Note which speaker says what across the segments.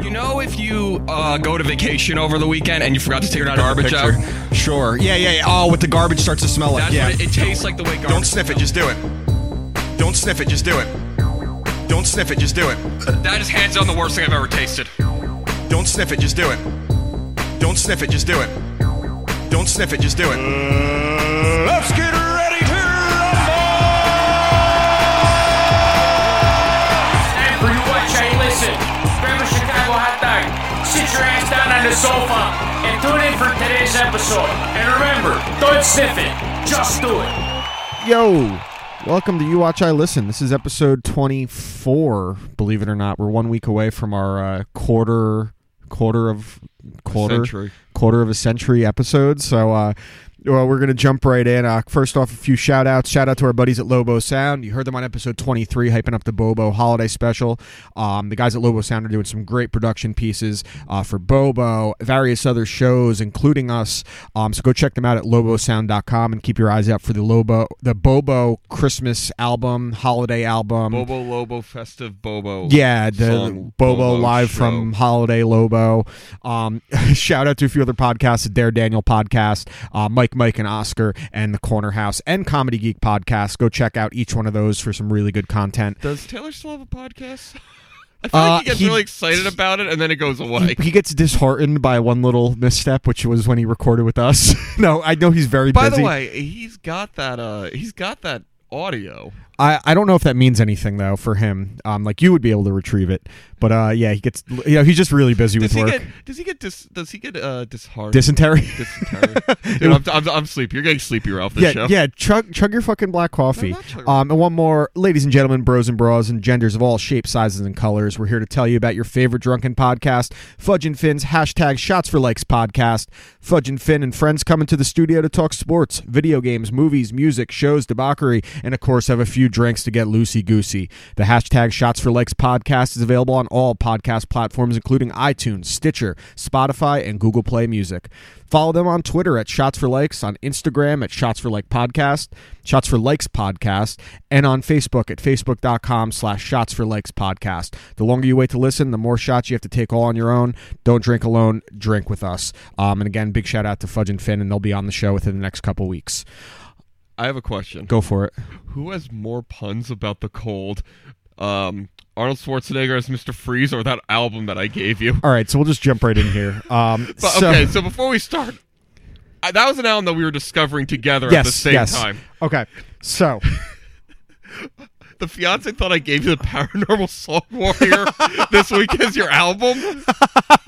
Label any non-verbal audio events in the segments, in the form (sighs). Speaker 1: You know, if you uh, go to vacation over the weekend and you forgot to take your garbage out,
Speaker 2: Picture. Sure. Yeah, yeah, yeah. Oh, what the garbage starts to smell like.
Speaker 1: that's
Speaker 2: Yeah.
Speaker 1: what it, it tastes like the way garbage.
Speaker 3: Don't sniff it, just do it. Don't sniff it, just do it. Don't sniff it, just do it.
Speaker 1: That is hands down the worst thing I've ever tasted.
Speaker 3: Don't sniff it, just do it. Don't sniff it, just do it. Don't sniff it, just do it. Let's get ready to
Speaker 4: Stand for your watch and listen. Grab a Chicago hot dog. Sit your ass down on the sofa and tune in for today's episode. And remember, don't sniff it. Just do it.
Speaker 2: Yo, welcome to You Watch I Listen. This is episode 24. Believe it or not, we're one week away from our uh, quarter quarter of quarter
Speaker 1: century.
Speaker 2: quarter of a century episode. So uh well, we're going to jump right in. Uh, first off, a few shout outs. Shout out to our buddies at Lobo Sound. You heard them on episode 23, hyping up the Bobo holiday special. Um, the guys at Lobo Sound are doing some great production pieces uh, for Bobo, various other shows, including us. Um, so go check them out at lobosound.com and keep your eyes out for the Lobo, the Bobo Christmas album, holiday album.
Speaker 1: Bobo Lobo Festive Bobo.
Speaker 2: Yeah, the
Speaker 1: song,
Speaker 2: Bobo, live
Speaker 1: show.
Speaker 2: from Holiday Lobo. Um, (laughs) shout out to a few other podcasts, the Dare Daniel podcast, uh, Mike, Mike, and Oscar, and the Corner House and Comedy Geek podcast. Go check out each one of those for some really good content.
Speaker 1: Does Taylor still have a podcast? (laughs) I feel like
Speaker 2: Uh,
Speaker 1: he gets
Speaker 2: he-
Speaker 1: really excited about it and then it goes away.
Speaker 2: He gets disheartened by one little misstep, which was when he recorded with us. (laughs) no, I know he's very
Speaker 1: By
Speaker 2: busy.
Speaker 1: the way, he's got that. Uh, he's got that audio.
Speaker 2: I, I don't know if that means anything though for him. Um, like you would be able to retrieve it, but uh, yeah, he gets. Yeah, he's just really busy
Speaker 1: Does
Speaker 2: with
Speaker 1: he
Speaker 2: work.
Speaker 1: get? Does he get? Dis, does he get uh, disheartened?
Speaker 2: Dysentery. (laughs)
Speaker 1: Dysentery. Dude, I'm, I'm, I'm sleepy. You're getting sleepy off this
Speaker 2: yeah,
Speaker 1: show.
Speaker 2: yeah. Chug, chug your fucking black coffee.
Speaker 1: not chugging.
Speaker 2: um, and one more, ladies and gentlemen, bros and bras, and genders of all shapes, sizes, and colors. We're here to tell you about your favorite drunken podcast, Fudge and Finn's hashtag Shots for Likes podcast. Fudge and Finn and friends come into the studio to talk sports, video games, movies, music, shows, debauchery, and of course, have a few drinks to get loosey goosey. The hashtag Shots for Likes podcast is available on all podcast platforms, including iTunes, Stitcher, Spotify, and Google Play Music. Follow them on Twitter at Shots for Likes, on Instagram at Shots for Like Podcast, Shots for Likes Podcast, and on Facebook at facebook.com slash Shots for Likes Podcast. The longer you wait to listen, the more shots you have to take all on your own. Don't drink alone, drink with us. Um, and again, big shout out to Fudge and Finn, and they'll be on the show within the next couple weeks.
Speaker 1: I have a question.
Speaker 2: Go for it.
Speaker 1: Who has more puns about the cold? Um, Arnold Schwarzenegger as Mr. Freeze or that album that I gave you?
Speaker 2: All right, so we'll just jump right in here. Um,
Speaker 1: (laughs) But,
Speaker 2: so-
Speaker 1: okay, so before we start, I, that was an album that we were discovering together at the
Speaker 2: yes,
Speaker 1: same
Speaker 2: yes.
Speaker 1: time.
Speaker 2: Okay, so
Speaker 1: The fiance thought I gave you the Paranormal Song
Speaker 2: (laughs)
Speaker 1: Warrior this week as your album,
Speaker 2: Um,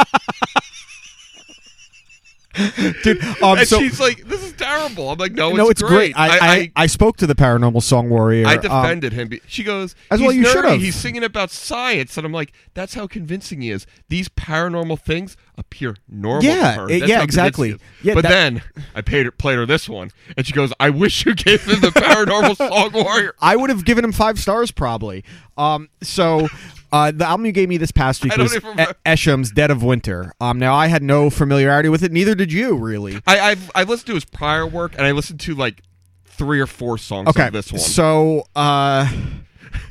Speaker 2: dude, um,
Speaker 1: (laughs) and
Speaker 2: so
Speaker 1: she's like, "This is terrible." I'm like, "No,
Speaker 2: no, it's great. I, I, I,
Speaker 1: I,
Speaker 2: spoke to the Paranormal Song Warrior.
Speaker 1: I
Speaker 2: um,
Speaker 1: defended him. be- She goes,
Speaker 2: As well
Speaker 1: "He's
Speaker 2: you
Speaker 1: nerdy.
Speaker 2: should've."
Speaker 1: He's singing about science, and I'm like, "That's how convincing he is. These paranormal things appear normal."
Speaker 2: Yeah,
Speaker 1: to her.
Speaker 2: it-
Speaker 1: That's
Speaker 2: yeah,
Speaker 1: how convincing
Speaker 2: exactly.
Speaker 1: he is."
Speaker 2: Yeah,
Speaker 1: but
Speaker 2: that-
Speaker 1: then I paid her, played her this one, and she goes, "I wish you gave
Speaker 2: (laughs)
Speaker 1: me the Paranormal Song Warrior."
Speaker 2: I would have given him five stars probably. Um, so uh, the album you gave me this past week
Speaker 1: I don't
Speaker 2: was
Speaker 1: even remember.
Speaker 2: E- Esham's "Dead of Winter." Um, now I had no familiarity with it, neither did you, really.
Speaker 1: I, I've I've listened to his prior work, and I listened to like three or four songs
Speaker 2: Okay,
Speaker 1: of this one.
Speaker 2: so uh,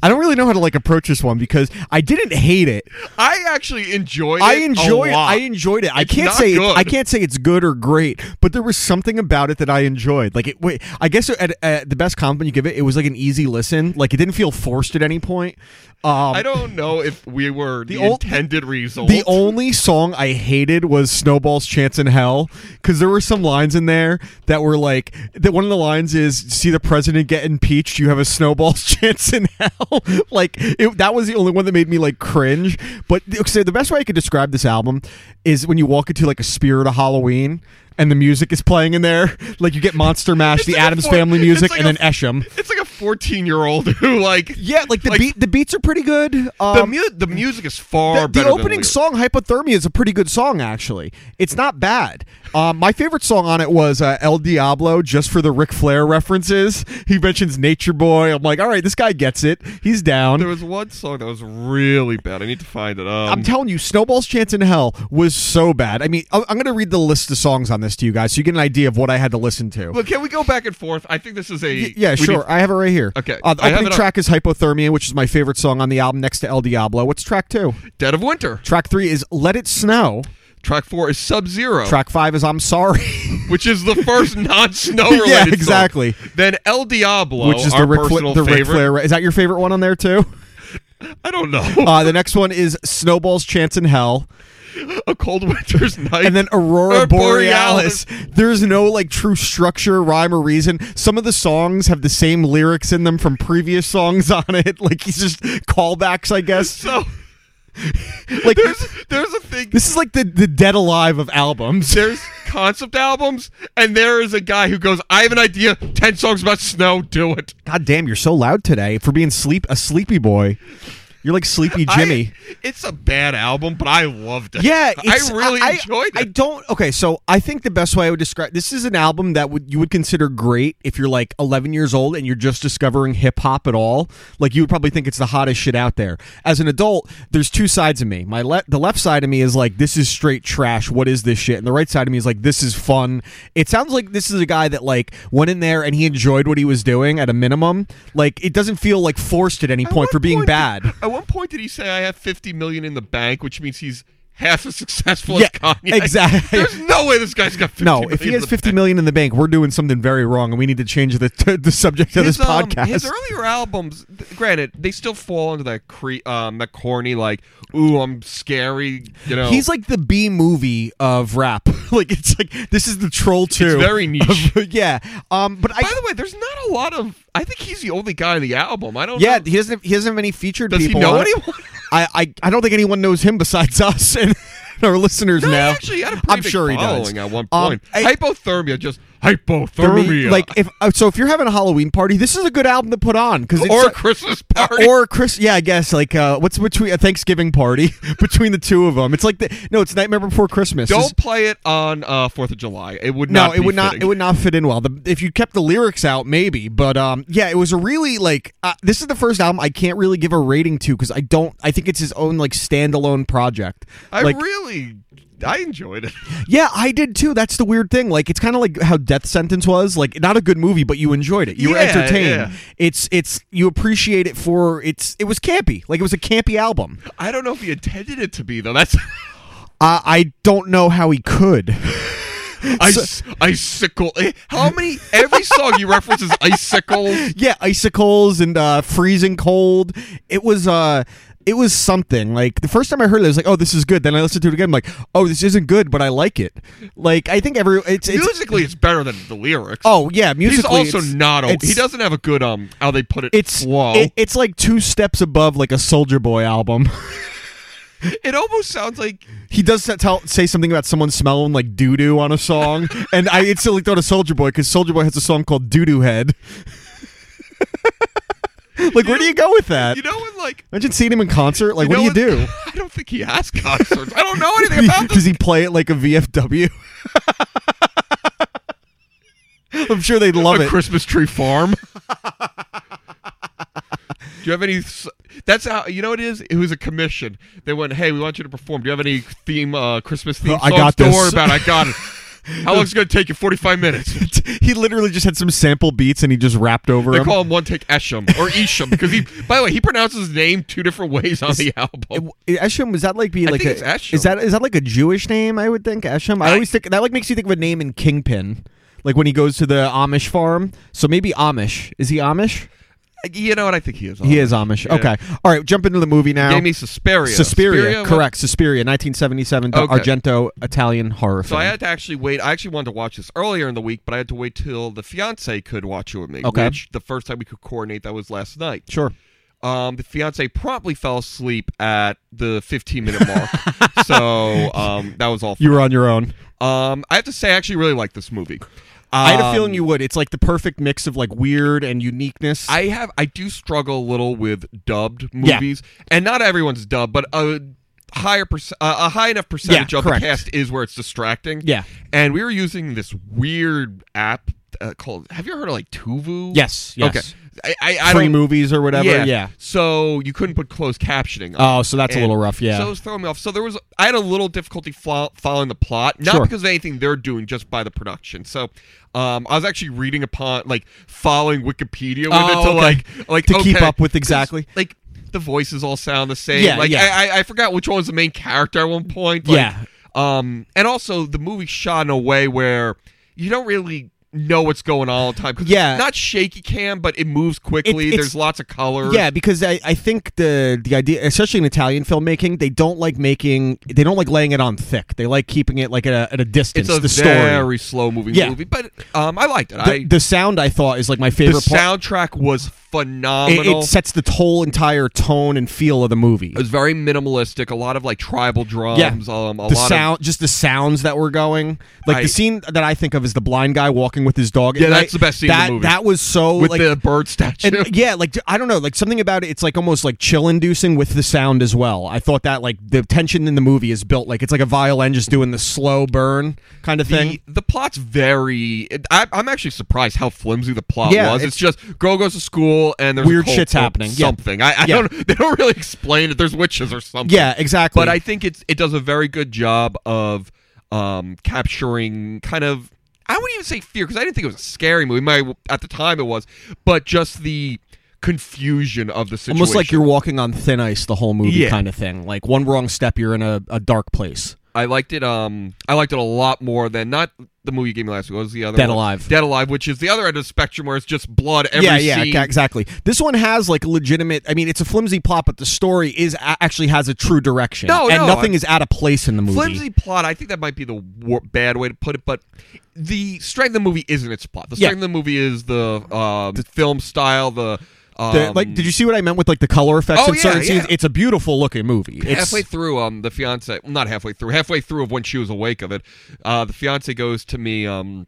Speaker 2: I don't really know how to like approach this one because I didn't hate it.
Speaker 1: I actually enjoyed. It
Speaker 2: I enjoyed.
Speaker 1: A lot.
Speaker 2: I enjoyed it. I
Speaker 1: It's
Speaker 2: can't
Speaker 1: not
Speaker 2: say. It's,
Speaker 1: good.
Speaker 2: I can't say it's good or great, but there was something about it that I enjoyed. Like it. Wait, I guess at, at the best compliment you give it, it was like an easy listen. Like it didn't feel forced at any point. Um,
Speaker 1: I don't know if we were the,
Speaker 2: ol-
Speaker 1: intended result.
Speaker 2: The only song I hated was Snowball's Chance in Hell because there were some lines in there that were like that. One of the lines is, "See the president get impeached, you have a snowball's (laughs) chance in hell." (laughs) like it, that was the only one that made me like cringe. But so the best way I could describe this album is when you walk into like a spirit of Halloween. And the music is playing in there, (laughs) like you get Monster Mash,
Speaker 1: It's
Speaker 2: the
Speaker 1: like a
Speaker 2: Adams
Speaker 1: four-
Speaker 2: Family
Speaker 1: it's
Speaker 2: music,
Speaker 1: like
Speaker 2: and
Speaker 1: a-
Speaker 2: then Esham.
Speaker 1: It's like a 14 year old who like
Speaker 2: Yeah, like the beat, the beats are pretty good.
Speaker 1: The,
Speaker 2: Um,
Speaker 1: mu- the music is far
Speaker 2: the, the
Speaker 1: better. than
Speaker 2: opening
Speaker 1: Leader.
Speaker 2: song hypothermia is a pretty good song actually it's not bad um, my favorite song on it was uh, el diablo just for the Ric flair references he mentions nature boy i'm like all right this guy gets it he's down
Speaker 1: There was one song that was really bad. I need to find it. Um,
Speaker 2: I'm telling you, Snowball's Chance in Hell was so bad. I mean, I- I'm going to read the list of songs on this to you guys so you get an idea of what I had to listen to.
Speaker 1: Look, can we go back and forth? I think this is a
Speaker 2: Y- yeah,
Speaker 1: we
Speaker 2: sure.
Speaker 1: need-
Speaker 2: I have it right right here.
Speaker 1: Okay,
Speaker 2: Uh,
Speaker 1: I
Speaker 2: the
Speaker 1: have
Speaker 2: opening
Speaker 1: it on-
Speaker 2: track is Hypothermia, which is my favorite song on the album next to El Diablo. What's track two?
Speaker 1: Dead of Winter.
Speaker 2: Track three is Let It Snow.
Speaker 1: Track four is Sub Zero,
Speaker 2: Track five is I'm Sorry. (laughs)
Speaker 1: which is the first non-snow related.
Speaker 2: Yeah,
Speaker 1: song.
Speaker 2: exactly.
Speaker 1: Then El Diablo,
Speaker 2: which is
Speaker 1: our
Speaker 2: the Ric, Fla-
Speaker 1: personal
Speaker 2: the Ric
Speaker 1: favorite.
Speaker 2: Flair. Is that your favorite one on there (laughs) too?
Speaker 1: I don't know.
Speaker 2: Uh, the next one is Snowball's Chance in Hell,
Speaker 1: (laughs) a cold winter's night,
Speaker 2: and then (laughs) Aurora
Speaker 1: Or
Speaker 2: Borealis. There's no like true structure, rhyme, or reason. Some of the songs have the same lyrics in them from previous songs (laughs) on it. Like he's just callbacks, I guess.
Speaker 1: So
Speaker 2: Like
Speaker 1: there's there's a thing.
Speaker 2: this is like the the Dead Alive of albums.
Speaker 1: There's concept albums, and there is a guy who goes, "I have an idea. Ten songs about snow. Do it."
Speaker 2: God damn, you're so loud today for being sleep a sleepy boy. You're like sleepy Jimmy.
Speaker 1: I- it's a bad album, but I loved (laughs) it.
Speaker 2: Yeah, it's- uh,
Speaker 1: I really
Speaker 2: I,
Speaker 1: enjoyed
Speaker 2: I
Speaker 1: it.
Speaker 2: don't. Okay, so I think the best way I would describe this is an album that would you would consider great if you're like 11 years old and you're just discovering hip hop at all. Like you would probably think it's the hottest shit out there. As an adult, there's two sides of me. My le- the left side of me is like this is straight trash. What is this shit? And the right side of me is like this is fun. It sounds like this is a guy that like went in there and he enjoyed what he was doing at a minimum. Like it doesn't feel like forced at any
Speaker 1: At
Speaker 2: point
Speaker 1: one
Speaker 2: for being
Speaker 1: point
Speaker 2: bad.
Speaker 1: did- at one point, did he say, "I have fifty million in the bank," which means he's half as successful
Speaker 2: Yeah,
Speaker 1: as Kanye? (laughs)
Speaker 2: exactly.
Speaker 1: There's no way this guy's got. 50
Speaker 2: No, if he has
Speaker 1: million in the
Speaker 2: fifty
Speaker 1: bank.
Speaker 2: million in the bank, we're doing something very wrong, and we need to change the (laughs) the subject of this
Speaker 1: um,
Speaker 2: podcast.
Speaker 1: His earlier albums, th- granted, they still fall into that cre- um, that corny like, ooh, I'm scary. You know,
Speaker 2: He's like the B movie of rap. (laughs) like it's like this is the troll too. (laughs)
Speaker 1: very niche.
Speaker 2: yeah. Um. But
Speaker 1: By
Speaker 2: I.
Speaker 1: the way, there's not a lot of. I think he's the only guy on the album. I don't.
Speaker 2: Yeah,
Speaker 1: know.
Speaker 2: he doesn't. Have, he doesn't have any featured
Speaker 1: um, Does he
Speaker 2: people.
Speaker 1: know
Speaker 2: on it.
Speaker 1: anyone?
Speaker 2: I, I. I don't think anyone knows him besides (laughs) us and our listeners
Speaker 1: No, he
Speaker 2: now.
Speaker 1: actually had a pretty
Speaker 2: I'm
Speaker 1: big
Speaker 2: sure he does.
Speaker 1: following at one
Speaker 2: Um,
Speaker 1: point.
Speaker 2: I-
Speaker 1: hypothermia, just
Speaker 2: for me,
Speaker 1: hypothermia,
Speaker 2: like if uh, so, if you're having a Halloween party, this is a good album to put on because
Speaker 1: or a Christmas party.
Speaker 2: or Chris, yeah, I guess like uh, what's between a Thanksgiving party (laughs) between the two of them? It's like the, no, it's Nightmare Before Christmas. It's-
Speaker 1: don't play it on uh, Fourth of July. It would
Speaker 2: no,
Speaker 1: not.
Speaker 2: it
Speaker 1: be
Speaker 2: would not.
Speaker 1: fitting.
Speaker 2: It would not fit in well. The, if you kept the lyrics out, maybe. But um, yeah, it was a really like uh, this is the first album I can't really give a rating to because I don't. I think it's his own like standalone project.
Speaker 1: I
Speaker 2: like,
Speaker 1: really, I enjoyed it. (laughs)
Speaker 2: yeah, I did too. That's the weird thing. Like it's kind of like how Death Sentence was. Like not a good movie, but you enjoyed it. You were
Speaker 1: Yeah,
Speaker 2: entertained.
Speaker 1: yeah.
Speaker 2: It's it's you appreciate it for it's. It was campy. Like it was a campy album.
Speaker 1: I don't know if he intended it to be
Speaker 2: (laughs)
Speaker 1: though. That's
Speaker 2: I, Uh, I don't know how he could. (laughs)
Speaker 1: ice, icicle. Eh, How many? Every song he references
Speaker 2: (laughs)
Speaker 1: icicles.
Speaker 2: yeah, icicles and uh, freezing cold. It was uh, it was something. Like the first time I heard it, I was like, "Oh, this is good." Then I listened to it again. I'm like, "Oh, this isn't good, but I like it." Like I think every it's, it's
Speaker 1: Musically, it's better than the lyrics.
Speaker 2: oh yeah,
Speaker 1: he's
Speaker 2: musically.
Speaker 1: also
Speaker 2: it's-
Speaker 1: not. A,
Speaker 2: it's-
Speaker 1: he doesn't have a good um. How they put it?
Speaker 2: It's
Speaker 1: flow.
Speaker 2: it- it's like two steps above like a Soldier Boy album. (laughs)
Speaker 1: it almost sounds like
Speaker 2: he does sa- tell say something about someone smelling like doo doo on a
Speaker 1: (laughs)
Speaker 2: song, and I instantly thought of Soldier Boy because Soldier Boy has a song called Doo Doo Head. (laughs) like, where do you go with that?
Speaker 1: you know when like
Speaker 2: Imagine seeing him in concert. Like, what do you
Speaker 1: know
Speaker 2: do?
Speaker 1: (laughs) I don't think he has concerts. I don't know
Speaker 2: (laughs)
Speaker 1: anything about this.
Speaker 2: Does he play it like a VFW? (laughs) I'm sure they'd love
Speaker 1: a
Speaker 2: it.
Speaker 1: Christmas tree farm. (laughs) Do you have any? s- That's how you know it is. It was a commission. They went, "Hey, we want you to perform. Do you have any theme uh, Christmas theme
Speaker 2: Oh,
Speaker 1: songs?
Speaker 2: (laughs) I got
Speaker 1: Don't
Speaker 2: this.
Speaker 1: worry about. it.
Speaker 2: (laughs)
Speaker 1: I got it. How long is it going to take you? Forty five minutes.
Speaker 2: he literally just had some sample beats and he just rapped over
Speaker 1: They
Speaker 2: them.
Speaker 1: call him one take Esham or Esham because he. By the way, he pronounces his name two different ways on the
Speaker 2: (laughs)
Speaker 1: album.
Speaker 2: It- Eshem was that like be
Speaker 1: I
Speaker 2: like
Speaker 1: think
Speaker 2: a,
Speaker 1: it's Eshem.
Speaker 2: is that is that like a Jewish name? I would think Eshem. I,
Speaker 1: I-
Speaker 2: always think that like makes you think of a name in Kingpin, like when he goes to the Amish farm. So maybe Amish. Is he Amish?
Speaker 1: You know what? I think he is.
Speaker 2: He is um, Amish.
Speaker 1: Yeah.
Speaker 2: Okay. All right. Jump into the movie now.
Speaker 1: Gave me Suspiria.
Speaker 2: Suspiria,
Speaker 1: was-
Speaker 2: correct. Suspiria, 1977, the
Speaker 1: Okay.
Speaker 2: Argento Italian horror
Speaker 1: So
Speaker 2: film.
Speaker 1: I had to actually wait. I actually wanted to watch this earlier in the week, but I had to wait till the fiance could watch it with me.
Speaker 2: Okay.
Speaker 1: Which the first time we could coordinate that was last night.
Speaker 2: sure.
Speaker 1: Um, the fiance promptly fell asleep at the 15
Speaker 2: (laughs)
Speaker 1: minute mark, so um, that was all.
Speaker 2: You were on your own.
Speaker 1: Um, I have to say, I actually really like this movie.
Speaker 2: I had a
Speaker 1: Um,
Speaker 2: feeling you would. It's like the perfect mix of like weird and uniqueness.
Speaker 1: I have. I do struggle a little with dubbed
Speaker 2: Yeah.
Speaker 1: movies, and not everyone's dubbed, but a higher perc- uh, a high enough percentage
Speaker 2: Yeah,
Speaker 1: of
Speaker 2: correct.
Speaker 1: the cast is where it's distracting.
Speaker 2: Yeah.
Speaker 1: and we were using this weird app uh, called. Have you ever heard of like Tuvu?
Speaker 2: Yes, yes.
Speaker 1: Okay. I, I, I
Speaker 2: Free
Speaker 1: don't-
Speaker 2: movies or whatever. Yeah.
Speaker 1: So you couldn't put closed captioning. on.
Speaker 2: Oh, so that's a
Speaker 1: And
Speaker 2: little rough. Yeah.
Speaker 1: So it was throwing me off. So there was I had a little difficulty fo- following the plot, not
Speaker 2: Sure.
Speaker 1: because of anything they're doing, just by the production. So um, I was actually reading upon like following Wikipedia with
Speaker 2: Oh,
Speaker 1: it to
Speaker 2: okay.
Speaker 1: like like
Speaker 2: To keep
Speaker 1: okay,
Speaker 2: up with
Speaker 1: 'cause,
Speaker 2: exactly.
Speaker 1: like. The voices all sound the same.
Speaker 2: Yeah,
Speaker 1: like
Speaker 2: yeah.
Speaker 1: I, I, I forgot which one was the main character at one point. like,
Speaker 2: Yeah.
Speaker 1: Um, and also the movie shot in a way where you don't really know what's going on all the time. 'Cause it's
Speaker 2: Yeah.
Speaker 1: Not shaky cam, but it moves quickly.
Speaker 2: it's-
Speaker 1: There's lots of color.
Speaker 2: Yeah, because I, I think the the idea, especially in Italian filmmaking, they don't like making they don't like laying it on thick. They like keeping it like at a, at a distance.
Speaker 1: it's a
Speaker 2: the story,
Speaker 1: very slow moving
Speaker 2: Yeah.
Speaker 1: movie, but um, I liked it.
Speaker 2: the,
Speaker 1: I
Speaker 2: the sound I thought is like my
Speaker 1: the
Speaker 2: favorite part.
Speaker 1: soundtrack was
Speaker 2: It,
Speaker 1: phenomenal.
Speaker 2: it sets the whole entire tone and feel of the movie.
Speaker 1: It was very minimalistic. A lot of like tribal drums.
Speaker 2: Yeah.
Speaker 1: Um, a
Speaker 2: the
Speaker 1: lot
Speaker 2: sound, just the sounds that were going. Like
Speaker 1: I-
Speaker 2: the scene that I think of is the blind guy walking with his dog. at
Speaker 1: Yeah,
Speaker 2: night.
Speaker 1: that's the best scene in the
Speaker 2: That
Speaker 1: movie.
Speaker 2: that was so
Speaker 1: of, with
Speaker 2: like
Speaker 1: the bird statue.
Speaker 2: (laughs) and yeah, like I don't know, like something about it. It's like almost like chill inducing with the sound as well. I thought that like the tension in the movie is built like it's like a violin just doing the slow burn kind of thing.
Speaker 1: (laughs) the, the plot's very. it- I, I'm actually surprised how flimsy the plot
Speaker 2: Yeah,
Speaker 1: was.
Speaker 2: it's-
Speaker 1: It's, just girl goes to school and there's a
Speaker 2: Weird
Speaker 1: cult
Speaker 2: shit's
Speaker 1: or
Speaker 2: happening. Yeah.
Speaker 1: Something I, I
Speaker 2: Yeah.
Speaker 1: don't. (laughs) They don't really explain it. There's witches or something.
Speaker 2: yeah, exactly.
Speaker 1: but I think it's it does a very good job of um, capturing kind of I wouldn't even say fear because I didn't think it was a scary movie. My at the time it was, but just the confusion of the situation.
Speaker 2: almost like you're walking on thin ice the whole movie
Speaker 1: Yeah.
Speaker 2: kind of thing. Like one wrong step, you're in a, a dark place.
Speaker 1: I liked it. Um, I liked it a lot more than not the movie you gave me last week. What was the other
Speaker 2: Dead
Speaker 1: one?
Speaker 2: Alive.
Speaker 1: Dead Alive, which is the other end of the spectrum where it's just blood every
Speaker 2: yeah, yeah,
Speaker 1: scene.
Speaker 2: ca- exactly. This one has like legitimate. I mean, it's a flimsy plot, but the story is a- actually has a true direction.
Speaker 1: No,
Speaker 2: and
Speaker 1: no,
Speaker 2: nothing
Speaker 1: I-
Speaker 2: is out of place in the movie.
Speaker 1: Flimsy plot. I think that might be the war- bad way to put it, but the strength of the movie isn't its plot. The
Speaker 2: Yeah.
Speaker 1: strength of the movie is the, um, film style. The, um,
Speaker 2: The- like, did you see what I meant with like the color effects
Speaker 1: Oh,
Speaker 2: in certain
Speaker 1: yeah,
Speaker 2: scenes?
Speaker 1: yeah.
Speaker 2: It's a beautiful looking movie. It's,
Speaker 1: halfway through um the fiance well, not halfway through halfway through of when she was awake of it uh the fiance goes to me um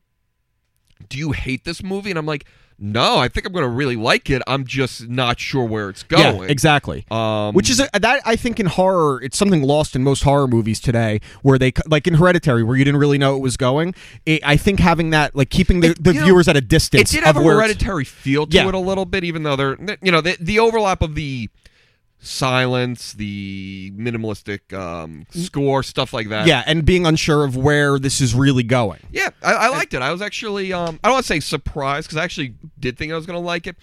Speaker 1: do you hate this movie and i'm like no i think i'm gonna really like it i'm just not sure where it's
Speaker 2: yeah,
Speaker 1: going
Speaker 2: exactly.
Speaker 1: Oh, um
Speaker 2: Which is a, that I think in horror, it's something lost in most horror movies today, where they c- like in Hereditary, where you didn't really know it was going. It, I think having that, like keeping the,
Speaker 1: It-
Speaker 2: the
Speaker 1: you know,
Speaker 2: viewers at a
Speaker 1: it
Speaker 2: distance.
Speaker 1: did have a
Speaker 2: of where it's-
Speaker 1: hereditary feel to
Speaker 2: Yeah.
Speaker 1: it a little bit even though they're you know the, the overlap of the silence the minimalistic um score stuff like that
Speaker 2: yeah, and being unsure of where this is really going.
Speaker 1: Yeah, I, I liked it. I was actually um, I don't want to say surprised because I actually did think I was gonna like it,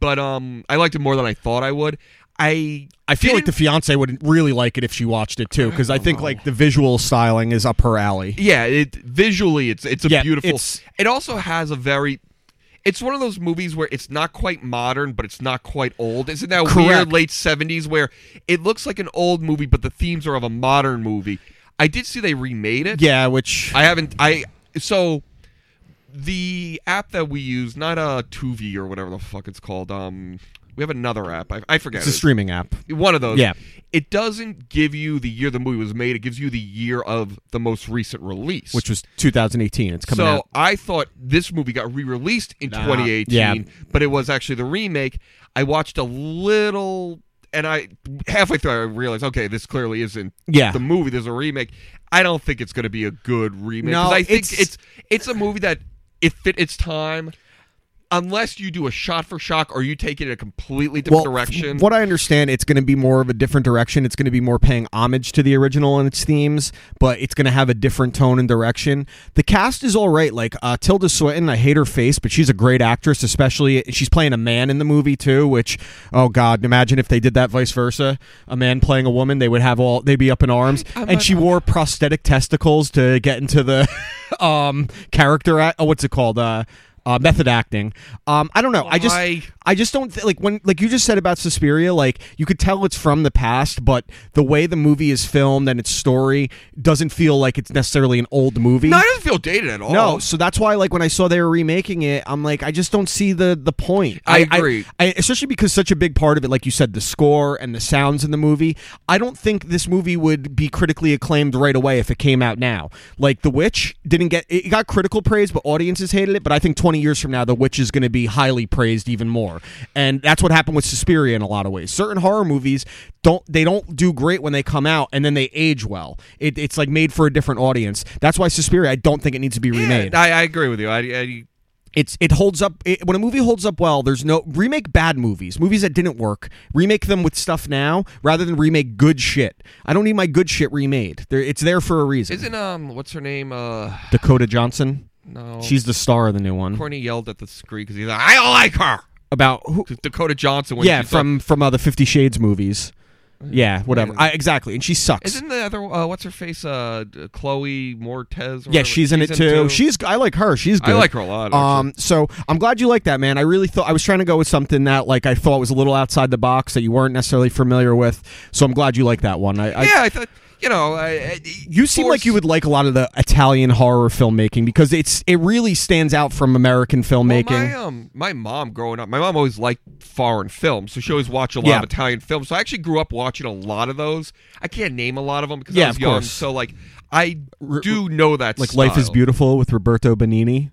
Speaker 1: but um, I liked it more than I thought I would. I
Speaker 2: I feel like the
Speaker 1: didn't-
Speaker 2: fiance would really like it if she watched it too, because I think like the visual styling is up her alley.
Speaker 1: yeah, it visually it's it's a
Speaker 2: Yeah,
Speaker 1: beautiful.
Speaker 2: it's-
Speaker 1: it also has a very. It's one of those movies where it's not quite modern, but it's not quite old. Isn't that
Speaker 2: Correct.
Speaker 1: weird late seventies where it looks like an old movie, but the themes are of a modern movie? I did see they remade it.
Speaker 2: Yeah, which
Speaker 1: I haven't. I so the app that we use, not a Tuvi or whatever the fuck it's called. Um, we have another app. I, I forget.
Speaker 2: it's a
Speaker 1: it.
Speaker 2: streaming app.
Speaker 1: One of those.
Speaker 2: Yeah.
Speaker 1: It doesn't give you the year the movie was made. It gives you the year of the most recent release.
Speaker 2: which was 2018. It's coming
Speaker 1: so
Speaker 2: out.
Speaker 1: I thought this movie got re-released in
Speaker 2: Nah.
Speaker 1: 2018,
Speaker 2: Yeah.
Speaker 1: but it was actually the remake. I watched a little, and I halfway through I realized, okay, this clearly isn't
Speaker 2: Yeah.
Speaker 1: the movie. There's a remake. I don't think it's going to be a good remake.
Speaker 2: No,
Speaker 1: 'cause I think
Speaker 2: it's-
Speaker 1: it's, it's a movie that it fit its time. Unless you do a shot for shot or you take it in a completely different direction.
Speaker 2: What I understand, it's going to be more of a different direction. It's going to be more paying homage to the original and its themes, but it's going to have a different tone and direction. The cast is all right. Like uh, Tilda Swinton, I hate her face, but she's a great actress. Especially she's playing a man in the movie too. Which, oh god, imagine if they did that vice versa. A man playing a woman, they would have all they'd be up in arms. and she wore prosthetic testicles to get into the (laughs) um character. Act, oh, what's it called? Uh, uh, method acting. Um, I don't know. I just
Speaker 1: I-
Speaker 2: I just don't th- like when like you just said about Suspiria. Like you could tell it's from the past, but the way the movie is filmed and its story doesn't feel like it's necessarily an old movie.
Speaker 1: no, it doesn't feel dated at all.
Speaker 2: No, so that's why like when I saw they were remaking it, I'm like I just don't see the the point.
Speaker 1: I agree.
Speaker 2: I, especially because such a big part of it, like you said, the score and the sounds in the movie. I don't think this movie would be critically acclaimed right away if it came out now. Like The Witch didn't get it got critical praise, but audiences hated it. But I think 20 years from now, The Witch is going to be highly praised even more, and that's what happened with Suspiria in a lot of ways. Certain horror movies don't they don't do great when they come out, and then they age well. It, it's like made for a different audience. That's why Suspiria, I don't think it needs to be
Speaker 1: Yeah,
Speaker 2: remade.
Speaker 1: I, I agree with you. I, I
Speaker 2: It's it holds up it, when a movie holds up well. There's no remake bad movies, movies that didn't work. Remake them with stuff now rather than remake good shit. I don't need my good shit remade. There, it's there for a reason.
Speaker 1: Isn't um what's her name? Uh
Speaker 2: Dakota Johnson?
Speaker 1: no.
Speaker 2: She's the star of the new one.
Speaker 1: Courtney yelled at the screen because he's like, I don't like her.
Speaker 2: About who?
Speaker 1: Dakota Johnson. When
Speaker 2: Yeah,
Speaker 1: she's
Speaker 2: from from uh, the Fifty Shades movies. Yeah, whatever.
Speaker 1: Yeah.
Speaker 2: I, exactly, and she sucks.
Speaker 1: Isn't the other uh, what's her face? Uh, d- Chloe Mortez. or
Speaker 2: yeah,
Speaker 1: whatever?
Speaker 2: she's in it too. She's I like her. She's
Speaker 1: I
Speaker 2: good.
Speaker 1: like her a lot,
Speaker 2: Um, so I'm glad you like that, man. I really thought I was trying to go with something that like I thought was a little outside the box that you weren't necessarily familiar with. So I'm glad you like that one. I, I
Speaker 1: yeah, I thought you know. I, I,
Speaker 2: You seem like you would like a lot of the Italian horror filmmaking because it's it really stands out from American
Speaker 1: Well,
Speaker 2: filmmaking.
Speaker 1: my um, my mom growing up, my mom always liked foreign films, so she always watched a lot
Speaker 2: Yeah.
Speaker 1: of Italian films. So I actually grew up watching a lot of those. I can't name a lot of them because
Speaker 2: Yeah,
Speaker 1: I was
Speaker 2: of
Speaker 1: young.
Speaker 2: course.
Speaker 1: So like, I do know that
Speaker 2: like Life is
Speaker 1: style.
Speaker 2: Beautiful with Roberto Benini.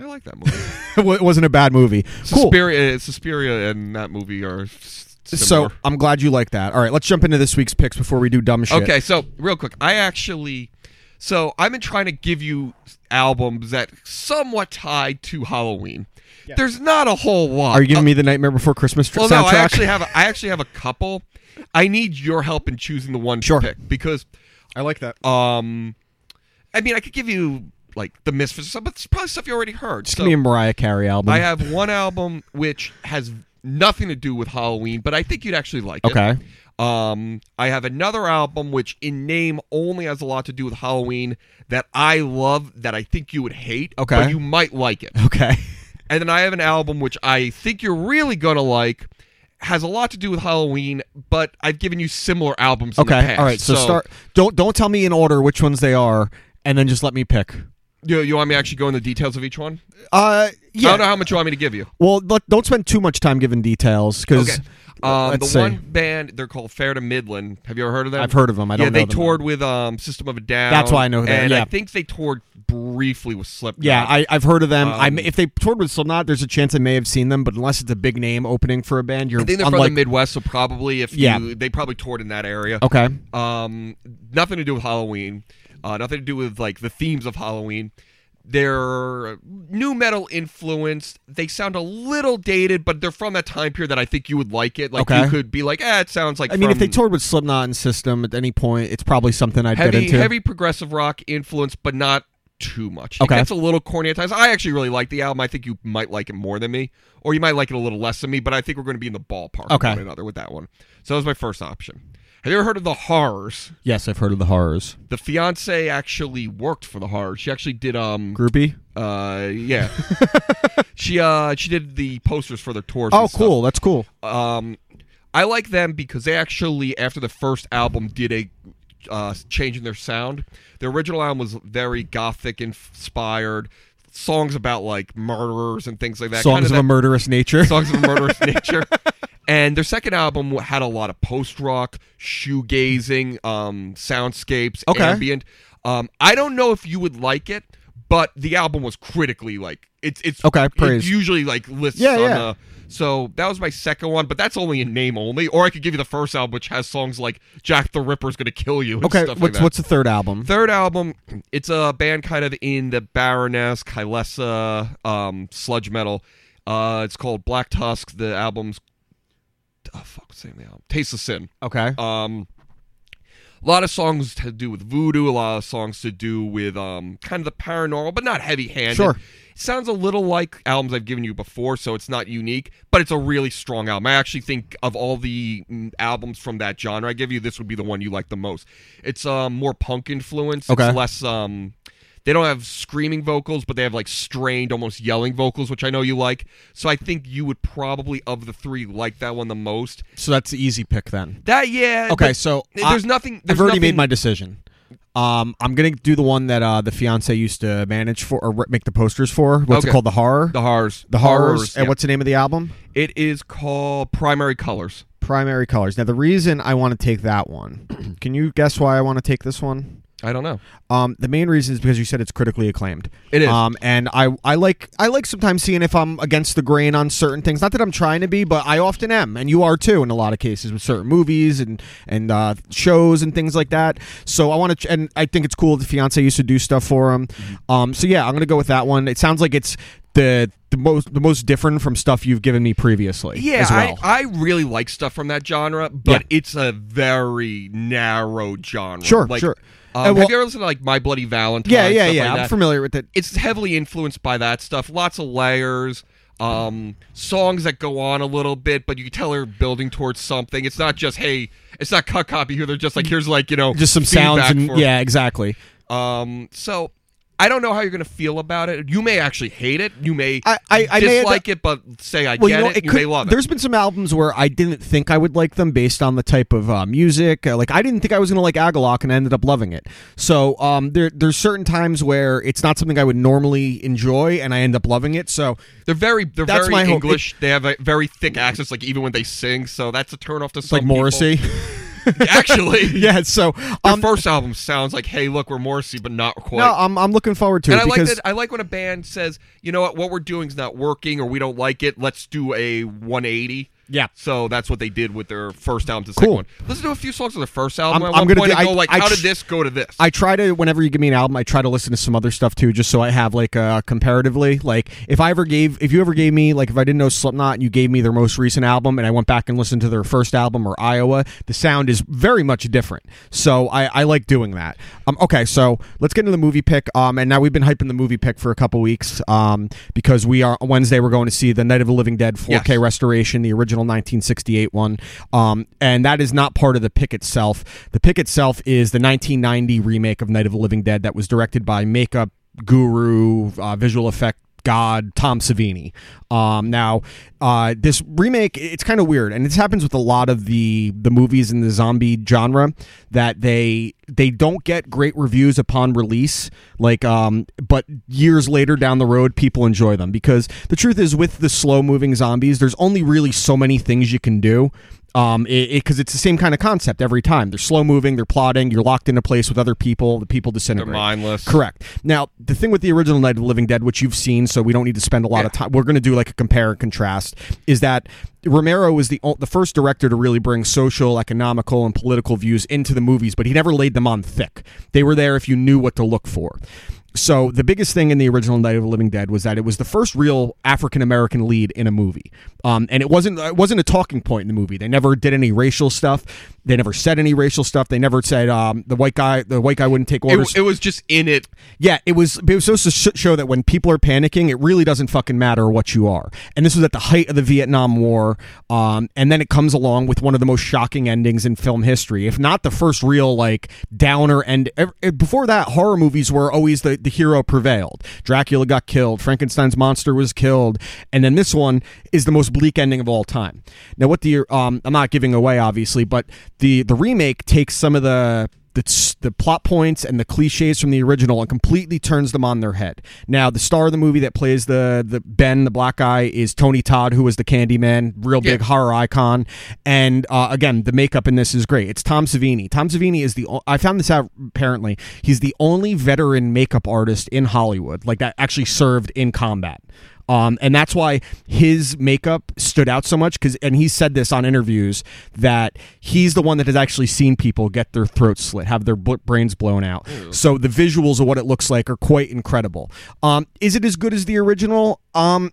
Speaker 1: I like that movie.
Speaker 2: it (laughs) wa- it wasn't a bad movie. Cool.
Speaker 1: Suspiria, uh, Suspiria, and that movie are s- similar.
Speaker 2: So I'm glad you like that. All right, let's jump into this week's picks before we do dumb shit.
Speaker 1: Okay, so real quick, I actually, so I've been trying to give you albums that somewhat tied to Halloween. There's not a whole lot.
Speaker 2: Are you giving me the Nightmare Before Christmas tr-
Speaker 1: Uh, well,
Speaker 2: soundtrack?
Speaker 1: no, I actually have. A, I actually have a couple. I need your help in choosing the one
Speaker 2: Sure.
Speaker 1: to pick because,
Speaker 2: I like that.
Speaker 1: um, I mean, I could give you like the Misfits, or something, but it's probably stuff you already heard.
Speaker 2: Just
Speaker 1: so
Speaker 2: give me a Mariah Carey album.
Speaker 1: I have one album which has nothing to do with Halloween, but I think you'd actually like it.
Speaker 2: Okay.
Speaker 1: Um, I have another album which, in name only, has a lot to do with Halloween that I love that I think you would hate.
Speaker 2: Okay.
Speaker 1: but you might like it.
Speaker 2: (laughs) okay.
Speaker 1: And then I have an album which I think you're really gonna like. Has a lot to do with Halloween, but I've given you similar albums. In the
Speaker 2: Okay.
Speaker 1: past.
Speaker 2: All right. So, start. Don't don't tell me in order which ones they are, and then just let me pick.
Speaker 1: You, you want me to actually go into the details of each one?
Speaker 2: Uh,
Speaker 1: I
Speaker 2: yeah.
Speaker 1: don't know how much you want me to give you.
Speaker 2: Well, let- don't spend too much time giving details because
Speaker 1: Okay. Um,
Speaker 2: let's
Speaker 1: the
Speaker 2: see.
Speaker 1: one band they're called Fair to Midland. Have you ever heard of them?
Speaker 2: I've heard of them. I
Speaker 1: yeah,
Speaker 2: don't
Speaker 1: they
Speaker 2: know them,
Speaker 1: toured with um, System of a Down.
Speaker 2: That's why I know who they are,
Speaker 1: And
Speaker 2: yeah.
Speaker 1: I think they toured briefly with Slipknot.
Speaker 2: yeah, I, I've heard of them. I may-
Speaker 1: Um,
Speaker 2: if they toured with Slipknot, there's a chance I may have seen them, but unless it's a big name opening for a band, you're
Speaker 1: I think they're
Speaker 2: unlike-
Speaker 1: from the Midwest, so probably if
Speaker 2: Yeah. Oh.
Speaker 1: you, they probably toured in that area.
Speaker 2: Okay.
Speaker 1: Um, nothing to do with Halloween. Uh, nothing to do with like the themes of Halloween. They're new metal influenced. They sound a little dated, but they're from that time period that I think you would like it. Like
Speaker 2: Okay.
Speaker 1: you could be like, ah, it sounds like.
Speaker 2: I mean, if they
Speaker 1: from-
Speaker 2: toured with Slipknot and System at any point, it's probably something I'd get
Speaker 1: heavy
Speaker 2: into.
Speaker 1: heavy progressive rock influence, but not too much.
Speaker 2: Okay.
Speaker 1: It gets a little corny at times. I actually really like the album. I think you might like it more than me, or you might like it a little less than me. But I think we're going to be in the ballpark
Speaker 2: Okay.
Speaker 1: with one another with that one. So that was my first option. Have you ever heard of the Horrors?
Speaker 2: Yes, I've heard of the horrors.
Speaker 1: The fiance actually worked for the Horrors. She actually did um
Speaker 2: Groupie.
Speaker 1: uh
Speaker 2: (laughs)
Speaker 1: yeah she uh she did the posters for their tours.
Speaker 2: Oh,
Speaker 1: and stuff.
Speaker 2: cool. That's cool.
Speaker 1: Um, I like them because they actually, after the first album, did a uh, change in their sound. The original album was very gothic inspired, songs about like murderers and things like that.
Speaker 2: Songs of,
Speaker 1: kind
Speaker 2: a murderous nature.
Speaker 1: that, songs of a murderous nature. And their second album w- had a lot of post rock, shoegazing, um, soundscapes,
Speaker 2: Okay.
Speaker 1: ambient. Um, I don't know if you would like it, but the album was critically like it's it's
Speaker 2: Okay,
Speaker 1: it
Speaker 2: praised.
Speaker 1: usually like lists
Speaker 2: Yeah,
Speaker 1: on
Speaker 2: yeah.
Speaker 1: the so that was my second one, but that's only in name only. Or I could give you the first album, which has songs like "Jack the Ripper's Gonna Kill You" and
Speaker 2: okay.
Speaker 1: stuff like
Speaker 2: What's
Speaker 1: that.
Speaker 2: what's the third album?
Speaker 1: Third album, it's a band kind of in the Baroness, Kylesa, um, sludge metal. Uh, it's called Black Tusk. The album's oh, fuck, what's the name of the album? Taste of Sin.
Speaker 2: okay.
Speaker 1: Um, a lot of songs to do with voodoo, a lot of songs to do with um, kind of the paranormal, but not heavy handed.
Speaker 2: Sure.
Speaker 1: It sounds a little like albums I've given you before, so it's not unique, but it's a really strong album. I actually think of all the mm, albums from that genre I give you, this would be the one you like the most. It's um, more punk influence.
Speaker 2: Okay.
Speaker 1: It's less. Um, they don't have screaming vocals, but they have like strained, almost yelling vocals, which I know you like. So I think you would probably, of the three, like that one the most.
Speaker 2: so that's the easy pick then.
Speaker 1: That yeah.
Speaker 2: Okay,
Speaker 1: but
Speaker 2: so
Speaker 1: th-
Speaker 2: I-
Speaker 1: there's nothing. There's
Speaker 2: I've already
Speaker 1: nothing,
Speaker 2: made my decision. Um, I'm gonna do the one that uh, the fiance used to manage for or re- make the posters for. What's it
Speaker 1: Okay.
Speaker 2: called? The horror.
Speaker 1: the horrors.
Speaker 2: The horrors. and
Speaker 1: yeah.
Speaker 2: what's the name of the album?
Speaker 1: it is called Primary Colors.
Speaker 2: Primary colors. Now, the reason I want to take that one, (clears throat) can you guess why I want to take this one?
Speaker 1: I don't know.
Speaker 2: Um, the main reason is because you said it's critically acclaimed.
Speaker 1: It is.
Speaker 2: Um, and I, I like I like sometimes seeing if I'm against the grain on certain things. Not that I'm trying to be, but I often am, and you are too in a lot of cases with certain movies and and uh, shows and things like that. So I want to,
Speaker 1: Mm-hmm.
Speaker 2: and I think it's cool. The fiance used to do stuff for him. Um, so yeah, I'm gonna go with that one. It sounds like it's the the most the most different from stuff you've given me previously.
Speaker 1: Yeah,
Speaker 2: as well.
Speaker 1: I, I really like stuff from that genre, but it's a very narrow genre.
Speaker 2: Sure,
Speaker 1: like,
Speaker 2: sure.
Speaker 1: Um,
Speaker 2: Uh, well-
Speaker 1: have you ever listened to like My Bloody Valentine?
Speaker 2: yeah, yeah,
Speaker 1: stuff
Speaker 2: yeah.
Speaker 1: like
Speaker 2: I'm
Speaker 1: that?
Speaker 2: familiar with it.
Speaker 1: It's heavily influenced by that stuff. Lots of layers, um, songs that go on a little bit, but you can tell they're building towards something. It's not just hey, it's not cut copy here. They're just like here's like you know
Speaker 2: Just some sounds
Speaker 1: feedback
Speaker 2: and
Speaker 1: for-
Speaker 2: yeah, exactly.
Speaker 1: Um, so I don't know how you're gonna feel about it. You may actually hate it. You may
Speaker 2: I- I- I may-
Speaker 1: dislike it, but say I get
Speaker 2: you know,
Speaker 1: it. you
Speaker 2: could-
Speaker 1: may love it.
Speaker 2: There's been some albums where I didn't think I would like them based on the type of uh, music. Uh, like I didn't think I was going to like Agalock, and I ended up loving it. So um, there, there's certain times where it's not something I would normally enjoy, and I end up loving it. So
Speaker 1: They're very they're
Speaker 2: That's my
Speaker 1: very
Speaker 2: hope.
Speaker 1: English. they have a very thick accents, like even when they sing. So that's a turn off to
Speaker 2: it's
Speaker 1: some
Speaker 2: like Morrissey,
Speaker 1: people. (laughs) Actually,
Speaker 2: (laughs) yeah. So
Speaker 1: Their
Speaker 2: um,
Speaker 1: first album sounds like, "Hey, look, we're Morrissey, but not quite."
Speaker 2: no, I'm I'm looking forward to
Speaker 1: and
Speaker 2: it
Speaker 1: I like
Speaker 2: because
Speaker 1: that. I like when a band says, "You know what? What we're doing is not working, or we don't like it. Let's do a 180."
Speaker 2: Yeah.
Speaker 1: So that's what they did with their first album. To
Speaker 2: Cool.
Speaker 1: second one. Let's do a few songs of their first
Speaker 2: I'm-
Speaker 1: album. At
Speaker 2: I'm
Speaker 1: one
Speaker 2: gonna
Speaker 1: point,
Speaker 2: do-
Speaker 1: I
Speaker 2: I-
Speaker 1: go like,
Speaker 2: I
Speaker 1: "How
Speaker 2: tr-
Speaker 1: did this go to this?"
Speaker 2: I try to whenever you give me an album, I try to listen to some other stuff too, just so I have like uh comparatively. Like if I ever gave, if you ever gave me like if I didn't know Slipknot and you gave me their most recent album, and I went back and listened to their first album or Iowa, the sound is very much different. So I, I like doing that. Um, okay, so let's get into the movie pick. Um, and now we've been hyping the movie pick for a couple weeks. Um, because we are Wednesday we're going to see the Night of the Living Dead 4K
Speaker 1: Yes.
Speaker 2: restoration, the original 1968 one. Um, and that is not part of the pick itself. The pick itself is the 1990 remake of Night of the Living Dead that was directed by makeup guru, uh, visual effect god, Tom Savini. Um, now, uh, this remake, it's kind of weird. And this happens with a lot of the, the movies in the zombie genre that they they don't get great reviews upon release like um but years later down the road people enjoy them because the truth is with the slow moving zombies there's only really so many things you can do um because it, 'cause it's the same kind of concept every time they're slow moving they're plotting you're locked into place with other people the people disintegrate
Speaker 1: mindless.
Speaker 2: correct now the thing with the original night of the living dead which you've seen so we don't need to spend a lot of time we're going to do like a compare and contrast is that romero was the o- the first director to really bring social economical and political views into the movies but he never laid them on thick they were there if you knew what to look for so the biggest thing in the original Night of the Living Dead was that it was the first real African American lead in a movie, um, and it wasn't it wasn't a talking point in the movie. They never did any racial stuff. They never said any racial stuff. They never said um, the white guy the white guy wouldn't take orders.
Speaker 1: It, it was just in it.
Speaker 2: Yeah, it was. It was supposed to sh- show that when people are panicking, it really doesn't fucking matter what you are. And this was at the height of the Vietnam War. Um, and then it comes along with one of the most shocking endings in film history, if not the first real like downer end. ev- eh, Before that, horror movies were always the the hero prevailed. Dracula got killed. Frankenstein's monster was killed. And then this one is the most bleak ending of all time. Now, what the um, I'm not giving away obviously, but the the remake takes some of the the, the plot points and the cliches from the original and completely turns them on their head. Now, the star of the movie that plays the the Ben, the black guy, is Tony Todd, who was the Candyman, real big horror icon. And uh, again, the makeup in this is great. It's Tom Savini. Tom Savini is the o- I found this out apparently. He's the only veteran makeup artist in Hollywood, like that actually served in combat. Um, and that's why his makeup stood out so much because and he said this on interviews that he's the one that has actually seen people get their throats slit have their bl- brains blown out so the visuals of what it looks like are quite incredible um, is it as good as the original um,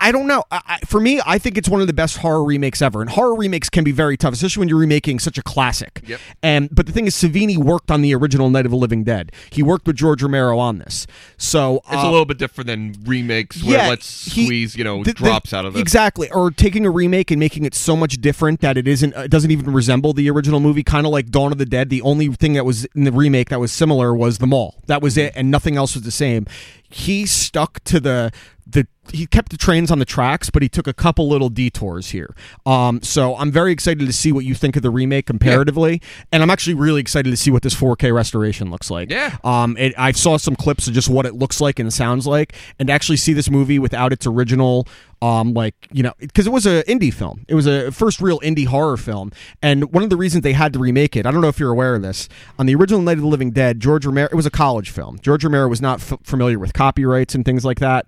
Speaker 2: I don't know. I, I, for me, I think it's one of the best horror remakes ever. And horror remakes can be very tough, especially when you're remaking such a classic.
Speaker 1: Yep.
Speaker 2: And but the thing is, Savini worked on the original Night of the Living Dead. He worked with George Romero on this. So uh,
Speaker 1: It's a little bit different than remakes where let's
Speaker 2: he-
Speaker 1: squeeze, you know,
Speaker 2: the- the-
Speaker 1: drops out of the
Speaker 2: Exactly, or taking a remake and making it so much different that it isn't, it doesn't even resemble the original movie. Kind of like Dawn of the Dead. The only thing that was in the remake that was similar was the mall. That was
Speaker 1: Mm-hmm.
Speaker 2: it, and nothing else was the same. He stuck to the the. He kept the trains on the tracks, but he took a couple little detours here. Um, so I'm very excited to see what you think of the remake comparatively, and I'm actually really excited to see what this 4K restoration looks like.
Speaker 1: Yeah.
Speaker 2: Um, it, I saw some clips of just what it looks like and sounds like, and to actually see this movie without its original, um, like you know, because it was an indie film. It was a first real indie horror film, and one of the reasons they had to remake it. I don't know if you're aware of this. On the original Night of the Living Dead, George Romero. It was a college film. George Romero was not f- familiar with copyrights and things like that.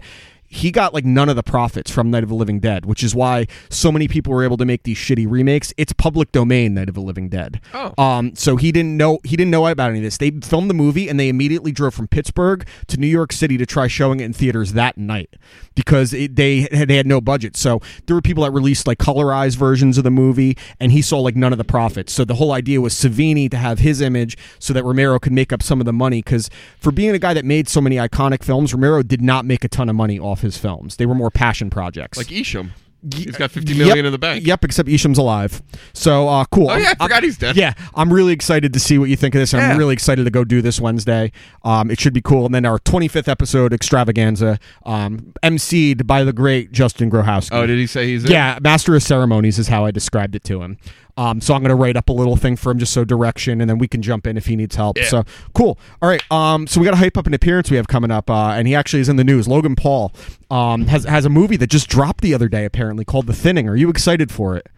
Speaker 2: he got like none of the profits from Night of the Living Dead, which is why so many people were able to make these shitty remakes. It's public domain, Night of the Living Dead.
Speaker 1: Oh.
Speaker 2: Um, so he didn't know he didn't know about any of this. They filmed the movie and they immediately drove from Pittsburgh to New York City to try showing it in theaters that night because it, they had, they had no budget. So there were people that released like colorized versions of the movie, and he saw like none of the profits. So the whole idea was Savini to have his image so that Romero could make up some of the money because for being a guy that made so many iconic films, Romero did not make a ton of money off his films. They were more passion projects.
Speaker 1: Like Isham. He's got 50 million
Speaker 2: Yep.
Speaker 1: in the bank.
Speaker 2: Yep, except Isham's alive. So uh, cool.
Speaker 1: Oh, yeah, I forgot he's dead.
Speaker 2: Yeah, I'm really excited to see what you think of this. and
Speaker 1: Yeah.
Speaker 2: I'm really excited to go do this Wednesday. Um, it should be cool. And then our 25th episode extravaganza, um, emceed by the great Justin Grohowski.
Speaker 1: Oh, did he say he's in?
Speaker 2: Yeah, master of ceremonies is how I described it to him. Um, so I'm going to write up a little thing for him, just so direction, and then we can jump in if he needs help. So cool. All right. Um, so we got to hype up an appearance we have coming up, uh, and he actually is in the news. Logan Paul um, has has a movie that just dropped the other day, apparently called The Thinning. Are you excited for it?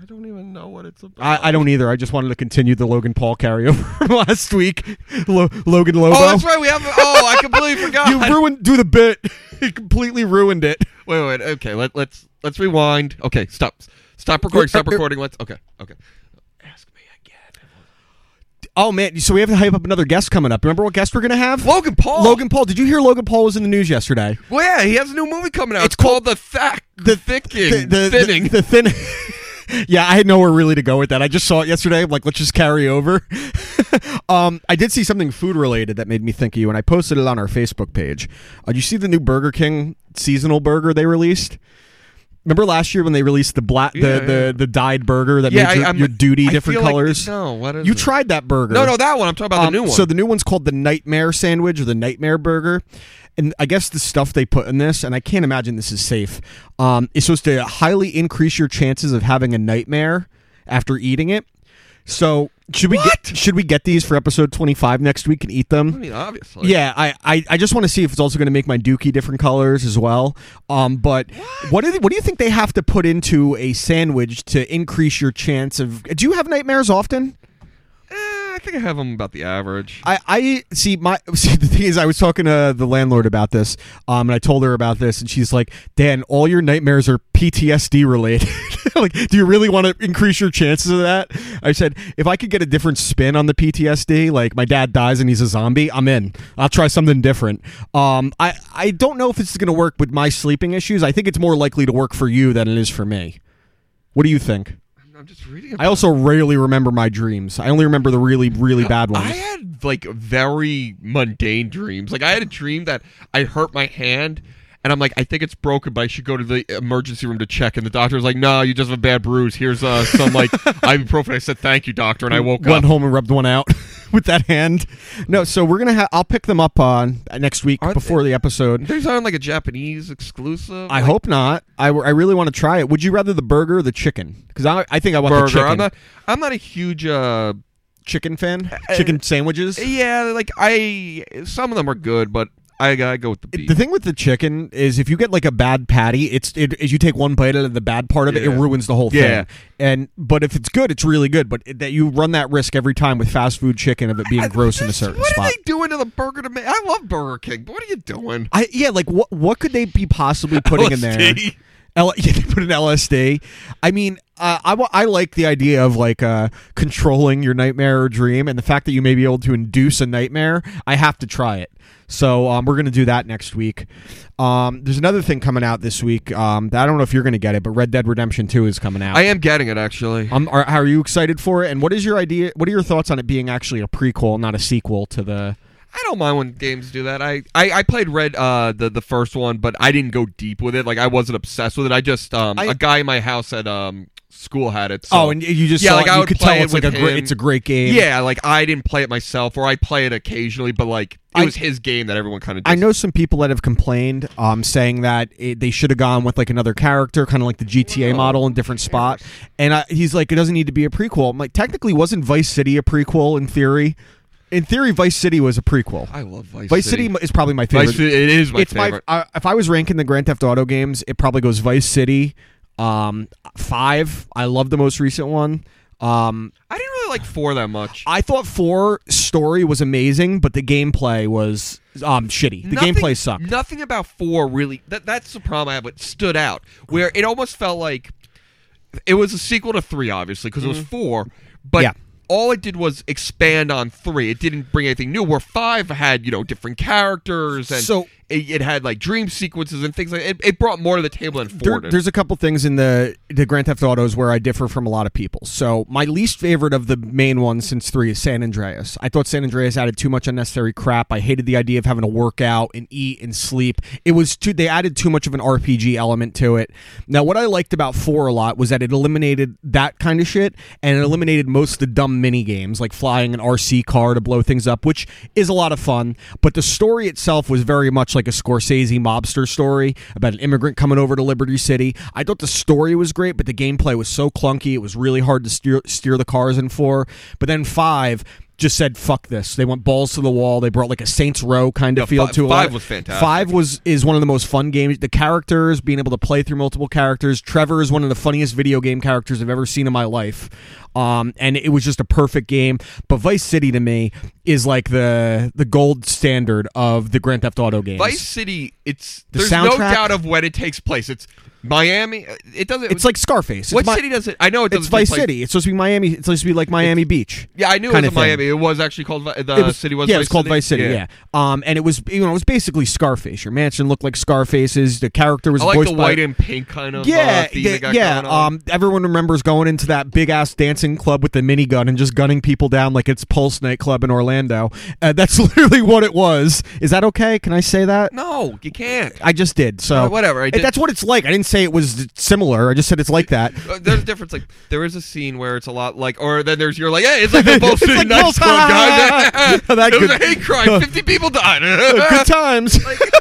Speaker 1: I don't even know what it's about.
Speaker 2: I, I don't either. I just wanted to continue the Logan Paul carryover (laughs) from last week. Lo- Logan Lobo.
Speaker 1: oh, that's right. We have. Oh, I (laughs) completely forgot.
Speaker 2: You ruined do the bit. (laughs) you completely ruined it.
Speaker 1: wait, wait. Okay, let, let's let's rewind. Okay, stop, stop recording. Stop recording. Let's. Okay, okay. Ask me again.
Speaker 2: Oh man! So we have to hype up another guest coming up. Remember what guest we're gonna have?
Speaker 1: Logan Paul.
Speaker 2: Logan Paul. Did you hear Logan Paul was in the news yesterday?
Speaker 1: Well, yeah, he has a new movie coming out. It's, called The Thack. The Thicking.
Speaker 2: the,
Speaker 1: thinning.
Speaker 2: The, the thin. (laughs) yeah, I had nowhere really to go with that. I just saw it yesterday. I'm like, let's just carry over. (laughs) um, I did see something food related that made me think of you, and I posted it on our Facebook page. Uh, you see the new Burger King seasonal burger they released? Remember last year when they released the black, the,
Speaker 1: Yeah, yeah.
Speaker 2: the the dyed burger that
Speaker 1: Yeah,
Speaker 2: made your,
Speaker 1: I- I'm-
Speaker 2: your duty
Speaker 1: I
Speaker 2: different
Speaker 1: feel like-
Speaker 2: colors?
Speaker 1: no, what is
Speaker 2: you
Speaker 1: it?
Speaker 2: tried that burger?
Speaker 1: no, no, that one. I'm talking
Speaker 2: Um,
Speaker 1: about the new one.
Speaker 2: So the new one's called the Nightmare Sandwich or the Nightmare Burger. And I guess the stuff they put in this, and I can't imagine this is safe, um, is supposed to highly increase your chances of having a nightmare after eating it. So should we get should we get these for episode twenty five next week and eat them?
Speaker 1: I mean, obviously.
Speaker 2: Yeah, I, I, I just want to see if it's also going to make my dookie different colors as well. Um, but what do they- what do you think they have to put into a sandwich to increase your chance of? Do you have nightmares often?
Speaker 1: Eh, I think I have them about the average.
Speaker 2: I, I see my (laughs) see the thing is I was talking to the landlord about this, um, and I told her about this, and she's like, "Dan, all your nightmares are PTSD related. (laughs) like, do you really want to increase your chances of that?" I said, "If I could get a different spin on the PTSD, like my dad dies and he's a zombie, I'm in. I'll try something different." Um, I I don't know if this is going to work with my sleeping issues. I think it's more likely to work for you than it is for me. What do you think?
Speaker 1: I'm just reading.
Speaker 2: I also rarely remember my dreams. I only remember the really really bad ones.
Speaker 1: I had like very mundane dreams. Like I had a dream that I hurt my hand, and I'm like, I think it's broken, but I should go to the emergency room to check. And the doctor was like, No, you just have a bad bruise. Here's uh,
Speaker 2: (laughs)
Speaker 1: some like ibuprofen. I said, Thank you, doctor, and I woke
Speaker 2: went
Speaker 1: up.
Speaker 2: home and rubbed one out (laughs) with that hand. No, so we're gonna. Ha- I'll pick them up on next week
Speaker 1: Are
Speaker 2: before the episode.
Speaker 1: There's on like a Japanese exclusive.
Speaker 2: I
Speaker 1: like,
Speaker 2: hope not. I, w- I really want to try it. Would you rather the burger or the chicken? Because I, I think I want the
Speaker 1: burger.
Speaker 2: chicken.
Speaker 1: I'm not. I'm not a huge. uh
Speaker 2: chicken fan. Chicken sandwiches.
Speaker 1: Yeah, like I. Some of them are good, but I gotta go with the beef.
Speaker 2: the thing with the chicken is if you get like a bad patty, it's it is you take one bite out of the bad part of it, it
Speaker 1: Yeah.
Speaker 2: ruins the whole
Speaker 1: Yeah.
Speaker 2: thing. And but if it's good, it's really good. But it- that you run that risk every time with fast food chicken of it
Speaker 1: (laughs)
Speaker 2: being gross in a
Speaker 1: Just-
Speaker 2: certain
Speaker 1: what
Speaker 2: spot.
Speaker 1: are they doing to the burger to make? I love Burger King, but what are you doing?
Speaker 2: I yeah, like what what could they be (laughs) possibly putting in there?
Speaker 1: LSD?
Speaker 2: L- (laughs) yeah, they put an LSD. I mean, uh, I wa- I like the idea of like uh, controlling your nightmare or dream, and the fact that you may be able to induce a nightmare. I have to try it, so um, we're gonna do that next week. Um, there's another thing coming out this week. Um, that I don't know if you're gonna get it, but Red Dead Redemption Two is coming out.
Speaker 1: I am getting it actually.
Speaker 2: um, are, are you excited for it? And what is your idea? What are your thoughts on it being actually a prequel, not a sequel to the?
Speaker 1: I don't mind when games do that. I, I, I played Red uh the, the first one, but I didn't go deep with it. Like I wasn't obsessed with it. I just um
Speaker 2: I-
Speaker 1: a guy in my house at um school had it. So.
Speaker 2: oh, and you just
Speaker 1: yeah,
Speaker 2: saw
Speaker 1: like
Speaker 2: it,
Speaker 1: I
Speaker 2: you
Speaker 1: would
Speaker 2: could
Speaker 1: play
Speaker 2: tell
Speaker 1: it
Speaker 2: it's like
Speaker 1: with
Speaker 2: a great,
Speaker 1: him.
Speaker 2: it's a great game.
Speaker 1: yeah, like I didn't play it myself, or I play it occasionally, but like it
Speaker 2: I-
Speaker 1: was his game that everyone kind of.
Speaker 2: I know some people that have complained, um, saying that it, they should have gone with like another character, kind of like the GTA model in different spot. And I, he's like, it doesn't need to be a prequel. I'm like, technically, wasn't Vice City a prequel in theory? In theory, Vice City was a prequel.
Speaker 1: I love Vice,
Speaker 2: Vice City is probably my favorite.
Speaker 1: Vice City, it is my
Speaker 2: it's
Speaker 1: favorite.
Speaker 2: my. I if I was ranking the Grand Theft Auto games, it probably goes Vice City, um, five. I love the most recent one. Um,
Speaker 1: I didn't really really like four that much.
Speaker 2: I thought four story was amazing, but the gameplay was um shitty. The
Speaker 1: Nothing-
Speaker 2: gameplay sucked.
Speaker 1: Nothing about four really. That, that's the problem I have. It stood out where it almost felt like it was a sequel to three, obviously because it was four. But
Speaker 2: Mm-hmm. Yeah.
Speaker 1: all it did was expand on three. It didn't bring anything new. Where five had you know different characters and
Speaker 2: So-
Speaker 1: it, it had like dream sequences and things like it. It brought more to the table than
Speaker 2: There-
Speaker 1: four did.
Speaker 2: there's a couple things in the the Grand Theft Autos where I differ from a lot of people. So my least favorite of the main ones since three is San Andreas. I thought San Andreas added too much unnecessary crap. I hated the idea of having to work out and eat and sleep. It was too they added too much of an RPG element to it. Now what I liked about four a lot was that it eliminated that kind of shit and it eliminated most of the dumb mini games like flying an RC car to blow things up, which is a lot of fun. But the story itself was very much like a Scorsese mobster story about an immigrant coming over to Liberty City. I thought the story was great, but the gameplay was so clunky. It was really hard to steer, steer the cars in for. But then five just said fuck this. They went balls to the wall. They brought like a Saints Row kind of
Speaker 1: Yeah,
Speaker 2: feel
Speaker 1: fi-
Speaker 2: to it. A lot
Speaker 1: five
Speaker 2: of-
Speaker 1: was fantastic.
Speaker 2: Five was is one of the most fun games. The characters, being able to play through multiple characters. Trevor is one of the funniest video game characters I've ever seen in my life. Um, and it was just a perfect game. But Vice City to me is like the the gold standard of the Grand Theft Auto games.
Speaker 1: Vice City, it's
Speaker 2: The
Speaker 1: there's no
Speaker 2: soundtrack-
Speaker 1: doubt of when it takes place. It's Miami. It doesn't.
Speaker 2: it's like Scarface. It's
Speaker 1: what
Speaker 2: Mi-
Speaker 1: city does it? I know it doesn't.
Speaker 2: It's
Speaker 1: take
Speaker 2: Vice
Speaker 1: place-
Speaker 2: City. It's supposed to be Miami. It's supposed to be like Miami Beach.
Speaker 1: Yeah, I knew it was
Speaker 2: kinda
Speaker 1: in
Speaker 2: thing.
Speaker 1: Miami. It was actually called Vi- the
Speaker 2: it was,
Speaker 1: city was
Speaker 2: yeah, it
Speaker 1: Vice
Speaker 2: was called
Speaker 1: City?
Speaker 2: Vice City. Yeah. um, and it was you know it was basically Scarface. Your mansion looked like Scarface's. The character was
Speaker 1: I like
Speaker 2: voiced
Speaker 1: the
Speaker 2: by
Speaker 1: white and pink kind of
Speaker 2: yeah,
Speaker 1: uh, theme
Speaker 2: yeah,
Speaker 1: that got
Speaker 2: yeah.
Speaker 1: going on.
Speaker 2: Um, everyone remembers going into that big ass dancing club with the minigun and just gunning people down like it's Pulse nightclub in Orlando. Uh, that's (laughs) literally what it was. Is that okay? Can I say that?
Speaker 1: no, you can't.
Speaker 2: I just did. So
Speaker 1: Uh, whatever, I
Speaker 2: And
Speaker 1: did-
Speaker 2: That's what it's like. I didn't say it was similar. I just said it's like that.
Speaker 1: Uh, There's a difference. Like there is a scene where it's a lot like, or then there's you're like, yeah,
Speaker 2: (laughs)
Speaker 1: it's like the Pulse
Speaker 2: It's
Speaker 1: City
Speaker 2: like
Speaker 1: Nights
Speaker 2: Pulse-
Speaker 1: Club,
Speaker 2: (laughs)
Speaker 1: guys. (laughs)
Speaker 2: That
Speaker 1: it was
Speaker 2: could-
Speaker 1: a
Speaker 2: (laughs)
Speaker 1: hate crime. Fifty people died. (laughs)
Speaker 2: good times. (laughs)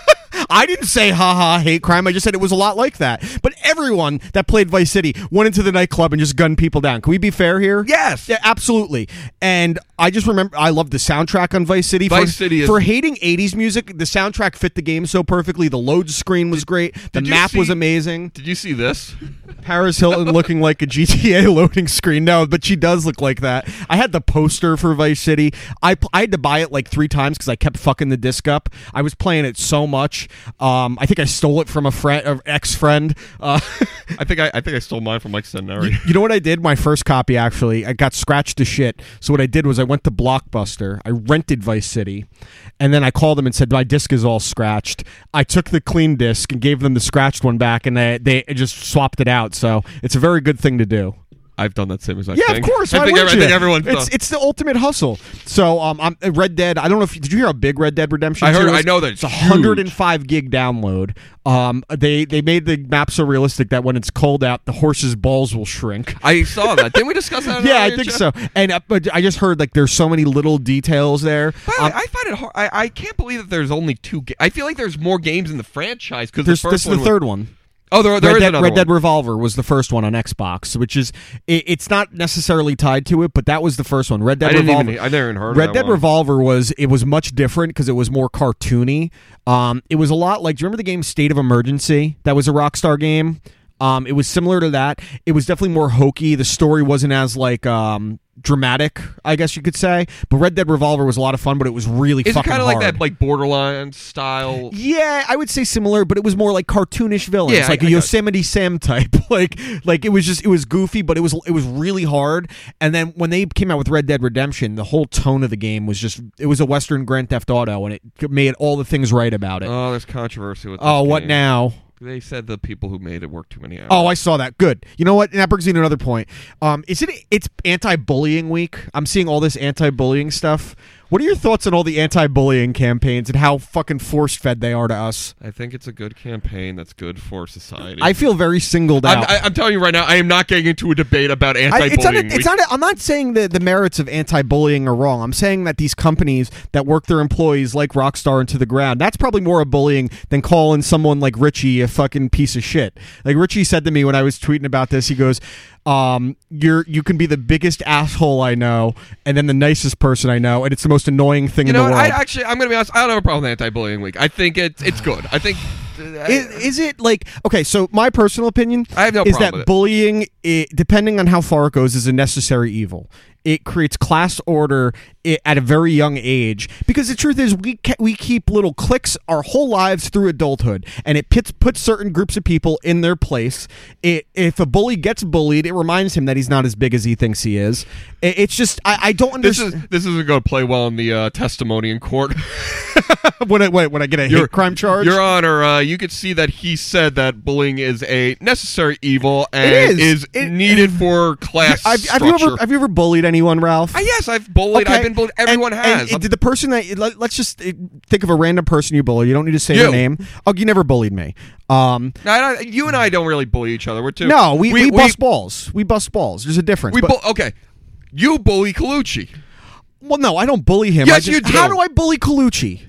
Speaker 2: I didn't say ha ha hate crime. I just said it was a lot like that. But everyone that played Vice City went into the nightclub and just gunned people down. Can we be fair here?
Speaker 1: Yes.
Speaker 2: Yeah, absolutely. And I just remember I loved the soundtrack on Vice City.
Speaker 1: Vice
Speaker 2: for,
Speaker 1: City is-
Speaker 2: for hating '80s music, the soundtrack fit the game so perfectly. The load screen was great. The
Speaker 1: did you
Speaker 2: map was
Speaker 1: see-
Speaker 2: amazing.
Speaker 1: Did you see this?
Speaker 2: Paris Hilton looking like a (laughs) GTA loading screen. No, but she does look like that. I had the poster for Vice City. I, pl- I had to buy it like three times because I kept fucking the disc up. I was playing it so much. Um, I think I stole it from a friend, ex friend. Uh, (laughs)
Speaker 1: I think I, I think I stole mine from Mike Centenary.
Speaker 2: you know what I did? My first copy actually, I got scratched to shit. So what I did was I went to Blockbuster. I rented Vice City, and then I called them and said my disc is all scratched. I took the clean disc and gave them the scratched one back, and they they just swapped it out. So it's a very good thing to do.
Speaker 1: I've done that same exact
Speaker 2: Yeah,
Speaker 1: thing.
Speaker 2: of course.
Speaker 1: I
Speaker 2: why
Speaker 1: think,
Speaker 2: would
Speaker 1: I,
Speaker 2: you?
Speaker 1: think everyone's
Speaker 2: It's
Speaker 1: done.
Speaker 2: it's the ultimate hustle. So um, I'm uh, Red Dead. I don't know if did you hear how big Red Dead Redemption?
Speaker 1: I
Speaker 2: 2
Speaker 1: heard-
Speaker 2: is?
Speaker 1: I know that
Speaker 2: it's
Speaker 1: it's
Speaker 2: a 105 gig download. Um, they they made the map so realistic that when it's cold out, the horse's balls will shrink.
Speaker 1: I saw that. Didn't we discuss
Speaker 2: (laughs)
Speaker 1: that?
Speaker 2: Yeah, I
Speaker 1: earlier,
Speaker 2: think
Speaker 1: Jeff?
Speaker 2: so. And uh, but I just heard like there's so many little details there.
Speaker 1: By the
Speaker 2: Um,
Speaker 1: way, I find it hard. I, I can't believe that there's only two. Ga- I feel like there's more games in the franchise because the
Speaker 2: there's
Speaker 1: first
Speaker 2: this is
Speaker 1: one
Speaker 2: the third one.
Speaker 1: Was, oh, there, there
Speaker 2: Red
Speaker 1: is
Speaker 2: Dead,
Speaker 1: another
Speaker 2: Red Dead
Speaker 1: one.
Speaker 2: Revolver was the first one on Xbox, which is it, it's not necessarily tied to it, but that was the first one. Red Dead
Speaker 1: I didn't
Speaker 2: Revolver.
Speaker 1: even. e- I never even heard.
Speaker 2: Red
Speaker 1: of that
Speaker 2: Dead
Speaker 1: one.
Speaker 2: Revolver was it was much different because it was more cartoony. Um, it was a lot like do you remember the game State of Emergency? That was a Rockstar game. Um, it was similar to that. It was definitely more hokey. The story wasn't as like um, dramatic, I guess you could say. But Red Dead Revolver was a lot of fun, but it was really
Speaker 1: Is it
Speaker 2: fucking
Speaker 1: kind of
Speaker 2: hard.
Speaker 1: like that, like borderline style?
Speaker 2: (laughs) Yeah, I would say similar, but it was more like cartoonish villains,
Speaker 1: Yeah, I-
Speaker 2: like a
Speaker 1: I got-
Speaker 2: Yosemite Sam type. (laughs) Like, like it was just it was goofy, but it was it was really hard. And then when they came out with Red Dead Redemption, the whole tone of the game was just it was a Western Grand Theft Auto, and it made all the things right about it.
Speaker 1: Oh, there's controversy with. This
Speaker 2: oh, what
Speaker 1: game.
Speaker 2: now?
Speaker 1: They said the people who made it worked too many hours.
Speaker 2: Oh, I saw that. Good. You know what? And that brings me to another point. Um, is it it's anti-bullying week? I'm seeing all this anti-bullying stuff. What are your thoughts on all the anti-bullying campaigns and how fucking force-fed they are to us?
Speaker 1: I think it's a good campaign that's good for society.
Speaker 2: I feel very singled out.
Speaker 1: I'm, I, I'm telling you right now, I am not getting into a debate about
Speaker 2: I,
Speaker 1: anti-bullying.
Speaker 2: it's not. A,
Speaker 1: week.
Speaker 2: it's not. A, I'm not saying that the merits of anti-bullying are wrong. I'm saying that these companies that work their employees like Rockstar into the ground. That's probably more of bullying than calling someone like Richie a fucking piece of shit. Like Richie said to me when I was tweeting about this, he goes, um, "You're you can be the biggest asshole I know, and then the nicest person I know, and it's the most annoying thing
Speaker 1: you
Speaker 2: in
Speaker 1: know,
Speaker 2: the
Speaker 1: what?
Speaker 2: world."
Speaker 1: I actually, I'm going to be honest. I don't have a problem with anti-bullying week. I think it's it's good.
Speaker 2: (sighs)
Speaker 1: I think.
Speaker 2: is, is it like okay? So my personal opinion
Speaker 1: I have no
Speaker 2: is
Speaker 1: problem
Speaker 2: that
Speaker 1: with it.
Speaker 2: bullying, i depending on how far it goes, is a necessary evil. It creates class order i- at a very young age because the truth is we ke- we keep little cliques our whole lives through adulthood, and it pits, puts certain groups of people in their place. It, if a bully gets bullied, it reminds him that he's not as big as he thinks he is. I- it's just I, I don't
Speaker 1: This
Speaker 2: understand
Speaker 1: is this isn't going to play well in the uh, testimony
Speaker 2: (laughs)
Speaker 1: in court.
Speaker 2: when I when I- when I get a hate crime charge.
Speaker 1: Your Honor, uh, you could see that he said that bullying is a necessary evil and
Speaker 2: is.
Speaker 1: is,
Speaker 2: It-
Speaker 1: needed for class
Speaker 2: have, have you ever
Speaker 1: structure.
Speaker 2: have you ever bullied anyone, Ralph?
Speaker 1: Ah, yes, I've bullied. I've been bullied.
Speaker 2: and-
Speaker 1: Everyone
Speaker 2: and
Speaker 1: has.
Speaker 2: it- did the person that let, us just uh, think of a random person you bully. You don't need to say their
Speaker 1: You.
Speaker 2: name. Oh, you never bullied me. Um,
Speaker 1: No, I don't- you and I don't really bully each other. We're two.
Speaker 2: no, we, we, bust balls. We bust balls. There's a difference.
Speaker 1: we
Speaker 2: but-
Speaker 1: bu- okay. You bully Colucci.
Speaker 2: well, no, I don't bully him.
Speaker 1: Yes,
Speaker 2: I just-
Speaker 1: you do.
Speaker 2: How do I bully Colucci?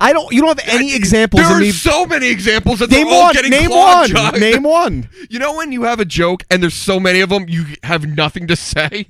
Speaker 2: I don't. You don't have any examples
Speaker 1: There
Speaker 2: of
Speaker 1: are
Speaker 2: me.
Speaker 1: so many examples that
Speaker 2: name
Speaker 1: they're all
Speaker 2: one.
Speaker 1: getting
Speaker 2: Name
Speaker 1: claw
Speaker 2: one.
Speaker 1: jocked.
Speaker 2: Name one.
Speaker 1: (laughs) You know when you have a joke and there's so many of them, you have nothing to say.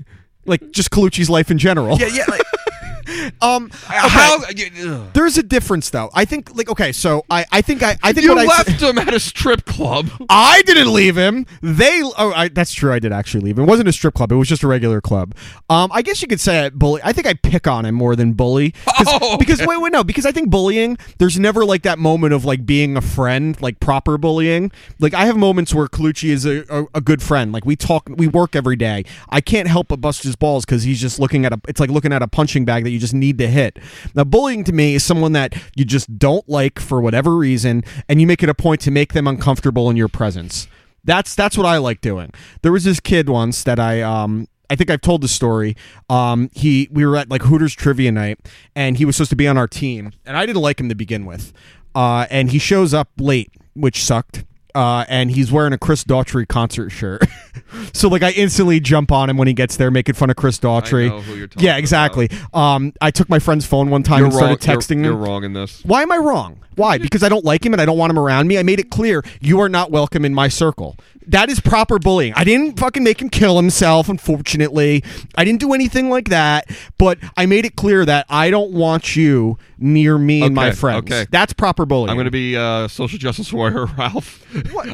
Speaker 2: Like just Colucci's life in general.
Speaker 1: Yeah, yeah. Like,
Speaker 2: (laughs) Um.
Speaker 1: How
Speaker 2: okay.
Speaker 1: you, ugh.
Speaker 2: There's a difference, though. I think, like, okay, so I, I think I, I think
Speaker 1: you
Speaker 2: what I,
Speaker 1: left him at a strip (laughs) club?
Speaker 2: I didn't leave him. They. Oh, I, that's true. I did actually leave him. It wasn't a strip club. It was just a regular club. Um, I guess you could say I bully. I think I pick on him more than bully. 'Cause-
Speaker 1: Oh, okay.
Speaker 2: Because wait, wait, no. Because I think bullying. There's never like that moment of like being a friend, like proper bullying. Like I have moments where Colucci is a, a, a good friend. Like we talk, we work every day. I can't help but bust his balls because he's just looking at a. It's like looking at a punching bag that you just need to hit. Now, bullying to me is someone that you just don't like for whatever reason, and you make it a point to make them uncomfortable in your presence. That's that's what I like doing. There was this kid once that I um I think I've told the story. Um he we were at like Hooters trivia night and he was supposed to be on our team and I didn't like him to begin with. Uh and he shows up late, which sucked. Uh, and he's wearing a Chris Daughtry concert shirt, (laughs) so like I instantly jump on him when he gets there, making fun of Chris Daughtry.
Speaker 1: know who you're talking
Speaker 2: yeah, exactly. Um, I took my friend's phone one time
Speaker 1: You're
Speaker 2: and
Speaker 1: wrong.
Speaker 2: started texting
Speaker 1: you're,
Speaker 2: him.
Speaker 1: you're wrong in this.
Speaker 2: Why am I wrong? Why? Because I don't like him and I don't want him around me. I made it clear you are not welcome in my circle. That is proper bullying. I didn't fucking make him kill himself, unfortunately. I didn't do anything like that, but I made it clear that I don't want you near me and my
Speaker 1: Okay,
Speaker 2: friends.
Speaker 1: okay.
Speaker 2: That's proper bullying.
Speaker 1: I'm going to be uh, social justice warrior, (laughs) Ralph.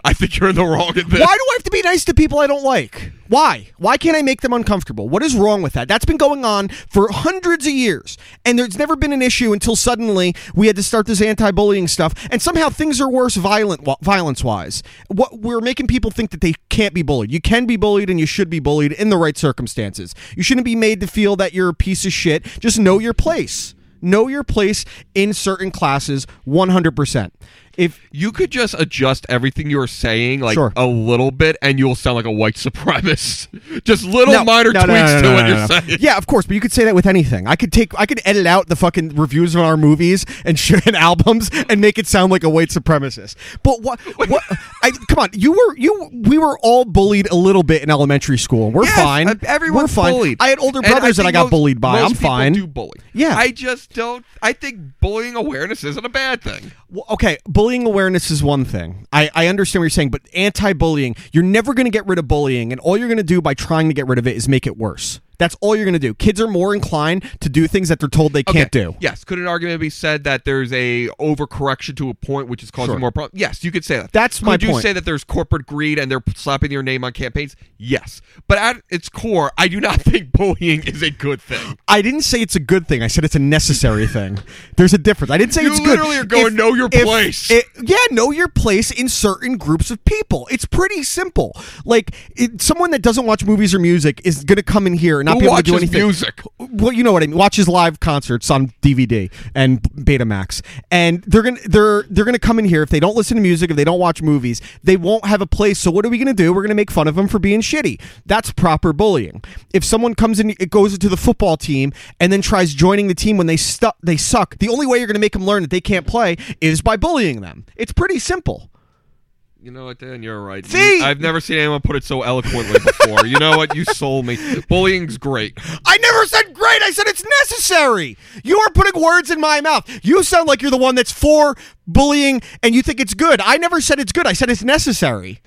Speaker 1: I think you're in the wrong in this.
Speaker 2: Why do I have to be nice to people I don't like? Why? Why can't I make them uncomfortable? What is wrong with that? That's been going on for hundreds of years, and there's never been an issue until suddenly we had to start this anti-bullying stuff, and somehow things are worse violent violence-wise. What we're making people think that they can't be bullied. You can be bullied, and you should be bullied in the right circumstances. You shouldn't be made to feel that you're a piece of shit. Just know your place. Know your place in certain classes 100%. If
Speaker 1: You could just adjust everything you're saying like
Speaker 2: Sure.
Speaker 1: a little bit, and you'll sound like a white supremacist. (laughs) Just little
Speaker 2: No,
Speaker 1: minor
Speaker 2: no, no,
Speaker 1: tweaks
Speaker 2: no,
Speaker 1: to
Speaker 2: no,
Speaker 1: what
Speaker 2: no,
Speaker 1: you're
Speaker 2: no, no.
Speaker 1: saying.
Speaker 2: Yeah, of course, but you could say that with anything. I could take, I could edit out the fucking reviews of our movies and (laughs) shit and albums and make it sound like a white supremacist. But what? What? I, come on, you were you. We were all bullied a little bit in elementary school. We're
Speaker 1: Yes,
Speaker 2: fine.
Speaker 1: uh, Everyone's
Speaker 2: we're fine.
Speaker 1: bullied.
Speaker 2: I had older
Speaker 1: And I
Speaker 2: brothers that
Speaker 1: think
Speaker 2: I got
Speaker 1: most-
Speaker 2: bullied by.
Speaker 1: most
Speaker 2: I'm
Speaker 1: people
Speaker 2: fine.
Speaker 1: Do bully.
Speaker 2: Yeah.
Speaker 1: I just don't. I think bullying awareness isn't a bad thing.
Speaker 2: Well, okay, bullying awareness is one thing. I, I understand what you're saying, but anti bullying, you're never going to get rid of bullying. And all you're going to do by trying to get rid of it is make it worse. That's all you're going to do. Kids are more inclined to do things that they're told they can't
Speaker 1: Okay.
Speaker 2: do.
Speaker 1: Yes. Could an argument be said that there's a overcorrection to a point which is causing
Speaker 2: Sure.
Speaker 1: more problems? Yes, you could say that.
Speaker 2: That's
Speaker 1: could
Speaker 2: my
Speaker 1: you
Speaker 2: point.
Speaker 1: say that there's corporate greed and they're slapping your name on campaigns? Yes. But at its core, I do not (laughs) think bullying is a good thing.
Speaker 2: I didn't say it's a good thing. I said it's a necessary thing. There's a difference. I didn't say
Speaker 1: You
Speaker 2: it's good.
Speaker 1: literally are going, "Know your place."
Speaker 2: it- yeah, know your place in certain groups of people. It's pretty simple. Like it, someone that doesn't watch movies or music is going to come in here and not
Speaker 1: Who
Speaker 2: be able to do
Speaker 1: watches
Speaker 2: anything.
Speaker 1: music?
Speaker 2: Well, you know what I mean. Watches live concerts on DVD and Betamax, and they're gonna they're they're gonna come in here if they don't listen to music, if they don't watch movies, they won't have a place. So what are we gonna do? We're gonna make fun of them for being shitty. That's proper bullying. If someone comes in, it goes into the football team and then tries joining the team when they stuck they suck. The only way you're gonna make them learn that they can't play is by bullying them. It's pretty simple.
Speaker 1: You know what, Dan? You're right.
Speaker 2: See?
Speaker 1: You- I've never seen anyone put it so eloquently before. you know what? You sold me. Bullying's great.
Speaker 2: I never said great. I said it's necessary. You are putting words in my mouth. You sound like you're the one that's for bullying and you think it's good. I never said it's good. I said it's necessary.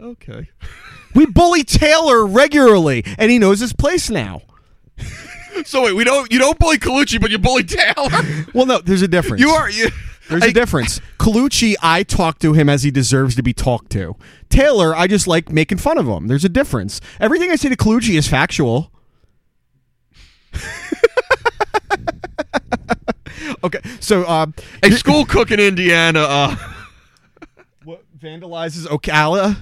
Speaker 1: Okay.
Speaker 2: We bully Taylor regularly and he knows his place now.
Speaker 1: So wait, we don't. You don't bully Colucci, but you bully Taylor.
Speaker 2: (laughs) Well, no, there's a difference.
Speaker 1: You are you.
Speaker 2: There's
Speaker 1: I-
Speaker 2: a difference. Colucci, I talk to him as he deserves to be talked to. Taylor, I just like making fun of him. There's a difference. Everything I say to Colucci is factual. (laughs) okay, so um,
Speaker 1: A school cook in Indiana. Uh,
Speaker 2: what vandalizes Ocala?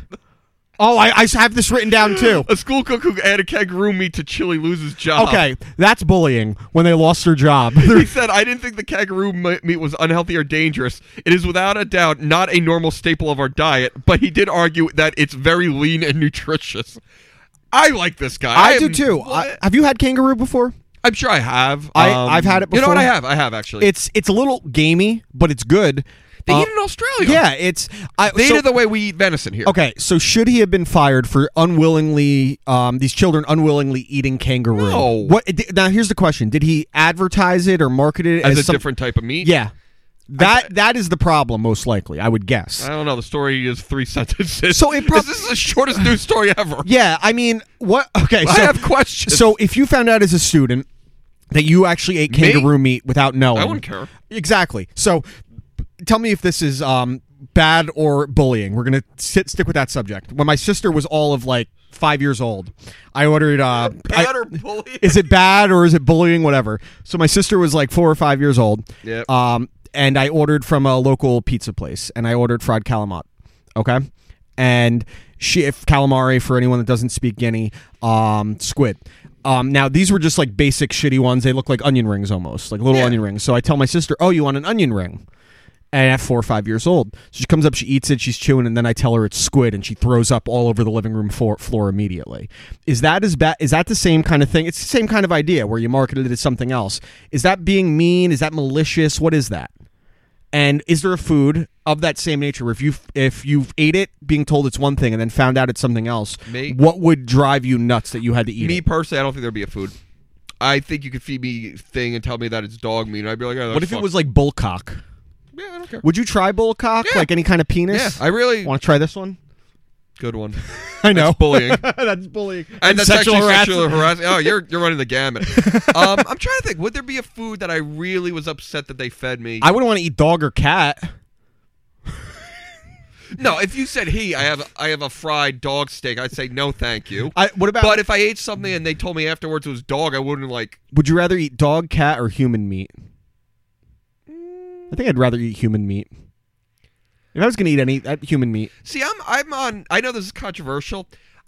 Speaker 2: Oh, I, I have this written down
Speaker 1: (laughs)
Speaker 2: too.
Speaker 1: a school cook who added kangaroo meat to chili loses job.
Speaker 2: Okay, that's bullying when they lost their job.
Speaker 1: He said, (laughs) I didn't think the kangaroo mi- meat was unhealthy or dangerous. It is without a doubt not a normal staple of our diet, but he did argue that it's very lean and nutritious. I like this guy.
Speaker 2: (laughs) I do
Speaker 1: am-
Speaker 2: too. I,
Speaker 1: What?
Speaker 2: have you had kangaroo before?
Speaker 1: I'm sure I have. Um,
Speaker 2: I- I've had it
Speaker 1: You know what? I
Speaker 2: before.
Speaker 1: have. I have, actually.
Speaker 2: It's it's a little gamey, but it's good.
Speaker 1: they
Speaker 2: Uh,
Speaker 1: eat it in Australia.
Speaker 2: Yeah, it's I,
Speaker 1: They
Speaker 2: so-
Speaker 1: eat it the way we eat venison here.
Speaker 2: Okay, so should he have been fired for unwillingly um, these children unwillingly eating kangaroo?
Speaker 1: No.
Speaker 2: What di- now? Here's the question: Did he advertise it or market it
Speaker 1: As,
Speaker 2: as,
Speaker 1: a
Speaker 2: some-
Speaker 1: different type of meat.
Speaker 2: Yeah, that that is the problem, most likely. I would guess.
Speaker 1: I don't know. The story is three (laughs) sentences.
Speaker 2: So it prob-
Speaker 1: this is the shortest news story
Speaker 2: (laughs)
Speaker 1: ever.
Speaker 2: yeah, I mean, what? Okay, so,
Speaker 1: I have questions.
Speaker 2: So if you found out as a student that you actually ate
Speaker 1: Me?
Speaker 2: kangaroo meat without knowing,
Speaker 1: I wouldn't care.
Speaker 2: Exactly. So tell me if this is um, bad or bullying. We're going to sit, stick with that subject. When my sister was all of like five years old, I ordered. Uh, I-
Speaker 1: Bad or bullying?
Speaker 2: is it bad or is it bullying? Whatever. So my sister was like four or five years old.
Speaker 1: Yep.
Speaker 2: Um, and I ordered from a local pizza place, and I ordered fried calamari. Okay. And she, if calamari for anyone that doesn't speak Guinea, um, squid. Um, now these were just like basic shitty ones. They look like onion rings almost, like little
Speaker 1: Yeah.
Speaker 2: onion rings. So I tell my sister, "Oh, you want an onion ring?" And at four or five years old, so she comes up, she eats it, she's chewing, and then I tell her it's squid, and she throws up all over the living room floor, floor immediately. Is that as bad? Is that the same kind of thing? It's the same kind of idea where you marketed it as something else. Is that being mean? Is that malicious? What is that? And is there a food of that same nature? where If you if you've ate it, being told it's one thing, and then found out it's something else,
Speaker 1: Me-
Speaker 2: what would drive you nuts that you had to eat
Speaker 1: Me
Speaker 2: it?
Speaker 1: personally, I don't think there'd be a food. I think you could feed me thing and tell me that it's dog meat, and I'd be like, oh, that's
Speaker 2: What if it
Speaker 1: fuck-
Speaker 2: was like bullcock?
Speaker 1: Yeah, I don't care.
Speaker 2: Would you try bullcock?
Speaker 1: Yeah.
Speaker 2: Like any kind of
Speaker 1: Yeah,
Speaker 2: penis?
Speaker 1: I really
Speaker 2: want to try this one. (laughs)
Speaker 1: good one.
Speaker 2: I know.
Speaker 1: That's bullying.
Speaker 2: (laughs) that's bullying.
Speaker 1: And that's actually sexual harassment. Oh, you're you're running
Speaker 2: (laughs)
Speaker 1: the gamut. Um, I'm trying to think. Would there be a food that I really was upset that they fed me?
Speaker 2: I wouldn't want to eat dog or cat.
Speaker 1: no, if you said he, I have I have a fried dog steak. I'd say no, thank you.
Speaker 2: I, what about?
Speaker 1: but if I ate something and they told me afterwards it was dog, I wouldn't like.
Speaker 2: would you rather eat dog, cat, or human meat? I think I'd rather eat human meat. If I was going to eat any, I'd human meat.
Speaker 1: See, I'm I'm on. I know this is controversial.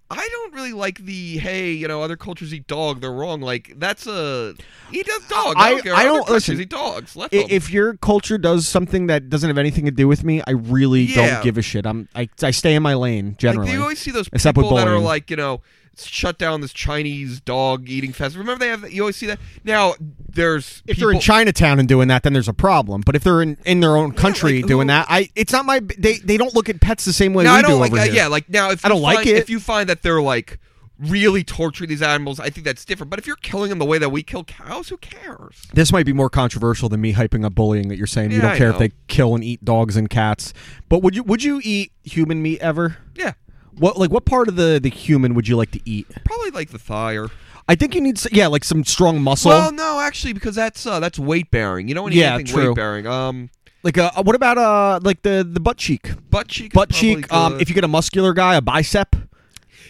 Speaker 1: I don't really like the hey, you know, other cultures eat dog. They're wrong. Like that's a he does dog. I,
Speaker 2: I-
Speaker 1: don't care.
Speaker 2: I
Speaker 1: Other
Speaker 2: don't-
Speaker 1: cultures
Speaker 2: listen,
Speaker 1: eat dogs. Let
Speaker 2: I-
Speaker 1: them.
Speaker 2: If your culture does something that doesn't have anything to do with me, I really
Speaker 1: Yeah.
Speaker 2: don't give a shit. I'm I, I stay in my lane
Speaker 1: Like,
Speaker 2: generally.
Speaker 1: you always see those
Speaker 2: Except with
Speaker 1: people that are
Speaker 2: bullying.
Speaker 1: like, you know, shut down this Chinese dog eating fest. Remember they have that? You always see that. Now there's
Speaker 2: if
Speaker 1: people,
Speaker 2: they're in Chinatown and doing that, then there's a problem. But if they're in, in their own country
Speaker 1: like,
Speaker 2: doing
Speaker 1: who-
Speaker 2: that, I it's not my they they don't look at pets the same way
Speaker 1: Now
Speaker 2: we
Speaker 1: I don't
Speaker 2: do
Speaker 1: like
Speaker 2: over
Speaker 1: that.
Speaker 2: here.
Speaker 1: Yeah, like now if
Speaker 2: I
Speaker 1: you
Speaker 2: don't like
Speaker 1: find-
Speaker 2: it.
Speaker 1: If you find that they're like really torturing these animals, I think that's different. But if you're killing them the way that we kill cows, who cares?
Speaker 2: This might be more controversial than me hyping up bullying that you're saying you
Speaker 1: Yeah,
Speaker 2: don't
Speaker 1: I
Speaker 2: care
Speaker 1: know.
Speaker 2: if they kill and eat dogs and cats. But would you would you eat human meat ever?
Speaker 1: Yeah,
Speaker 2: What like what part of the the human would you like to eat?
Speaker 1: probably like the thigh or.
Speaker 2: I think you need s- yeah like some strong muscle.
Speaker 1: Well, no, actually, because that's uh, that's weight bearing. You know, when you eat
Speaker 2: Yeah,
Speaker 1: anything
Speaker 2: true.
Speaker 1: weight bearing, um,
Speaker 2: like uh, what about uh like the the butt cheek?
Speaker 1: butt cheek, is
Speaker 2: Butt
Speaker 1: probably
Speaker 2: cheek. Um,
Speaker 1: good.
Speaker 2: if you get a muscular guy, a bicep.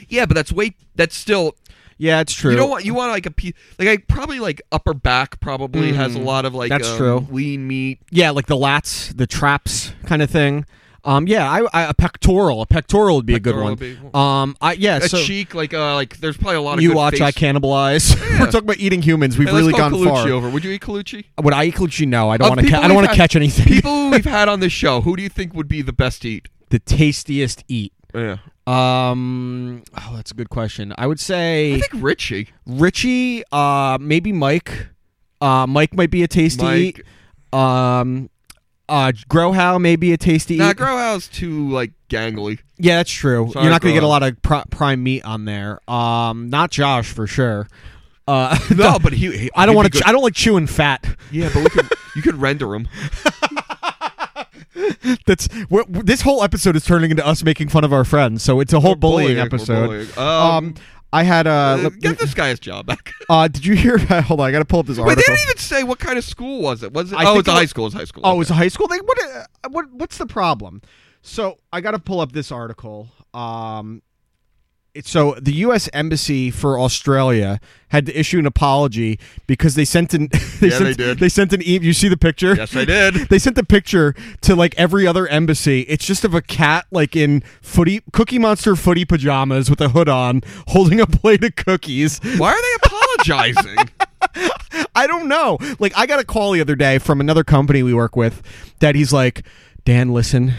Speaker 1: yeah, but that's weight. That's still
Speaker 2: Yeah, it's true.
Speaker 1: You don't want you want like a piece like I probably like upper back probably has a lot of like
Speaker 2: Mm, that's
Speaker 1: um,
Speaker 2: true.
Speaker 1: lean meat.
Speaker 2: Yeah, like the lats, the traps kind of thing. Um, yeah, I, I a pectoral, a pectoral would be
Speaker 1: Pectoral
Speaker 2: a
Speaker 1: would be-
Speaker 2: good one. Um, I yeah,
Speaker 1: A
Speaker 2: so
Speaker 1: cheek like uh like there's probably a lot of
Speaker 2: you
Speaker 1: good
Speaker 2: watch
Speaker 1: face-
Speaker 2: I cannibalize. (laughs) We're talking about eating humans. We've
Speaker 1: Hey,
Speaker 2: really
Speaker 1: let's call
Speaker 2: gone
Speaker 1: Colucci
Speaker 2: far.
Speaker 1: over. Would you eat Colucci?
Speaker 2: (laughs) Would I eat Colucci? No, I don't
Speaker 1: Of
Speaker 2: want to.
Speaker 1: people
Speaker 2: Ca- I don't
Speaker 1: we've
Speaker 2: want to
Speaker 1: had-
Speaker 2: catch anything.
Speaker 1: People we've had on this show, who do you think would be the best to eat?
Speaker 2: (laughs) the tastiest eat.
Speaker 1: Yeah.
Speaker 2: Um, oh, that's a good question. I would say
Speaker 1: I think Richie.
Speaker 2: Richie. Uh, maybe Mike. Uh, Mike might be a tasty
Speaker 1: Mike.
Speaker 2: eat. Um, uh, Grohow may be a tasty
Speaker 1: Nah,
Speaker 2: eat.
Speaker 1: Growhouse too like gangly.
Speaker 2: Yeah, that's true.
Speaker 1: Sorry,
Speaker 2: You're not going to get a
Speaker 1: Grohl.
Speaker 2: lot of pri- prime meat on there. Um, not Josh for sure. Uh, (laughs)
Speaker 1: (laughs) No, but he, he-
Speaker 2: I don't
Speaker 1: he'd
Speaker 2: want
Speaker 1: be
Speaker 2: to.
Speaker 1: good.
Speaker 2: I don't like chewing
Speaker 1: (laughs)
Speaker 2: fat.
Speaker 1: Yeah, but we could you could render him.
Speaker 2: That's we this whole episode is turning into us making fun of our friends. So it's a whole
Speaker 1: We're bullying,
Speaker 2: (laughs) bullying,
Speaker 1: we're
Speaker 2: episode.
Speaker 1: bullying. Um,
Speaker 2: um, I had uh,
Speaker 1: Uh,
Speaker 2: let-
Speaker 1: Get this guy his job back. (laughs)
Speaker 2: uh did you hear? (laughs) Hold on, I got to pull up this
Speaker 1: Wait,
Speaker 2: article.
Speaker 1: they didn't even say what kind of school was it. Was it?
Speaker 2: I
Speaker 1: oh,
Speaker 2: think
Speaker 1: it's a
Speaker 2: it
Speaker 1: high
Speaker 2: was-
Speaker 1: school. It's high school.
Speaker 2: Oh,
Speaker 1: Okay.
Speaker 2: it's a high school thing. What? uh, What? What's the problem? So I got to pull up this article. Um, it- so the U.S. Embassy for Australia had to issue an apology because they sent an. (laughs) they
Speaker 1: Yeah,
Speaker 2: sent,
Speaker 1: they did.
Speaker 2: They sent an. E- you see the picture?
Speaker 1: Yes, I
Speaker 2: (laughs)
Speaker 1: did.
Speaker 2: They sent the picture to like every other embassy. It's just of a cat like in footy Cookie Monster footy pajamas with a hood on, holding a plate of cookies.
Speaker 1: Why are they (laughs) apologizing?
Speaker 2: (laughs) I don't know. Like I got a call the other day from another company we work with that he's like, Dan, listen.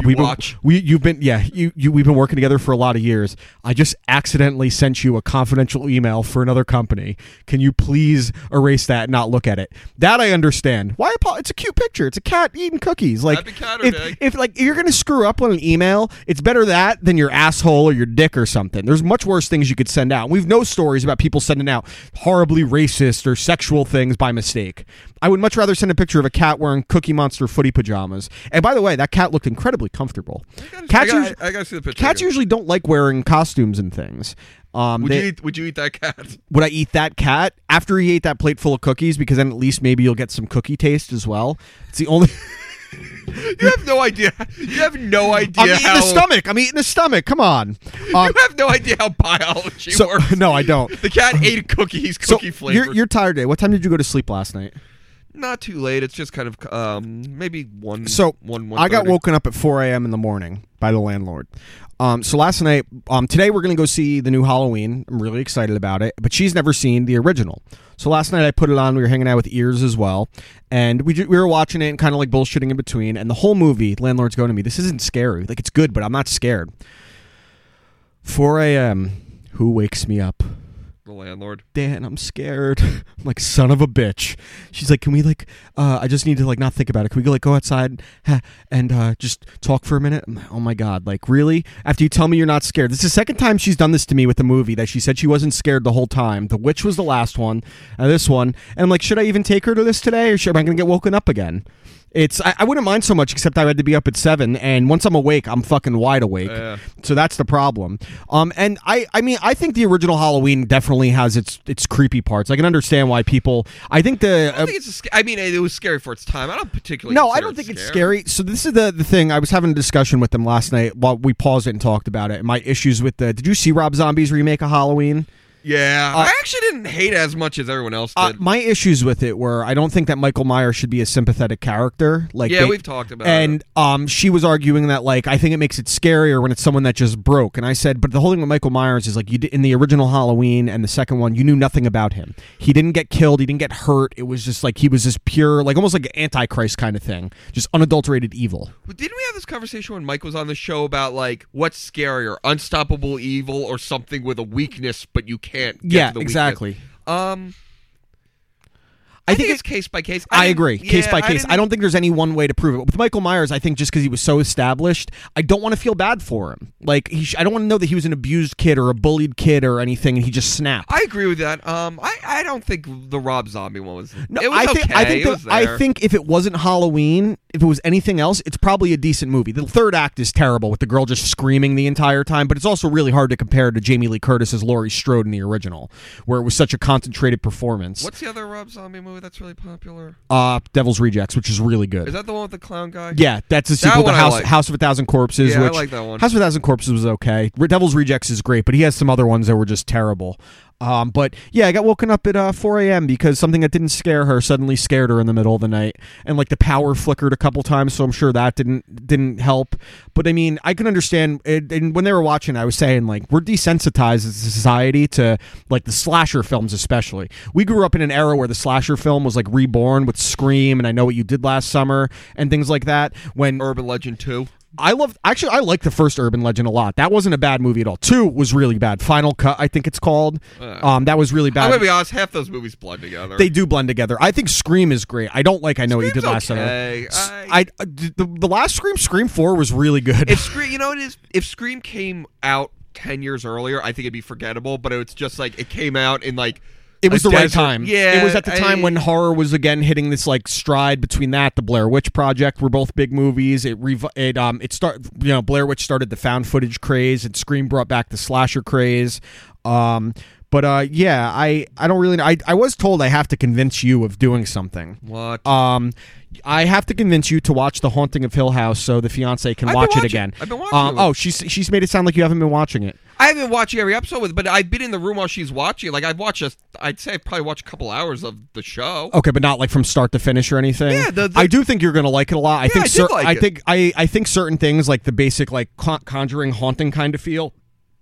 Speaker 1: You
Speaker 2: we've been-
Speaker 1: watch.
Speaker 2: we you've been yeah you, you we've been working together for a lot of years. I just accidentally sent you a confidential email for another company. Can you please erase that and not look at it? That I understand. Why apo- it's a cute picture. It's a cat eating cookies. Like
Speaker 1: Happy Catter
Speaker 2: if,
Speaker 1: Day.
Speaker 2: if like you're gonna screw up on an email, it's better that than your asshole or your dick or something. There's much worse things you could send out. We've no stories about people sending out horribly racist or sexual things by mistake. I would much rather send a picture of a cat wearing Cookie Monster footy pajamas. And by the way, that cat looked incredibly comfortable.
Speaker 1: gotta-
Speaker 2: Cats,
Speaker 1: I gotta-
Speaker 2: usu-
Speaker 1: I gotta see the picture
Speaker 2: Cats
Speaker 1: again.
Speaker 2: usually don't like wearing costumes and things. Um,
Speaker 1: Would
Speaker 2: they-
Speaker 1: you eat, would you eat that cat? (laughs)
Speaker 2: would I eat that cat after he ate that plate full of cookies? Because then at least maybe you'll get some cookie taste as well. It's the only.
Speaker 1: You have no idea. You have no idea.
Speaker 2: I'm eating
Speaker 1: how,
Speaker 2: the stomach. I'm eating the stomach. Come on. Um,
Speaker 1: (laughs) You have no idea how biology
Speaker 2: so (laughs)
Speaker 1: works.
Speaker 2: no, I
Speaker 1: (laughs)
Speaker 2: don't.
Speaker 1: The cat ate cookies,
Speaker 2: So
Speaker 1: cookie flavor.
Speaker 2: you're, you're tired today. What time did you go to sleep last night?
Speaker 1: not too late. It's just kind of um, maybe one.
Speaker 2: So
Speaker 1: one.
Speaker 2: I got
Speaker 1: 1:30.
Speaker 2: woken up at 4 a.m. in the morning by the landlord. Um, so last night, um, today we're going to go see the new Halloween. I'm really excited about it, but she's never seen the original. So last night I put it on. We were hanging out with ears as well, and we ju- we were watching it and kind of like bullshitting in between. And the whole movie, landlord's going to me, "This isn't scary. Like it's good, but I'm not scared." 4 a.m. Who wakes me up?
Speaker 1: the landlord.
Speaker 2: Dan, I'm scared. (laughs) I'm like, son of a bitch. She's like, can we like, uh, I just need to like not think about it. Can we go like go outside huh, and uh, just talk for a minute? I'm like, oh my god, like really? After you tell me you're not scared, this is the second time she's done this to me with a movie that she said she wasn't scared the whole time. The witch was the last one, and this one, and I'm like, should I even take her to this today, or should, am I gonna get woken up again? It's I, I wouldn't mind so much, except I had to be up at seven, and once I'm awake, I'm fucking wide awake.
Speaker 1: Yeah.
Speaker 2: So that's the problem. Um, and I, I mean, I think the original Halloween definitely has its its creepy parts. I can understand why people. I think the.
Speaker 1: I think it's. A, sc- I mean, it was scary for its time. I don't particularly.
Speaker 2: no, I
Speaker 1: consider
Speaker 2: don't
Speaker 1: it
Speaker 2: think it's scary. So this is the the thing. I was having a discussion with them last night while we paused it and talked about it. My issues with the. Did you see Rob Zombie's remake of Halloween?
Speaker 1: Yeah, I actually didn't hate it as much as everyone else
Speaker 2: Uh,
Speaker 1: did.
Speaker 2: my issues with it were I don't think that Michael Myers should be a sympathetic character. Like
Speaker 1: Yeah,
Speaker 2: they-
Speaker 1: we've talked about
Speaker 2: And um, she was arguing that like I think it makes it scarier when it's someone that just broke. And I said, but the whole thing with Michael Myers is like you did, in the original Halloween and the second one, you knew nothing about him. He didn't get killed. He didn't get hurt. It was just like he was just pure, like almost like an antichrist kind of thing, just unadulterated evil.
Speaker 1: But didn't we have this conversation when Mike was on the show about like what's scarier, unstoppable evil or something with a weakness but you can't? Get
Speaker 2: Yeah,
Speaker 1: to the weakness?
Speaker 2: exactly.
Speaker 1: Um,
Speaker 2: I,
Speaker 1: I think
Speaker 2: it-
Speaker 1: it's case by case.
Speaker 2: I,
Speaker 1: didn't-
Speaker 2: agree, case
Speaker 1: yeah,
Speaker 2: by case.
Speaker 1: didn't-
Speaker 2: I, don't think there's any one way to prove it. With Michael Myers, I think just because he was so established, I don't want to feel bad for him. Like he sh- I don't want to know that he was an abused kid or a bullied kid or anything, and he just snapped.
Speaker 1: I agree with that. Um, I, I don't think the Rob Zombie one was. it was
Speaker 2: I think
Speaker 1: okay.
Speaker 2: I think
Speaker 1: it
Speaker 2: the-
Speaker 1: was
Speaker 2: I
Speaker 1: there.
Speaker 2: think if it wasn't Halloween, if it was anything else, it's probably a decent movie. The third act is terrible with the girl just screaming the entire time, but it's also really hard to compare to Jamie Lee Curtis as Laurie Strode in the original, where it was such a concentrated performance.
Speaker 1: What's the other Rob Zombie movie that's really popular?
Speaker 2: Uh, Devil's Rejects, which is really good.
Speaker 1: Is that the one with the clown guy?
Speaker 2: Yeah, that's a sequel to
Speaker 1: one I
Speaker 2: House,
Speaker 1: like.
Speaker 2: House of a Thousand Corpses.
Speaker 1: Yeah, I
Speaker 2: which
Speaker 1: like that one.
Speaker 2: House of a Thousand Corpses was okay. Re- Devil's Rejects is great, but he has some other ones that were just terrible. Um, but yeah, I got woken up at uh, 4 a.m. because something that didn't scare her suddenly scared her in the middle of the night, and like the power flickered a couple times, so I'm sure that didn't didn't help. But I mean, I can understand. It, and when they were watching, I was saying like we're desensitized as a society to like the slasher films, especially. We grew up in an era where the slasher film was like reborn with Scream and I Know What You Did Last Summer and things like that. When
Speaker 1: Urban Legend
Speaker 2: Uh,
Speaker 1: Two.
Speaker 2: I love actually I like the first Urban Legend a lot. That wasn't a bad movie at all. Two was really bad. Final Cut, I think it's called. Um, that was really
Speaker 1: I'm
Speaker 2: bad.
Speaker 1: gonna Uh, be honest. Half those movies blend together.
Speaker 2: They do blend together. I think Scream is great. I don't like I know what you
Speaker 1: Scream's
Speaker 2: did last summer.
Speaker 1: okay.
Speaker 2: S-
Speaker 1: I-
Speaker 2: I, I- the, the last Scream Scream Four was really good.
Speaker 1: if Scream, you know, what it is. If Scream came out ten years earlier, I think it'd be forgettable. But it's just like it came out in like
Speaker 2: It was
Speaker 1: a
Speaker 2: the right
Speaker 1: desert-
Speaker 2: time.
Speaker 1: Yeah,
Speaker 2: it was at the time
Speaker 1: I-
Speaker 2: when horror was again hitting this like stride between that the Blair Witch Project were both big movies. It rev- it um it start you know Blair Witch started the found footage craze and Scream brought back the slasher craze. Um, but uh, yeah, I I don't really know. I I was told I have to convince you of doing something.
Speaker 1: What?
Speaker 2: Um, I have to convince you to watch The Haunting of Hill House so the fiance can
Speaker 1: I've been
Speaker 2: watch it
Speaker 1: watching-
Speaker 2: again.
Speaker 1: I've been watching
Speaker 2: Um,
Speaker 1: it.
Speaker 2: oh, she's she's made it sound like you haven't been watching it.
Speaker 1: I haven't watched every episode with, but I've been in the room while she's watching. it. Like I've watched, a, I'd say I probably watched a couple hours of the show.
Speaker 2: Okay, but not like from start to finish or anything.
Speaker 1: Yeah, the- the-
Speaker 2: I do think you're gonna like it a lot. I think
Speaker 1: I did
Speaker 2: cer-
Speaker 1: like
Speaker 2: I
Speaker 1: it.
Speaker 2: think I, I think certain things like the basic like con- conjuring haunting kind of feel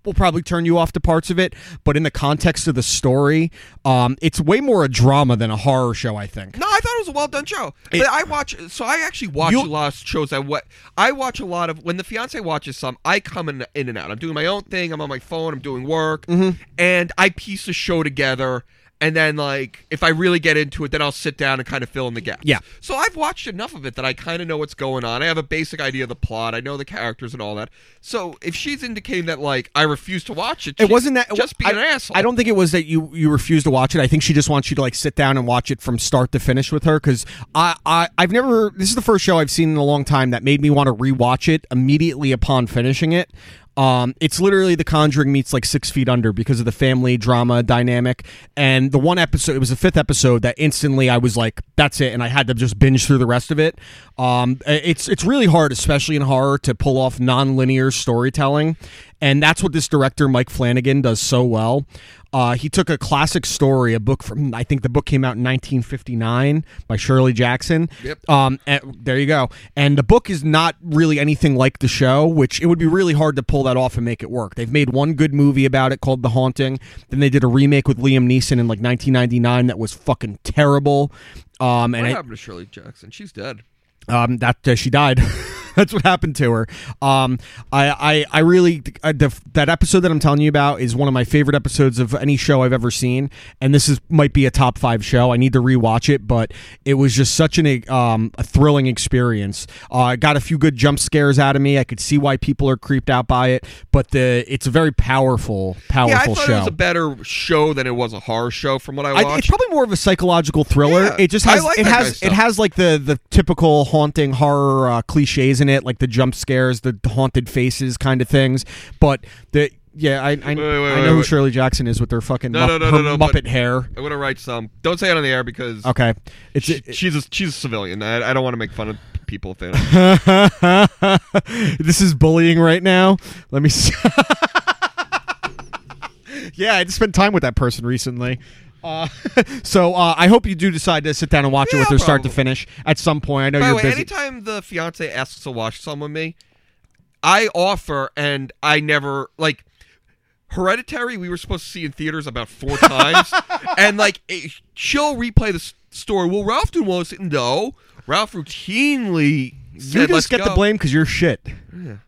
Speaker 2: will probably turn you off to parts of it, but in the context of the story, um, it's way more a drama than a horror show. I think.
Speaker 1: No, I thought it was a well done show.
Speaker 2: It-
Speaker 1: but I watch, so I actually watch
Speaker 2: You-
Speaker 1: a lot of shows. I what I watch a lot of when the fiance watches some. I come in, in and out. I'm doing my own thing. I'm on my phone. I'm doing work,
Speaker 2: Mm-hmm.
Speaker 1: and I piece a show together. And then, like, if I really get into it, then I'll sit down and kind of fill in the gaps.
Speaker 2: Yeah.
Speaker 1: So I've watched enough of it that I kind of know what's going on. I have a basic idea of the plot. I know the characters and all that. So if she's indicating that, like, I refuse to watch it,
Speaker 2: It
Speaker 1: she's
Speaker 2: wasn't that
Speaker 1: just be
Speaker 2: I,
Speaker 1: an asshole.
Speaker 2: I don't think it was that you you refused to watch it. I think she just wants you to like sit down and watch it from start to finish with her because I, I I've never this is the first show I've seen in a long time that made me want to rewatch it immediately upon finishing it. Um, it's literally The Conjuring meets like Six Feet Under because of the family drama dynamic. And the one episode, it was the fifth episode that instantly I was like, "That's it," and I had to just binge through the rest of it. Um, it's it's really hard, especially in horror, to pull off non-linear storytelling and that's what this director Mike Flanagan does so well. Uh, he took a classic story, a book from I think the book came out in 1959 by Shirley Jackson.
Speaker 1: Yep.
Speaker 2: Um, and- there you go. And the book is not really anything like the show, which it would be really hard to pull that off and make it work. They've made one good movie about it called The Haunting. Then they did a remake with Liam Neeson in like 1999 that was fucking terrible. Um, and
Speaker 1: What
Speaker 2: I-
Speaker 1: happened to Shirley Jackson? She's dead.
Speaker 2: um, that uh, she died. (laughs) That's what happened to her. Um, I, I, I really uh, the, that episode that I'm telling you about is one of my favorite episodes of any show I've ever seen, and this is might be a top five show. I need to rewatch it, but it was just such an um, a thrilling experience. Uh, it got a few good jump scares out of me. I could see why people are creeped out by it, but the it's a very powerful, powerful
Speaker 1: Yeah, I thought
Speaker 2: show.
Speaker 1: it was a better show than it was a horror show from what I watched.
Speaker 2: I, it's probably more of a psychological thriller.
Speaker 1: Yeah,
Speaker 2: it just
Speaker 1: I
Speaker 2: has
Speaker 1: like
Speaker 2: it
Speaker 1: that kind of
Speaker 2: has
Speaker 1: stuff.
Speaker 2: it has like the the typical haunting horror uh, cliches in it, like the jump scares, the haunted faces kind of things. But the yeah, I I, I know
Speaker 1: wait,
Speaker 2: who
Speaker 1: wait.
Speaker 2: Shirley Jackson is with their fucking
Speaker 1: No,
Speaker 2: mu-
Speaker 1: no, no,
Speaker 2: her
Speaker 1: no, no,
Speaker 2: Muppet
Speaker 1: but-
Speaker 2: hair.
Speaker 1: I'm gonna write some. Don't say it on the air because
Speaker 2: Okay, it's
Speaker 1: she-
Speaker 2: it-
Speaker 1: she's a, she's a civilian. I, I don't want to make fun of people if they
Speaker 2: (laughs)
Speaker 1: don't.
Speaker 2: this is bullying right now. Let me. See. (laughs) yeah, I just spent time with that person recently. Uh, (laughs) so uh, I hope you do decide to sit down and watch it
Speaker 1: Yeah,
Speaker 2: with her start to
Speaker 1: probably.
Speaker 2: finish at some point. I know
Speaker 1: By the
Speaker 2: you're
Speaker 1: way,
Speaker 2: busy.
Speaker 1: anytime the fiance asks to watch some with me, I offer and I never like. Hereditary, we were supposed to see in theaters
Speaker 2: (laughs)
Speaker 1: about four times, and like it, she'll replay the s- story. Well, Ralph didn't want us to know. Ralph routinely
Speaker 2: You
Speaker 1: said,
Speaker 2: just
Speaker 1: "Let's
Speaker 2: get the
Speaker 1: go."
Speaker 2: blame because you're shit.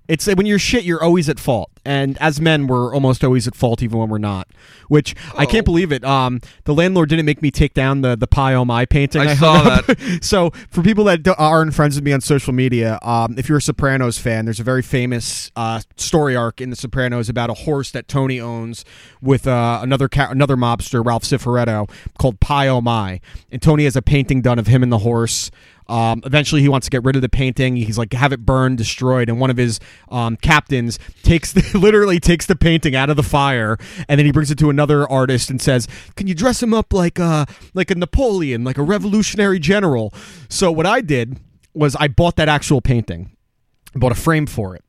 Speaker 2: It's when you're shit, you're always at fault. And as men, we're almost always at fault, even when we're not. Which I can't
Speaker 1: Oh.
Speaker 2: believe it. Um, the landlord didn't make me take down the the pie on my painting.
Speaker 1: I
Speaker 2: I,
Speaker 1: saw
Speaker 2: hung up. (laughs) so for people that do- aren't friends with me on social media, um, if you're a Sopranos fan, there's a very famous uh, story arc in the Sopranos about a horse that Tony owns with uh, another ca- another mobster, Ralph Cifaretto, called Pie O My. And Tony has a painting done of him and the horse. Um, eventually, he wants to get rid of the painting. He's like, have it burned, destroyed. And one of his um, captains takes the, (laughs) literally takes the painting out of the fire, and then he brings it to another artist and says, "Can you dress him up like a like a Napoleon, like a revolutionary general?" So what I did was I bought that actual painting. I bought a frame for it.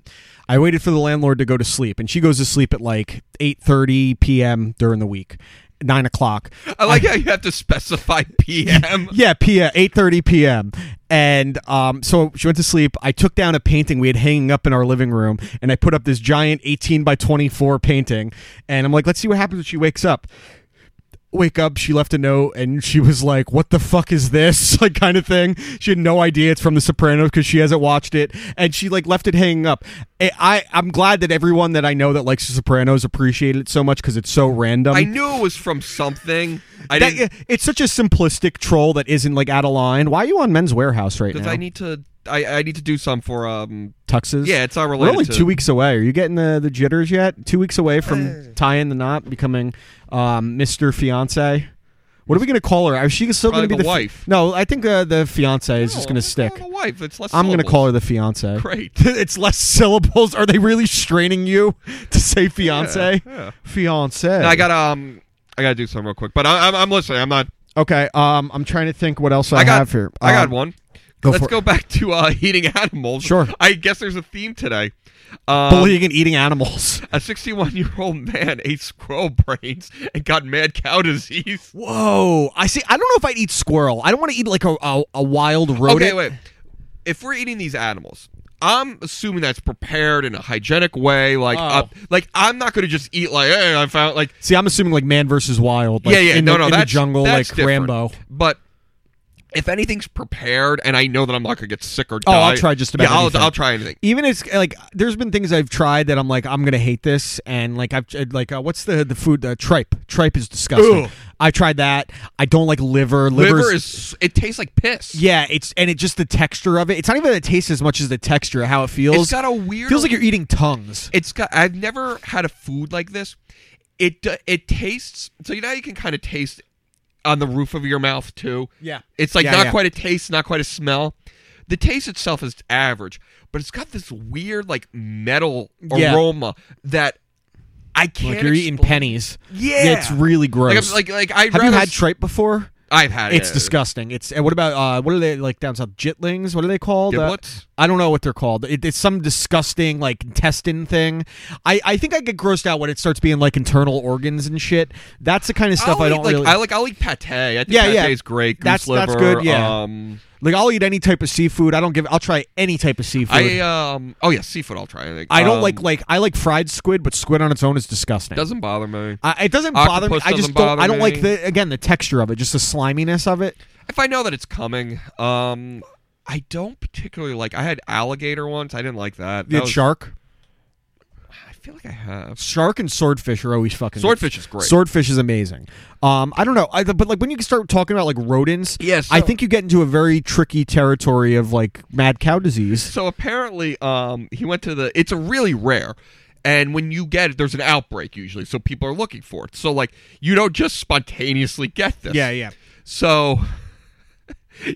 Speaker 2: I waited for the landlord to go to sleep, and she goes to sleep at like eight thirty p.m. during the week, nine o'clock.
Speaker 1: I like how you have to specify
Speaker 2: (laughs)
Speaker 1: PM.
Speaker 2: Yeah, p.m. eight thirty p.m. And um, so she went to sleep. I took down a painting we had hanging up in our living room, and I put up this giant eighteen by twenty four painting. And I'm like, let's see what happens when she wakes up. Wake up, she left a note, and she was like, "What the fuck is this?" (laughs) Like kind of thing. She had no idea it's from The Sopranos because she hasn't watched it, and she like left it hanging up. I, I I'm glad that everyone that I know that likes The Sopranos appreciated it so much because it's so random.
Speaker 1: I knew it was from something. I
Speaker 2: That-
Speaker 1: didn't.
Speaker 2: it's such a simplistic troll that isn't like out of line. Why are you on Men's Warehouse right
Speaker 1: Because
Speaker 2: now?
Speaker 1: I need to, I, I need to do some for um.
Speaker 2: tuxes.
Speaker 1: Yeah, it's not
Speaker 2: we're
Speaker 1: related.
Speaker 2: only
Speaker 1: to, Uh.
Speaker 2: two weeks away. Are you getting the, the jitters yet? Two weeks away from tying the knot, becoming um, Mister Fiance. What are we going to call her? Is she still going to be
Speaker 1: Probably the
Speaker 2: the fi-
Speaker 1: wife.
Speaker 2: no, I think uh, the fiance is just going to stick.
Speaker 1: A wife. It's less
Speaker 2: I'm going to
Speaker 1: syllables.
Speaker 2: call her the fiance.
Speaker 1: Great.
Speaker 2: (laughs) it's less syllables. Are they really straining you (laughs) to say fiance?
Speaker 1: yeah.
Speaker 2: Fiance.
Speaker 1: Now, I got um, I got to do something real quick, but I, I'm, I'm listening. I'm not.
Speaker 2: Okay. Um, I'm trying to think what else I,
Speaker 1: I got
Speaker 2: have here.
Speaker 1: I got
Speaker 2: Um,
Speaker 1: one.
Speaker 2: go
Speaker 1: Let's
Speaker 2: for it.
Speaker 1: go back to uh, (laughs) eating animals.
Speaker 2: Sure.
Speaker 1: I guess there's a theme today. Um,
Speaker 2: Bullying and eating animals.
Speaker 1: a 61 year old man ate squirrel brains and got mad cow disease.
Speaker 2: Whoa! I see. I don't know if I'd eat squirrel. I don't want to eat like a, a, a wild rodent.
Speaker 1: Okay, wait. If we're eating these animals, I'm assuming that's prepared in a hygienic way.
Speaker 2: Oh.
Speaker 1: Like, uh, like I'm not going to just eat like, hey, I found like,
Speaker 2: See, I'm assuming like man versus wild. Like
Speaker 1: yeah, yeah,
Speaker 2: in
Speaker 1: no,
Speaker 2: the,
Speaker 1: no,
Speaker 2: in
Speaker 1: that's
Speaker 2: the jungle,
Speaker 1: that's
Speaker 2: like
Speaker 1: different.
Speaker 2: Rambo.
Speaker 1: But if anything's prepared, and I know that I'm not going to get sick or die,
Speaker 2: Oh, I'll try just about
Speaker 1: Yeah, I'll,
Speaker 2: anything.
Speaker 1: I'll try anything.
Speaker 2: Even it's like there's been things I've tried that I'm like I'm gonna hate this, and like I've like uh, what's the the food uh, tripe? Tripe is disgusting.
Speaker 1: Ugh.
Speaker 2: I tried that. I don't like liver. Liver's,
Speaker 1: Liver is it tastes like piss.
Speaker 2: yeah. It's and it just the texture of it. It's not even the taste as much as the texture. How it feels.
Speaker 1: It's got a weird-
Speaker 2: Feels like you're eating tongues.
Speaker 1: It's got. I've never had a food like this. It do- it tastes. So you know how you can kind of taste on the roof of your mouth too.
Speaker 2: Yeah.
Speaker 1: It's like
Speaker 2: Yeah,
Speaker 1: not
Speaker 2: yeah.
Speaker 1: quite a taste, not quite a smell. The taste itself is average, but it's got this weird like metal
Speaker 2: Yeah.
Speaker 1: aroma that I can't.
Speaker 2: Like you're eating
Speaker 1: explain.
Speaker 2: pennies.
Speaker 1: Yeah.
Speaker 2: it's really
Speaker 1: Like,
Speaker 2: gross.
Speaker 1: I'm- like like I
Speaker 2: Have you had tripe before?
Speaker 1: I've had it.
Speaker 2: It's disgusting. It's and what about uh, what are they like down south? Jitlings? What are they called? Uh,
Speaker 1: Giblets?
Speaker 2: I don't know what they're called. It, it's some disgusting like intestine thing. I, I think I get grossed out when it starts being like internal organs and shit. That's the kind of stuff
Speaker 1: I'll
Speaker 2: I
Speaker 1: eat,
Speaker 2: don't
Speaker 1: like,
Speaker 2: really.
Speaker 1: I like. I like pate. I think
Speaker 2: Yeah,
Speaker 1: pate
Speaker 2: yeah.
Speaker 1: is great. Goose
Speaker 2: That's-
Speaker 1: liver,
Speaker 2: that's good, yeah.
Speaker 1: Um,
Speaker 2: like I'll eat any type of seafood. I don't give. I'll try any type of seafood.
Speaker 1: I um. Oh yeah, seafood. I'll try. I think.
Speaker 2: I don't
Speaker 1: Um,
Speaker 2: like like I like fried squid, but squid on its own is disgusting.
Speaker 1: Doesn't bother me.
Speaker 2: I, it doesn't bother me.
Speaker 1: Octopus
Speaker 2: I just
Speaker 1: doesn't
Speaker 2: don't. I
Speaker 1: bother
Speaker 2: don't
Speaker 1: me.
Speaker 2: like the again the texture of it, just the sliminess of it.
Speaker 1: if I know that it's coming, um, I don't particularly like. I had alligator once. I didn't like that.
Speaker 2: You
Speaker 1: that
Speaker 2: had
Speaker 1: was-
Speaker 2: shark,
Speaker 1: I feel like I have.
Speaker 2: shark, and swordfish are always fucking.
Speaker 1: Swordfish is great.
Speaker 2: Swordfish is amazing. Um, I don't know, I, but like when you start talking about like rodents,
Speaker 1: Yeah, so-
Speaker 2: I think you get into a very tricky territory of like mad cow disease.
Speaker 1: So apparently, um, he went to the. It's a really rare. And when you get it, there's an outbreak usually, so people are looking for it. So like, you don't just spontaneously get this.
Speaker 2: yeah.
Speaker 1: So (laughs)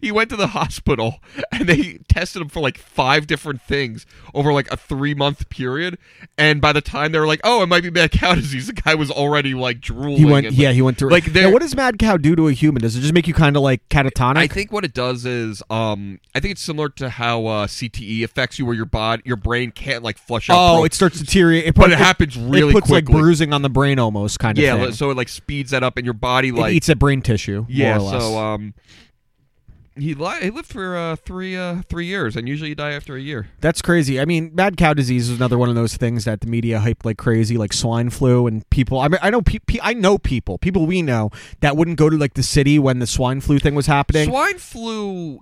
Speaker 1: he went to the hospital and they tested him for like five different things over like a three month period. And by the time they were like, oh, it might be mad cow (laughs) disease, the guy was already like drooling.
Speaker 2: He went,
Speaker 1: and,
Speaker 2: yeah,
Speaker 1: like-
Speaker 2: he went through.
Speaker 1: Like,
Speaker 2: now,
Speaker 1: there-
Speaker 2: what does mad cow do to a human? Does it just make you kind of like catatonic?
Speaker 1: I think what it does is, um, I think it's similar to how uh, CTE affects you, where your body, your brain can't like flush out.
Speaker 2: oh,
Speaker 1: pro-
Speaker 2: it starts to deteriorate. It
Speaker 1: But
Speaker 2: put-
Speaker 1: it happens really
Speaker 2: It puts like
Speaker 1: quickly.
Speaker 2: bruising on the brain, almost kind of.
Speaker 1: yeah.
Speaker 2: thing.
Speaker 1: So it like speeds that up, and your body
Speaker 2: it
Speaker 1: like
Speaker 2: eats at brain tissue.
Speaker 1: yeah.
Speaker 2: more or less.
Speaker 1: So um, he li- he lived for uh, three uh, three years, and usually you die after a year.
Speaker 2: That's crazy. I mean, mad cow disease is another one of those things that the media hyped like crazy, like swine flu, and people. I mean, I know, pe- pe- I know people, people we know that wouldn't go to like the city when the swine flu thing was happening.
Speaker 1: Swine flu.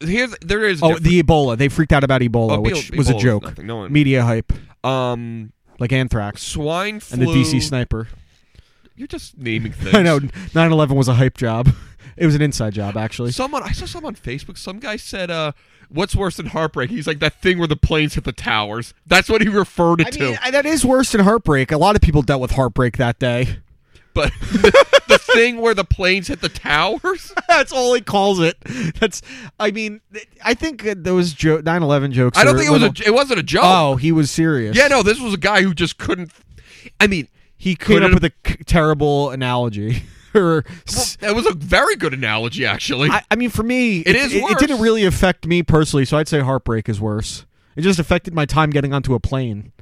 Speaker 1: Here's there is
Speaker 2: oh,
Speaker 1: different-
Speaker 2: the Ebola. They freaked out about Ebola,
Speaker 1: Oh,
Speaker 2: which
Speaker 1: Ebola
Speaker 2: was a
Speaker 1: was
Speaker 2: joke.
Speaker 1: nothing. No one-
Speaker 2: media hype,
Speaker 1: um
Speaker 2: like anthrax
Speaker 1: swine flu
Speaker 2: and the DC sniper. (laughs)
Speaker 1: You're just naming things.
Speaker 2: I know 9/11 was a hype job. (laughs) It was an inside job, actually.
Speaker 1: Someone I saw some on Facebook. Some guy said, "Uh, what's worse than heartbreak?" He's like that thing where the planes hit the towers. That's what he referred it
Speaker 2: I
Speaker 1: to.
Speaker 2: mean, I- that is worse than heartbreak. A lot of people dealt with heartbreak that day. (laughs)
Speaker 1: but (laughs) the, the thing where the planes hit the towers.
Speaker 2: (laughs) That's all he calls it. (laughs) That's. I mean, th- I think uh, those jo- 9/11 jokes.
Speaker 1: I don't
Speaker 2: are
Speaker 1: think it was
Speaker 2: little-
Speaker 1: a. It wasn't a joke.
Speaker 2: Oh, he was serious.
Speaker 1: yeah, no. This was a guy who just couldn't. I mean,
Speaker 2: He came
Speaker 1: Could
Speaker 2: up
Speaker 1: it-
Speaker 2: with a c- terrible analogy. (laughs) or, s-
Speaker 1: that was a very good analogy, actually.
Speaker 2: I, I mean, for me,
Speaker 1: It is
Speaker 2: It, it didn't
Speaker 1: worse.
Speaker 2: really affect me personally, so I'd say heartbreak is worse. It just affected my time getting onto a plane.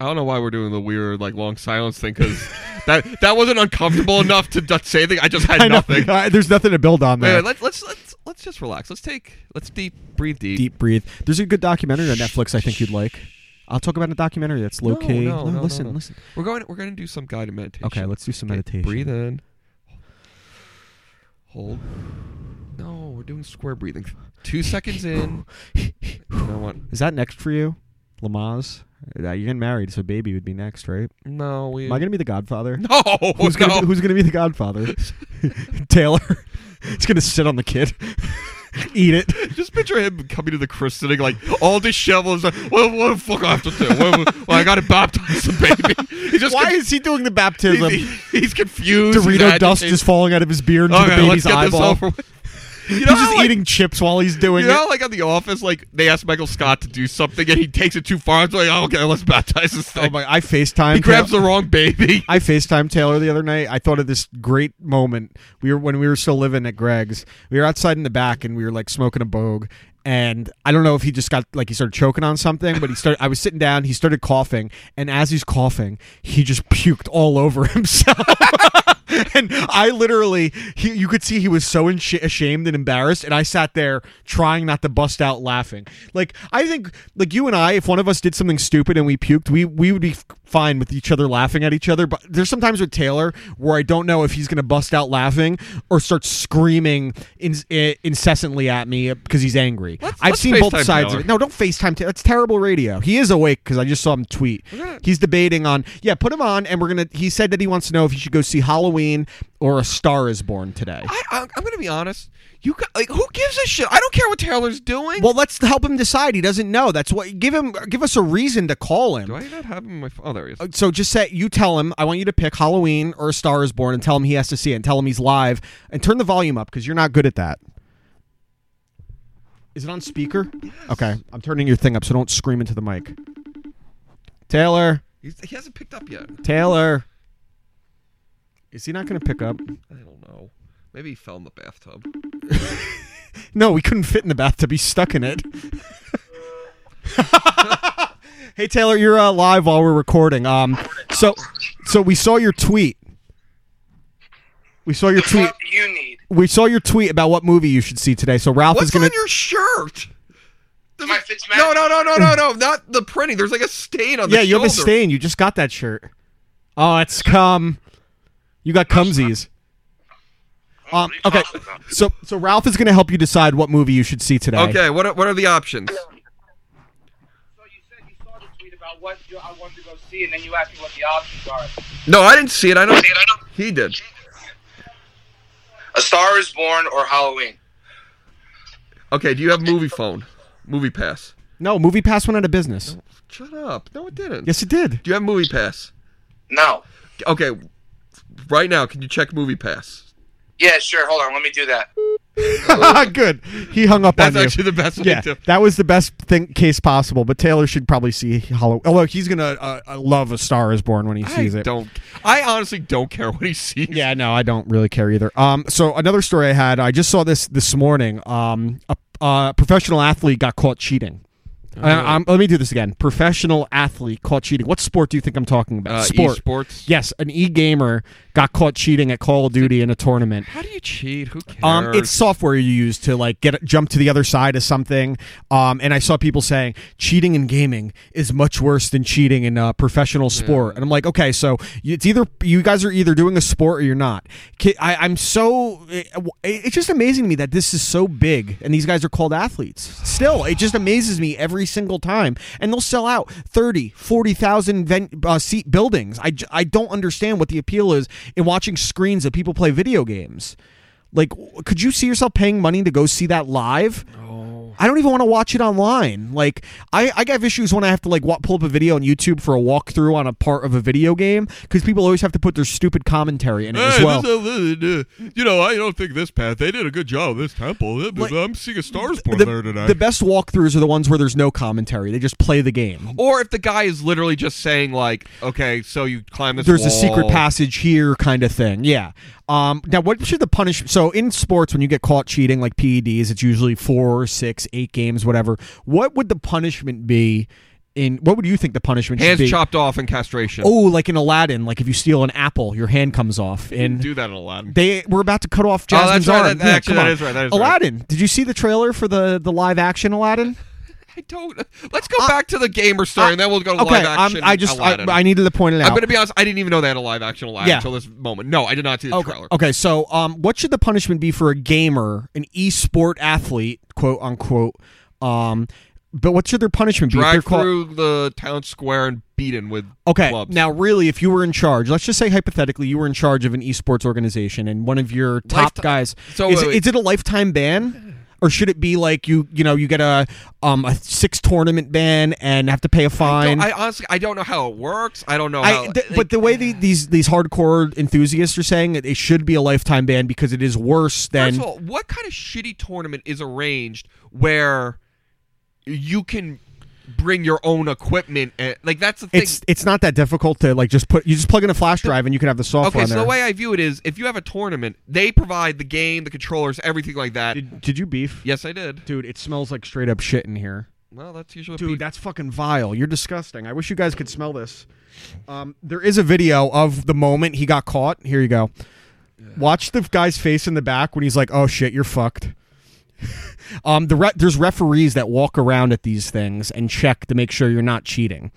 Speaker 1: I don't know why we're doing the weird like long silence thing because that that wasn't uncomfortable enough to d- say anything. I just
Speaker 2: (laughs)
Speaker 1: had
Speaker 2: I know.
Speaker 1: nothing.
Speaker 2: I- there's nothing to build on
Speaker 1: Wait,
Speaker 2: there.
Speaker 1: wait, let's let's let's let's just relax. Let's take let's deep breathe deep.
Speaker 2: Deep breathe. There's a good documentary on Netflix I think you'd like. I'll talk about a documentary that's low
Speaker 1: No,
Speaker 2: key.
Speaker 1: no, no, no,
Speaker 2: listen,
Speaker 1: no.
Speaker 2: listen.
Speaker 1: We're going we're going to do some guided meditation.
Speaker 2: Okay, let's do some
Speaker 1: Okay,
Speaker 2: meditation.
Speaker 1: Breathe in. Hold. No, we're doing square breathing. Two
Speaker 2: (gasps)
Speaker 1: seconds in.
Speaker 2: (laughs)
Speaker 1: You know what?
Speaker 2: Is that next for you, Lamaze? Uh, You're getting married, so baby would be next, right?
Speaker 1: No, we. (laughs)
Speaker 2: Am I gonna be the Godfather?
Speaker 1: no,
Speaker 2: (laughs) Who's
Speaker 1: no.
Speaker 2: (laughs) gonna be, Who's gonna be the Godfather? Taylor. It's gonna sit on the kid. (laughs) Eat it.
Speaker 1: (laughs) Just picture him coming to the christening, like all disheveled. Like, well, what the fuck I have to do? Well, well, I got to baptize the baby. He just
Speaker 2: Why
Speaker 1: con-
Speaker 2: is he doing the baptism?
Speaker 1: he- he- he's confused.
Speaker 2: (laughs)
Speaker 1: he's
Speaker 2: Dorito dust
Speaker 1: agitated.
Speaker 2: is falling out of his beard into
Speaker 1: okay,
Speaker 2: the baby's
Speaker 1: let's get this
Speaker 2: eyeball.
Speaker 1: over with.
Speaker 2: (laughs)
Speaker 1: You know,
Speaker 2: He's
Speaker 1: how,
Speaker 2: just
Speaker 1: like,
Speaker 2: eating chips while he's doing
Speaker 1: You know, how, like on The Office, like they asked Michael Scott to do something, and he takes it too far. It's like, oh, okay, let's baptize this
Speaker 2: it. Oh
Speaker 1: thing.
Speaker 2: my! I Facetime.
Speaker 1: he grabs the wrong baby.
Speaker 2: (laughs) I FaceTime Taylor the other night. I thought of this great moment. We were when we were still living at Greg's. We were outside in the back and we were like smoking a bogue. And I don't know if he just got like he started choking on something, but he started. I was sitting down. He started coughing, and as he's coughing, he just puked all over (laughs) himself. (laughs) and I literally, he, you could see he was so ensh- ashamed and embarrassed. And I sat there trying not to bust out laughing. Like I think, like you and I, if one of us did something stupid and we puked, we we would be f- fine with each other laughing at each other. But there's sometimes with Taylor where I don't know if he's gonna bust out laughing or start screaming in, i- incessantly at me because he's angry.
Speaker 1: Let's-
Speaker 2: I've
Speaker 1: let's
Speaker 2: seen both
Speaker 1: FaceTime
Speaker 2: sides
Speaker 1: Taylor.
Speaker 2: of it. No, don't FaceTime. Ta- that's terrible radio. He is awake because I just saw him tweet. He's debating on. Yeah, put him on, and we're gonna. He said that he wants to know if he should go see Halloween or A Star Is Born today.
Speaker 1: I, I, I'm gonna be honest. You got, like who gives a shit? I don't care what Taylor's doing.
Speaker 2: Well, let's help him decide. He doesn't know. That's what. Give him. Give us a reason to call him.
Speaker 1: do I not have him on my phone? Oh, there he is.
Speaker 2: so just say you tell him I want you to pick Halloween or A Star Is Born, and tell him he has to see it, and tell him he's live, and turn the volume up because you're not good at that. Is it on speaker? Okay, I'm turning your thing up, so don't scream into the mic. Taylor,
Speaker 1: He's, he hasn't picked up yet.
Speaker 2: Taylor, is he not going to pick up?
Speaker 1: I don't know. Maybe he fell in the bathtub.
Speaker 2: No, we couldn't fit in the bathtub. He's stuck in it. (laughs) hey Taylor, you're uh, live while we're recording. Um, so, so we saw your tweet. We saw your tweet.
Speaker 5: What you need.
Speaker 2: We saw your tweet about what movie you should see today. So Ralph
Speaker 1: What's
Speaker 2: is gonna.
Speaker 1: on your shirt? There's
Speaker 5: My
Speaker 1: a-
Speaker 5: Fitzmagic-
Speaker 1: no, no, no, no, no, no. Not the printing. There's like a stain on the
Speaker 2: yeah, you have a
Speaker 1: shoulder.
Speaker 2: stain. You just got that shirt. Oh, it's cum. You got cumsies. Um,
Speaker 5: What are you
Speaker 2: okay,
Speaker 5: talking about?
Speaker 2: so so Ralph is gonna help you decide what movie you should see today.
Speaker 1: Okay, what are, what are the options?
Speaker 6: So you said you saw the tweet about what you, I wanted to go see, and then you asked me what the options are.
Speaker 1: No, I didn't see it. I don't.
Speaker 5: See, I don't-
Speaker 1: He did.
Speaker 5: A Star is Born or Halloween.
Speaker 1: Okay, do you have movie phone? Movie pass.
Speaker 2: No, Movie Pass went out of business.
Speaker 1: Shut up. No, it didn't.
Speaker 2: Yes, it did.
Speaker 1: Do you have movie pass?
Speaker 5: No.
Speaker 1: Okay, right now, can you check movie pass?
Speaker 5: Yeah, sure. Hold on. Let me do that.
Speaker 2: (laughs) Good. He hung up
Speaker 1: That's
Speaker 2: on you.
Speaker 1: actually the best
Speaker 2: yeah,
Speaker 1: way to.
Speaker 2: that was the best thing case possible. But Taylor should probably see Halloween. Although he's gonna uh, uh, love A Star Is Born when he
Speaker 1: I
Speaker 2: sees it.
Speaker 1: don't. I honestly don't care what he sees.
Speaker 2: Yeah, no, I don't really care either. Um, so another story I had, I just saw this this morning. Um, a, a professional athlete got caught cheating.
Speaker 1: Oh.
Speaker 2: I, I'm, let me do this again. Professional athlete caught cheating. What sport do you think I'm talking about?
Speaker 1: Uh,
Speaker 2: sport.
Speaker 1: esports?
Speaker 2: Yes, an e gamer got caught cheating at Call of Duty in a tournament.
Speaker 1: How do you cheat? Who cares?
Speaker 2: Um, it's software you use to like get jump to the other side of something. Um, and I saw people saying cheating in gaming is much worse than cheating in uh, professional sport. And I'm like, okay, so you- it's either you guys are either doing a sport or you're not. Ki- I, am so eh, it- it's just amazing to me that this is so big and these guys are called athletes. Still, it just amazes me every single time. And they'll sell out 30, 40,000 ven- uh, seat buildings. I, j- I don't understand what the appeal is in watching screens of people play video games. Like, w- could you see yourself paying money to go see that live?
Speaker 1: Oh.
Speaker 2: I don't even want to watch it online. Like, I, I have issues when I have to like wa- pull up a video on YouTube for a walkthrough on a part of a video game because people always have to put their stupid commentary in it as
Speaker 1: Hey,
Speaker 2: well.
Speaker 1: this- uh, this- uh, you know, I don't think this path. They did a good job. of This temple. Uh, but I'm seeing a stars born
Speaker 2: the,
Speaker 1: there today.
Speaker 2: the best walkthroughs are the ones where there's no commentary; they just play the game.
Speaker 1: or if the guy is literally just saying like, okay, so you climb this.
Speaker 2: There's
Speaker 1: wall.
Speaker 2: a secret passage here, kind of thing. Yeah. Um, now, what should the punishment? So, in sports, when you get caught cheating, like PEDs, it's usually four, six, eight games, whatever. What would the punishment be? In what would you think the punishment should
Speaker 1: Hands
Speaker 2: be?
Speaker 1: chopped off and castration.
Speaker 2: Oh, like in Aladdin, like if you steal an apple, your hand comes off. And
Speaker 1: (laughs) do that in Aladdin.
Speaker 2: they were about to cut off
Speaker 1: that's
Speaker 2: Jasmine's
Speaker 1: right,
Speaker 2: arm.
Speaker 1: that-
Speaker 2: Yeah,
Speaker 1: actually,
Speaker 2: come
Speaker 1: that
Speaker 2: on.
Speaker 1: is right, that is right.
Speaker 2: Aladdin. Did you see the trailer for the the live action Aladdin?
Speaker 1: I don't. Let's go back to the gamer story, and then we'll go to
Speaker 2: okay,
Speaker 1: live
Speaker 2: I'm-
Speaker 1: action.
Speaker 2: I just I,
Speaker 1: Aladdin.
Speaker 2: I needed to point it out.
Speaker 1: I'm gonna be honest. I didn't even know they had a live action Aladdin
Speaker 2: Yeah.
Speaker 1: until this moment. No, I did not see the
Speaker 2: Okay.
Speaker 1: trailer.
Speaker 2: Okay. So, um, what should the punishment be for a gamer, an e-sport athlete, quote unquote? Um, but what should their punishment be? if they're Oh,
Speaker 1: Drag
Speaker 2: caught-
Speaker 1: through the town square and beaten with
Speaker 2: Okay.
Speaker 1: clubs.
Speaker 2: Now, really, if you were in charge, let's just say hypothetically, you were in charge of an esports organization, and one of your top
Speaker 1: Lifeti-
Speaker 2: guys.
Speaker 1: So,
Speaker 2: is,
Speaker 1: wait,
Speaker 2: it-
Speaker 1: wait.
Speaker 2: is it a lifetime ban? or should it be like you you know you get a um a six tournament ban and have to pay a fine?
Speaker 1: I honestly, I don't know how it works. I don't know.
Speaker 2: I,
Speaker 1: how,
Speaker 2: th- but the way the, these these hardcore enthusiasts are saying it, it should be a lifetime ban because it is worse than
Speaker 1: First of all, what kind of shitty tournament is arranged where you can bring your own equipment? And, like that's the thing.
Speaker 2: it's it's not that difficult to like just put you just plug in a flash drive and you can have the software
Speaker 1: okay,
Speaker 2: on
Speaker 1: so
Speaker 2: there.
Speaker 1: the way I view it is, if you have a tournament, they provide the game, the controllers, everything like that.
Speaker 2: did, did you beef?
Speaker 1: yes, I did.
Speaker 2: Dude, it smells like straight up shit in here.
Speaker 1: Well, that's usually what
Speaker 2: Dude,
Speaker 1: people-
Speaker 2: that's fucking vile. You're disgusting. I wish you guys could smell this. Um, there is a video of the moment he got caught. Here you go. Watch the guy's face in the back when he's like, "Oh shit, you're fucked." (laughs) um, the re- there's referees that walk around at these things and check to make sure you're not cheating.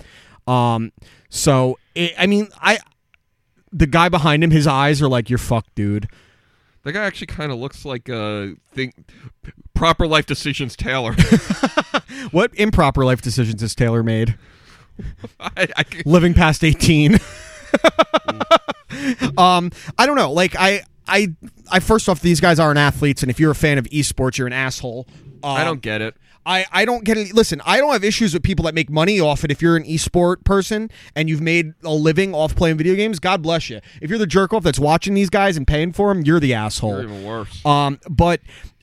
Speaker 2: Um, so it, I mean, I the guy behind him, his eyes are like, "You're fucked, dude."
Speaker 1: That guy actually kind of looks like a thing. Proper life decisions, (laughs) Taylor.
Speaker 2: What improper life decisions has Taylor made?
Speaker 1: I, I, can-
Speaker 2: living past (laughs) 18
Speaker 1: Mm.
Speaker 2: um i don't know like i i i first off these guys aren't athletes and if you're a fan of esports you're an asshole um,
Speaker 1: I don't get it.
Speaker 2: I, I don't get any. Listen, I don't have issues with people that make money off it. If you're an esport person and you've made a living off playing video games, God bless you. If you're the jerk off that's watching these guys and paying for them, you're the asshole.
Speaker 1: Or even worse.
Speaker 2: Um, but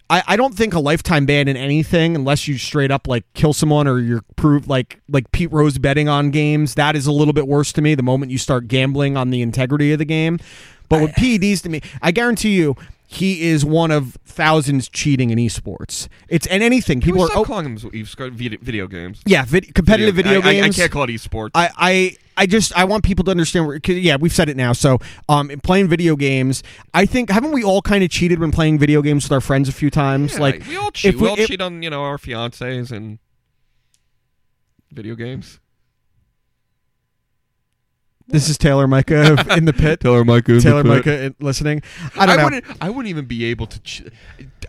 Speaker 2: I, I don't think a lifetime ban in anything, unless you straight up like kill someone or you're prove like like Pete Rose betting on games. That is a little bit worse to me. The moment you start gambling on the integrity of the game, but with PEDs to me, I guarantee you. He is one of thousands cheating in esports. It's and anything.
Speaker 1: Can
Speaker 2: People
Speaker 1: we
Speaker 2: are
Speaker 1: stop
Speaker 2: oh,
Speaker 1: calling them eve- sc- vid- video games.
Speaker 2: yeah, vid- competitive video,
Speaker 1: I- I, I
Speaker 2: games.
Speaker 1: can't call it esports.
Speaker 2: I, I I just I want people to understand. Where, 'cause, yeah, we've said it now. So, um, in playing video games, I think haven't we all kind of cheated when playing video games with our friends a few times?
Speaker 1: Yeah,
Speaker 2: like
Speaker 1: we all cheat.
Speaker 2: if
Speaker 1: we, all
Speaker 2: if-
Speaker 1: cheat on you know our fiancés and video games.
Speaker 2: This is Taylor
Speaker 1: (laughs)
Speaker 2: Micah in the pit.
Speaker 1: Taylor Micah.
Speaker 2: Taylor Micah in- listening. I don't know.
Speaker 1: wouldn't. I wouldn't even be able to. Che-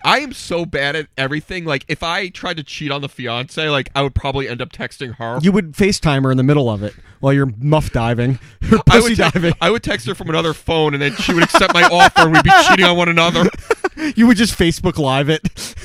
Speaker 1: I am so bad at everything. Like if I tried to cheat on the fiance, like I would probably end up texting her.
Speaker 2: you would FaceTime her in the middle of it while you're muff diving, or
Speaker 1: I
Speaker 2: (laughs) pussy
Speaker 1: would, te-
Speaker 2: diving.
Speaker 1: I would text her from another phone, and then she would accept my offer, and we'd be cheating on
Speaker 2: (laughs)
Speaker 1: one another.
Speaker 2: you would just Facebook Live it. (laughs)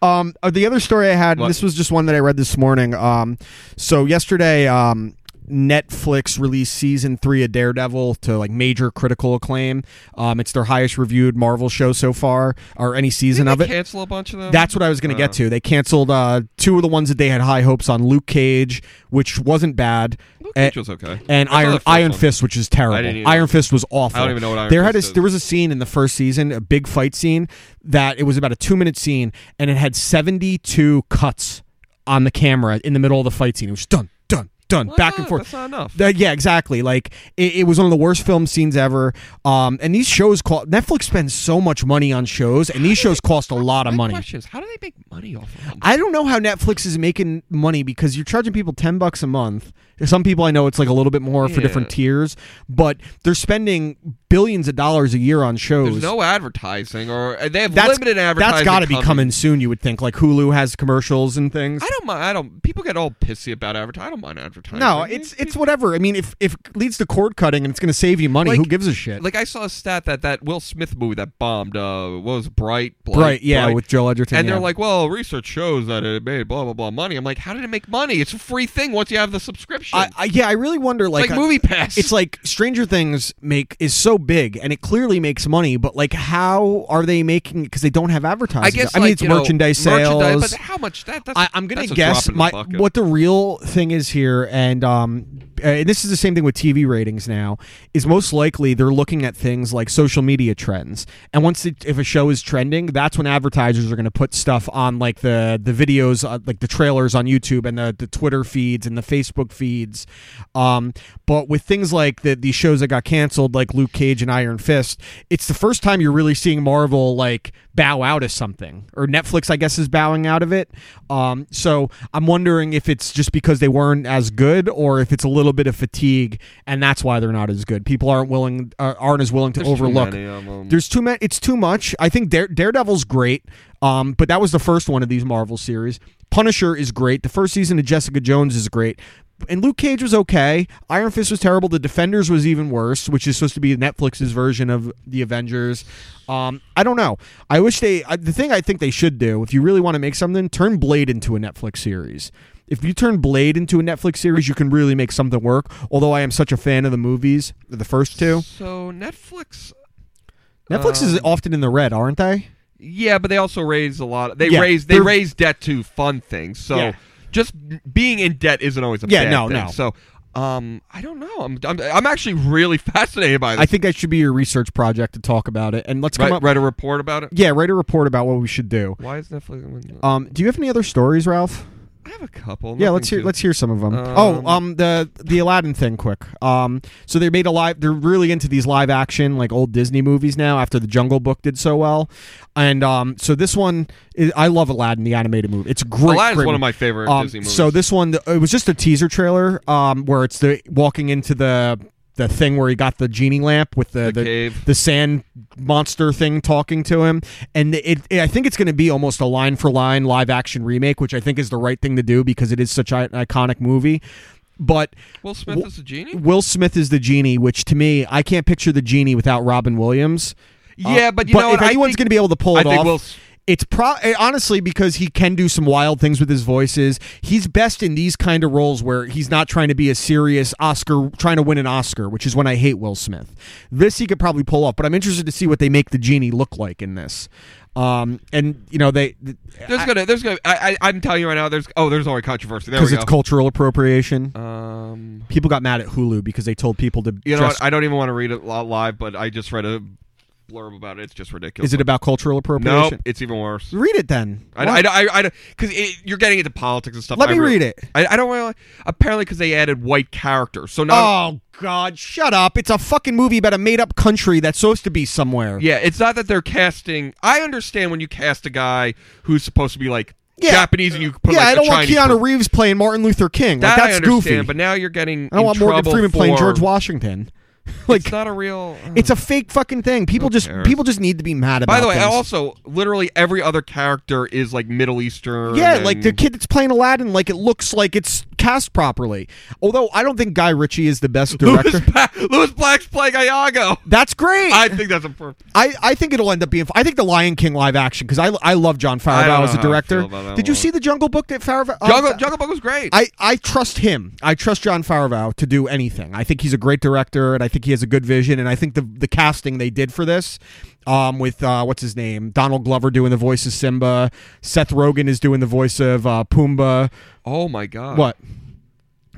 Speaker 2: Um, uh, the other story I had,
Speaker 1: What?
Speaker 2: and this was just one that I read this morning. Um, so yesterday, um, Netflix released season three of Daredevil to like major critical acclaim. Um, it's their highest reviewed Marvel show so far, or any season of
Speaker 1: They
Speaker 2: it.
Speaker 1: cancel a bunch of them.
Speaker 2: That's what I was going to get to. They canceled uh, two of the ones that they had high hopes on: Luke Cage, which wasn't bad,
Speaker 1: Luke
Speaker 2: a-
Speaker 1: Cage was okay.
Speaker 2: and
Speaker 1: I saw
Speaker 2: Iron
Speaker 1: the first
Speaker 2: Iron
Speaker 1: one.
Speaker 2: Fist, which is
Speaker 1: I didn't
Speaker 2: terrible.
Speaker 1: either.
Speaker 2: Iron Fist was awful.
Speaker 1: I don't even know what Iron
Speaker 2: there had a,
Speaker 1: Fist is.
Speaker 2: there was a scene in the first season, a big fight scene that it was about a two minute scene, and it had seventy two cuts on the camera in the middle of the fight scene. It was done, done, done,
Speaker 1: Well,
Speaker 2: back and
Speaker 1: no,
Speaker 2: forth.
Speaker 1: That's not enough.
Speaker 2: Uh, yeah, exactly. Like it, it was one of the worst film scenes ever. Um, and these shows cost Netflix spends so much money on shows, and these shows cost a lot of
Speaker 1: My
Speaker 2: money.
Speaker 1: question is, how do they make money off of them?
Speaker 2: I don't know how Netflix is making money because you're charging people ten bucks a month. Some people I know it's like a little bit more for different
Speaker 1: Yeah.
Speaker 2: tiers, but they're spending billions of dollars a year on shows.
Speaker 1: There's no advertising, or uh, they have
Speaker 2: that's,
Speaker 1: limited advertising.
Speaker 2: That's got to be coming soon. You would think like Hulu has commercials and things.
Speaker 1: I don't mind. I don't. People get all pissy about advertising. I don't mind advertising.
Speaker 2: no, it's it's whatever. I mean, if if it leads to cord cutting and it's going to save you money,
Speaker 1: Like-
Speaker 2: who gives a shit?
Speaker 1: like I saw a stat that that Will Smith movie that bombed. Uh, what was it, Bright? Blight,
Speaker 2: Right? Yeah,
Speaker 1: Bright?
Speaker 2: with Joel Edgerton.
Speaker 1: and
Speaker 2: yeah.
Speaker 1: they're like, well, research shows that it made blah blah blah money. I'm like, how did it make money? It's a free thing once you have the subscription.
Speaker 2: I, I, yeah, I really wonder. Like,
Speaker 1: like,
Speaker 2: I-
Speaker 1: Movie Pass.
Speaker 2: It's like Stranger Things make is so big and it clearly makes money, but like how are they making because they don't have advertising?
Speaker 1: I guess.
Speaker 2: I mean
Speaker 1: like,
Speaker 2: it's
Speaker 1: you know,
Speaker 2: merchandise sales.
Speaker 1: merchandise, but how much that? That's,
Speaker 2: I, I'm gonna
Speaker 1: that's a drop
Speaker 2: guess
Speaker 1: in the
Speaker 2: my
Speaker 1: bucket.
Speaker 2: what the real thing is here, and um, uh, and this is the same thing with TV ratings now. Is most likely they're looking at things like social media trends, and once it, if a show is trending, that's when advertisers are gonna put stuff on like the the videos, uh, like the trailers on YouTube and the the Twitter feeds and the Facebook feeds. Um, but with things like the these shows that got canceled, like Luke Cage and Iron Fist, it's the first time you're really seeing Marvel like bow out of something, or Netflix, I guess, is bowing out of it. Um, so I'm wondering if it's just because they weren't as good, or if it's a little bit of fatigue, and that's why they're not as good. People aren't willing, uh, aren't as willing to
Speaker 1: There's too
Speaker 2: overlook.
Speaker 1: many of 'em.
Speaker 2: There's too many. It's too much. I think Dare, Daredevil's great, um, but that was the first one of these Marvel series. Punisher is great. The first season of Jessica Jones is great. And Luke Cage was okay. Iron Fist was terrible. The Defenders was even worse, which is supposed to be Netflix's version of the Avengers. Um, I don't know. I wish they. I, the thing I think they should do, if you really want to make something, turn Blade into a Netflix series. If you turn Blade into a Netflix series, you can really make something work. Although I am such a fan of the movies, the first two.
Speaker 1: So Netflix,
Speaker 2: Netflix is often in the red, aren't they?
Speaker 1: yeah, but they also raise a lot. They
Speaker 2: Yeah,
Speaker 1: raise they
Speaker 2: they're-
Speaker 1: raise debt to fund things. So
Speaker 2: Yeah.
Speaker 1: just being in debt isn't always a
Speaker 2: Yeah,
Speaker 1: bad
Speaker 2: no,
Speaker 1: thing.
Speaker 2: no.
Speaker 1: So um, I don't know. I'm, I'm I'm actually really (laughs) fascinated by this.
Speaker 2: I think that should be your research project to talk about it. And let's come
Speaker 1: Write,
Speaker 2: up.
Speaker 1: write a report about it.
Speaker 2: Yeah, write a report about what we should do.
Speaker 1: Why is Netflix?
Speaker 2: Um, do you have any other stories, Ralph?
Speaker 1: I have a couple.
Speaker 2: Yeah,
Speaker 1: nothing
Speaker 2: let's hear
Speaker 1: too-
Speaker 2: let's hear some of them.
Speaker 1: Um,
Speaker 2: oh, um, the the Aladdin thing, quick. Um, so they made a live. They're really into these live action like old Disney movies now. After the Jungle Book did so well, and um, so this one, is, I love Aladdin, the animated movie. It's a great.
Speaker 1: Aladdin's
Speaker 2: great
Speaker 1: one of
Speaker 2: movie.
Speaker 1: my favorite
Speaker 2: Um,
Speaker 1: Disney movies.
Speaker 2: So this one, th- it was just a teaser trailer, um, where it's the walking into the the thing where he got the genie lamp with the
Speaker 1: The cave.
Speaker 2: the sand monster thing talking to him, and it, it- I think it's going to be almost a line for line live action remake, which I think is the right thing to do because it is such an iconic movie. But
Speaker 1: Will Smith
Speaker 2: W-
Speaker 1: is a genie.
Speaker 2: Will Smith is the genie, which to me, I can't picture the genie without Robin Williams. Uh,
Speaker 1: Yeah, but you know
Speaker 2: if
Speaker 1: what? I
Speaker 2: anyone's
Speaker 1: think-
Speaker 2: going to be able to pull
Speaker 1: I
Speaker 2: it
Speaker 1: think
Speaker 2: off,
Speaker 1: Will S-
Speaker 2: it's pro eh, honestly because he can do some wild things with his voices. He's best in these kind of roles where he's not trying to be a serious Oscar, trying to win an Oscar, which is when I hate Will Smith. This he could probably pull off, but I'm interested to see what they make the genie look like in this. Um, and you know they
Speaker 1: There's gonna, there's gonna. I, I, I'm telling you right now. There's oh, there's already controversy. There we
Speaker 2: because
Speaker 1: go.
Speaker 2: it's cultural appropriation.
Speaker 1: um,
Speaker 2: people got mad at Hulu because they told people to.
Speaker 1: you know,
Speaker 2: dress-
Speaker 1: what? I don't even want to read it li- live, but I just read a blurb about it. It's just ridiculous.
Speaker 2: is it about cultural
Speaker 1: No,
Speaker 2: appropriation?
Speaker 1: it's even worse.
Speaker 2: Read it then.
Speaker 1: I,
Speaker 2: Why-
Speaker 1: I, I, because you're getting into politics and stuff.
Speaker 2: Let
Speaker 1: I
Speaker 2: me
Speaker 1: really-
Speaker 2: read it.
Speaker 1: I, I don't really. Apparently, because they added white characters, so not
Speaker 2: Oh God! Shut up! It's a fucking movie about a made-up country that's supposed to be somewhere.
Speaker 1: Yeah, it's not that they're casting. I understand when you cast a guy who's supposed to be like
Speaker 2: Yeah.
Speaker 1: Japanese and you put
Speaker 2: yeah,
Speaker 1: like
Speaker 2: I don't
Speaker 1: a
Speaker 2: want
Speaker 1: Chinese
Speaker 2: Keanu
Speaker 1: person.
Speaker 2: Reeves playing Martin Luther King.
Speaker 1: That
Speaker 2: like,
Speaker 1: I
Speaker 2: that's
Speaker 1: understand,
Speaker 2: goofy.
Speaker 1: but now you're getting.
Speaker 2: I don't
Speaker 1: in
Speaker 2: want Morgan
Speaker 1: trouble
Speaker 2: Freeman playing
Speaker 1: for-
Speaker 2: George Washington. like
Speaker 1: It's not
Speaker 2: (laughs)
Speaker 1: a real.
Speaker 2: it's a fake fucking thing. People just
Speaker 1: cares?
Speaker 2: people just need to be mad about.
Speaker 1: By the way,
Speaker 2: things.
Speaker 1: also literally every other character is like Middle Eastern.
Speaker 2: Yeah, like
Speaker 1: and-
Speaker 2: the kid that's playing Aladdin, like it looks like it's cast properly. Although I don't think Guy Ritchie is the best
Speaker 1: (laughs) Louis,
Speaker 2: director.
Speaker 1: Ba- Louis Black's playing Iago.
Speaker 2: That's great.
Speaker 1: I
Speaker 2: (laughs)
Speaker 1: think that's a perfect.
Speaker 2: I, I think it'll end up being. I think the Lion King live action because I, I love John
Speaker 1: I
Speaker 2: Favreau
Speaker 1: don't
Speaker 2: as a
Speaker 1: know how I
Speaker 2: director.
Speaker 1: feel about that
Speaker 2: Did you
Speaker 1: one.
Speaker 2: see the Jungle Book that Favreau? uh,
Speaker 1: Jungle,
Speaker 2: Fa-
Speaker 1: Jungle Book was great.
Speaker 2: I, I trust him. I trust John Favreau to do anything. I think he's a great director, and I think he has a good vision. And I think the the casting they did for this, um, with uh, what's his name, Donald Glover doing the voice of Simba, Seth Rogen is doing the voice of uh, Pumbaa.
Speaker 1: oh my god.
Speaker 2: What?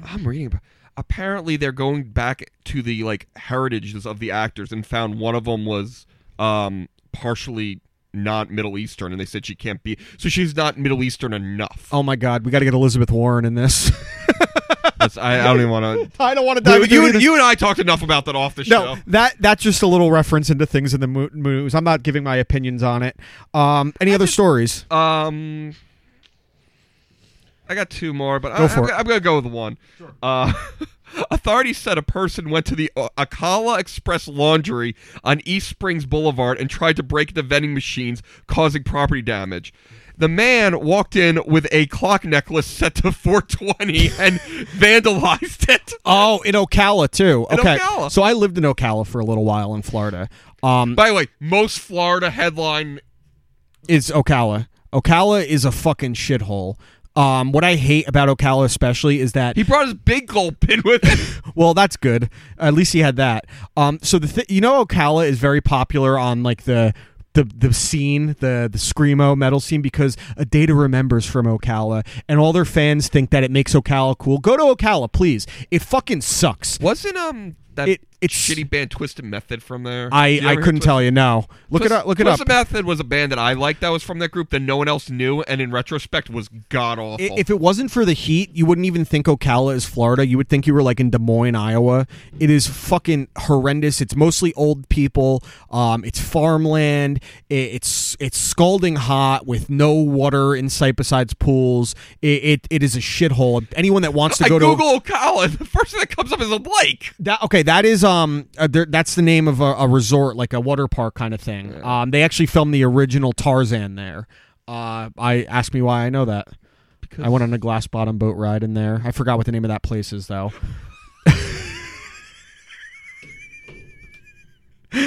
Speaker 1: I'm reading about. Apparently, they're going back to the like heritages of the actors and found one of them was um, partially not Middle Eastern, and they said she can't be, so she's not Middle Eastern enough.
Speaker 2: Oh my God, we got to get Elizabeth Warren in this. (laughs)
Speaker 1: That's, I, I don't even (laughs) want
Speaker 2: I don't want to dive
Speaker 1: to.
Speaker 2: into
Speaker 1: You,
Speaker 2: any of this-
Speaker 1: you and I talked enough about that off the
Speaker 2: No,
Speaker 1: show.
Speaker 2: that that's just a little reference into things in the mo- movies. I'm not giving my opinions on it. Um, any other stories?
Speaker 1: Um, I got two more, but
Speaker 2: Go
Speaker 1: I,
Speaker 2: for
Speaker 1: I'm,
Speaker 2: it.
Speaker 1: gonna- I'm gonna go with one. Uh, (laughs) authorities said a person went to the uh, Akala Express Laundry on East Springs Boulevard and tried to break the vending machines, causing property damage. The man walked in with a clock necklace set to (laughs) 420 and (laughs) vandalized it.
Speaker 2: Oh, in Ocala too.
Speaker 1: In
Speaker 2: okay,
Speaker 1: Ocala.
Speaker 2: so I lived in Ocala for a little while in Florida. Um,
Speaker 1: By the way, most Florida headline
Speaker 2: is Ocala. Ocala is a fucking shithole. Um, what I hate about Ocala especially is that
Speaker 1: he brought his big gold pin with
Speaker 2: (laughs)
Speaker 1: him.
Speaker 2: well, that's good. At least he had that. Um, so the th- you know Ocala is very popular on like the the the scene, the the screamo metal scene because a day to remembers from Ocala, and all their fans think that it makes Ocala cool. Go to Ocala, please. It fucking sucks.
Speaker 1: Wasn't um that
Speaker 2: It- it's-
Speaker 1: shitty band Twisted Method from there?
Speaker 2: I, I couldn't
Speaker 1: tell you. ever hear
Speaker 2: tell you.
Speaker 1: Twisted-
Speaker 2: No, look it up. Look it up.
Speaker 1: Twisted Method was a band that I liked that was from that group that no one else knew, and in retrospect was god awful.
Speaker 2: I- If it wasn't for the heat, you wouldn't even think Ocala is Florida. You would think you were like in Des Moines, Iowa. It is fucking horrendous. It's mostly old people. Um, it's farmland. I- It's it's scalding hot with no water in sight besides pools. It it, it is a shithole. Anyone that wants to
Speaker 1: I
Speaker 2: go to
Speaker 1: Google Ocala, and the first thing that comes up is a (laughs) lake.
Speaker 2: that okay that is um uh, there, that's the name of a, a resort like a water park kind of thing um they actually filmed the original tarzan there uh i ask me why i know that
Speaker 1: Because
Speaker 2: I went on a glass bottom boat ride in there. I forgot what the name of that place is though. (laughs)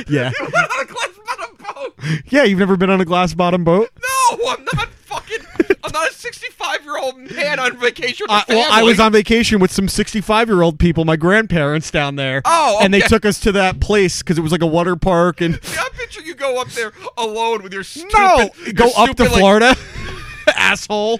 Speaker 2: yeah.
Speaker 1: I went on a glass bottom boat.
Speaker 2: Yeah, you've never been on a glass bottom boat?
Speaker 1: No, I'm not fucking. I'm not a 65 year old man on vacation. With
Speaker 2: I,
Speaker 1: a
Speaker 2: well, I was
Speaker 1: family.
Speaker 2: on vacation with some 65 year old people, my grandparents down there.
Speaker 1: Oh,
Speaker 2: And they
Speaker 1: okay.
Speaker 2: took us to that place because it was like a water park. And
Speaker 1: Yeah, I picture you go up there alone with your stupid.
Speaker 2: no,
Speaker 1: your
Speaker 2: go up to
Speaker 1: stupid, like- (laughs)
Speaker 2: Florida, asshole.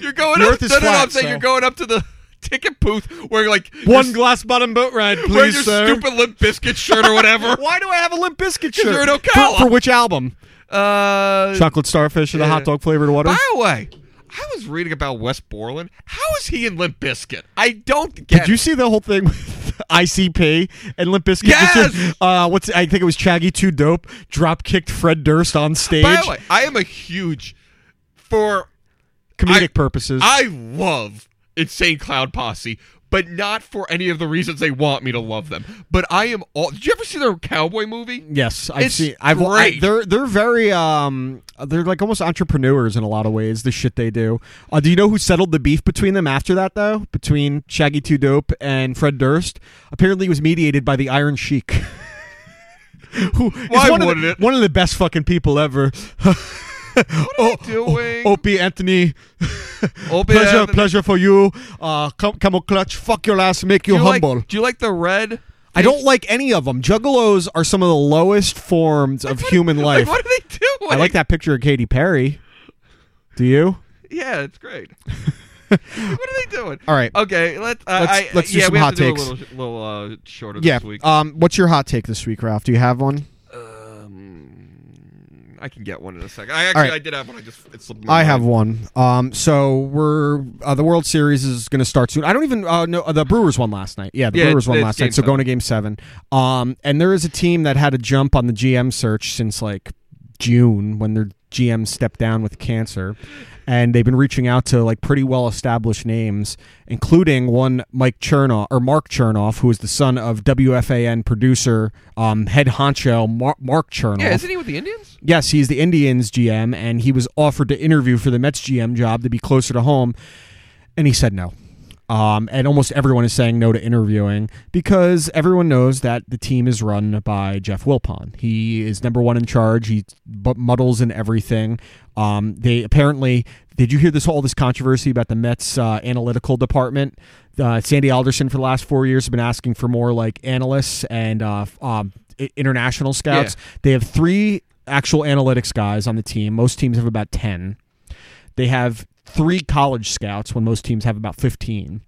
Speaker 1: you're going
Speaker 2: The
Speaker 1: up.
Speaker 2: earth is
Speaker 1: no, no, no,
Speaker 2: flat,
Speaker 1: I'm saying
Speaker 2: so-
Speaker 1: you're going up to the ticket booth wearing like your
Speaker 2: One
Speaker 1: s-
Speaker 2: glass bottom boat ride,
Speaker 1: wearing
Speaker 2: please,
Speaker 1: your
Speaker 2: sir.
Speaker 1: stupid limp biscuit shirt
Speaker 2: (laughs)
Speaker 1: or whatever.
Speaker 2: Why do I have a Limp Bizkit shirt?
Speaker 1: you're an
Speaker 2: For-
Speaker 1: Ocala.
Speaker 2: For, which album?
Speaker 1: uh,
Speaker 2: Chocolate Starfish and the
Speaker 1: yeah.
Speaker 2: hot dog flavored water.
Speaker 1: by the way, I was reading about West Borland. How is he in limp biscuit? I don't get.
Speaker 2: Did you
Speaker 1: it.
Speaker 2: see the whole thing with (laughs) ICP and Limp Bizkit?
Speaker 1: Yes!
Speaker 2: Just said, uh, what's I think it was Chaggy Too Dope drop kicked Fred Durst on stage,
Speaker 1: By the way, I am a huge for
Speaker 2: comedic
Speaker 1: I-
Speaker 2: purposes.
Speaker 1: I love Insane Cloud Posse, but not for any of the reasons they want me to love them. But I am all. Did you ever see their cowboy movie?
Speaker 2: Yes, I've
Speaker 1: It's
Speaker 2: seen. I've, I,
Speaker 1: great.
Speaker 2: they're they're very um they're like almost entrepreneurs in a lot of ways. The shit they do. Uh, do you know who settled the beef between them after that though? Between Shaggy Two Dope and Fred Durst. Apparently, it was mediated by the Iron Sheik. (laughs) Who is
Speaker 1: Why
Speaker 2: one of
Speaker 1: wouldn't
Speaker 2: the,
Speaker 1: it?
Speaker 2: one of the best fucking people
Speaker 1: (laughs)
Speaker 2: ever? what are oh,
Speaker 1: doing?
Speaker 2: oh, Opie Anthony,
Speaker 1: Obed
Speaker 2: pleasure,
Speaker 1: Anthony.
Speaker 2: pleasure for you. Uh, come, come on, clutch, fuck your ass, make you,
Speaker 1: Do you
Speaker 2: humble.
Speaker 1: Like, do you like the red?
Speaker 2: I don't like any of them. Juggalos are some of the lowest forms of human
Speaker 1: Like,
Speaker 2: life.
Speaker 1: what are they (laughs) doing?
Speaker 2: I like that picture of Katy Perry. Do you?
Speaker 1: Yeah,
Speaker 2: (laughs)
Speaker 1: it's great. what are they doing?
Speaker 2: All right.
Speaker 1: Okay. Let uh,
Speaker 2: Let's-
Speaker 1: I,
Speaker 2: let's do
Speaker 1: yeah,
Speaker 2: some
Speaker 1: we have
Speaker 2: hot
Speaker 1: to
Speaker 2: takes.
Speaker 1: do a little, little uh, shorter
Speaker 2: Yeah.
Speaker 1: this week.
Speaker 2: Um, what's your hot take this week, Ralph? Do you have one?
Speaker 1: Um, I can get one in a second. I actually
Speaker 2: right.
Speaker 1: I did have one. I just it's slipped my
Speaker 2: I
Speaker 1: mind.
Speaker 2: have one. Um, so we're uh, the World Series is going to start soon. I don't even uh, know uh, the Brewers won last night. Yeah, the
Speaker 1: Yeah,
Speaker 2: Brewers
Speaker 1: it's-
Speaker 2: won
Speaker 1: it's
Speaker 2: last
Speaker 1: game
Speaker 2: night. So
Speaker 1: seven.
Speaker 2: going to Game Seven. Um, and there is a team that had a jump on the GM search since like June when their GM stepped down with cancer, and they've been reaching out to like pretty well established names, including one Mike Chernoff or Mark Chernoff, who is the son of WFAN producer um, head honcho Mar- Mark Chernoff.
Speaker 1: Yeah, isn't he with the Indians?
Speaker 2: Yes, he's the Indians GM, and he was offered to interview for the Mets GM job to be closer to home, and he said no. Um, and almost everyone is saying no to interviewing because everyone knows that the team is run by Jeff Wilpon. He is number one in charge. He bu- muddles in everything. Um, they apparently did you hear this all this controversy about the Mets uh, analytical department? Uh, Sandy Alderson for the last four years have been asking for more like analysts and uh, f- um, i- international scouts. They have three actual analytics guys on the team. Most teams have about ten. They have three college scouts when most teams have about 15.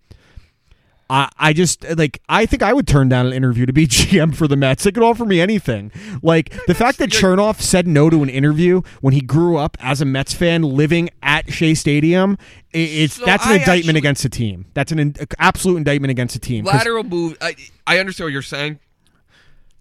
Speaker 2: I, I just like I think I would turn down an interview to be (laughs) GM for the Mets. They could offer me anything. Like the fact that Chernoff said no to an interview when he grew up as a Mets fan living at Shea Stadium, i- it's
Speaker 1: So
Speaker 2: that's an
Speaker 1: I
Speaker 2: indictment
Speaker 1: actually-
Speaker 2: against the team. That's an in, absolute indictment against the team. 'Cause-
Speaker 1: lateral move. I, I understand what you're saying.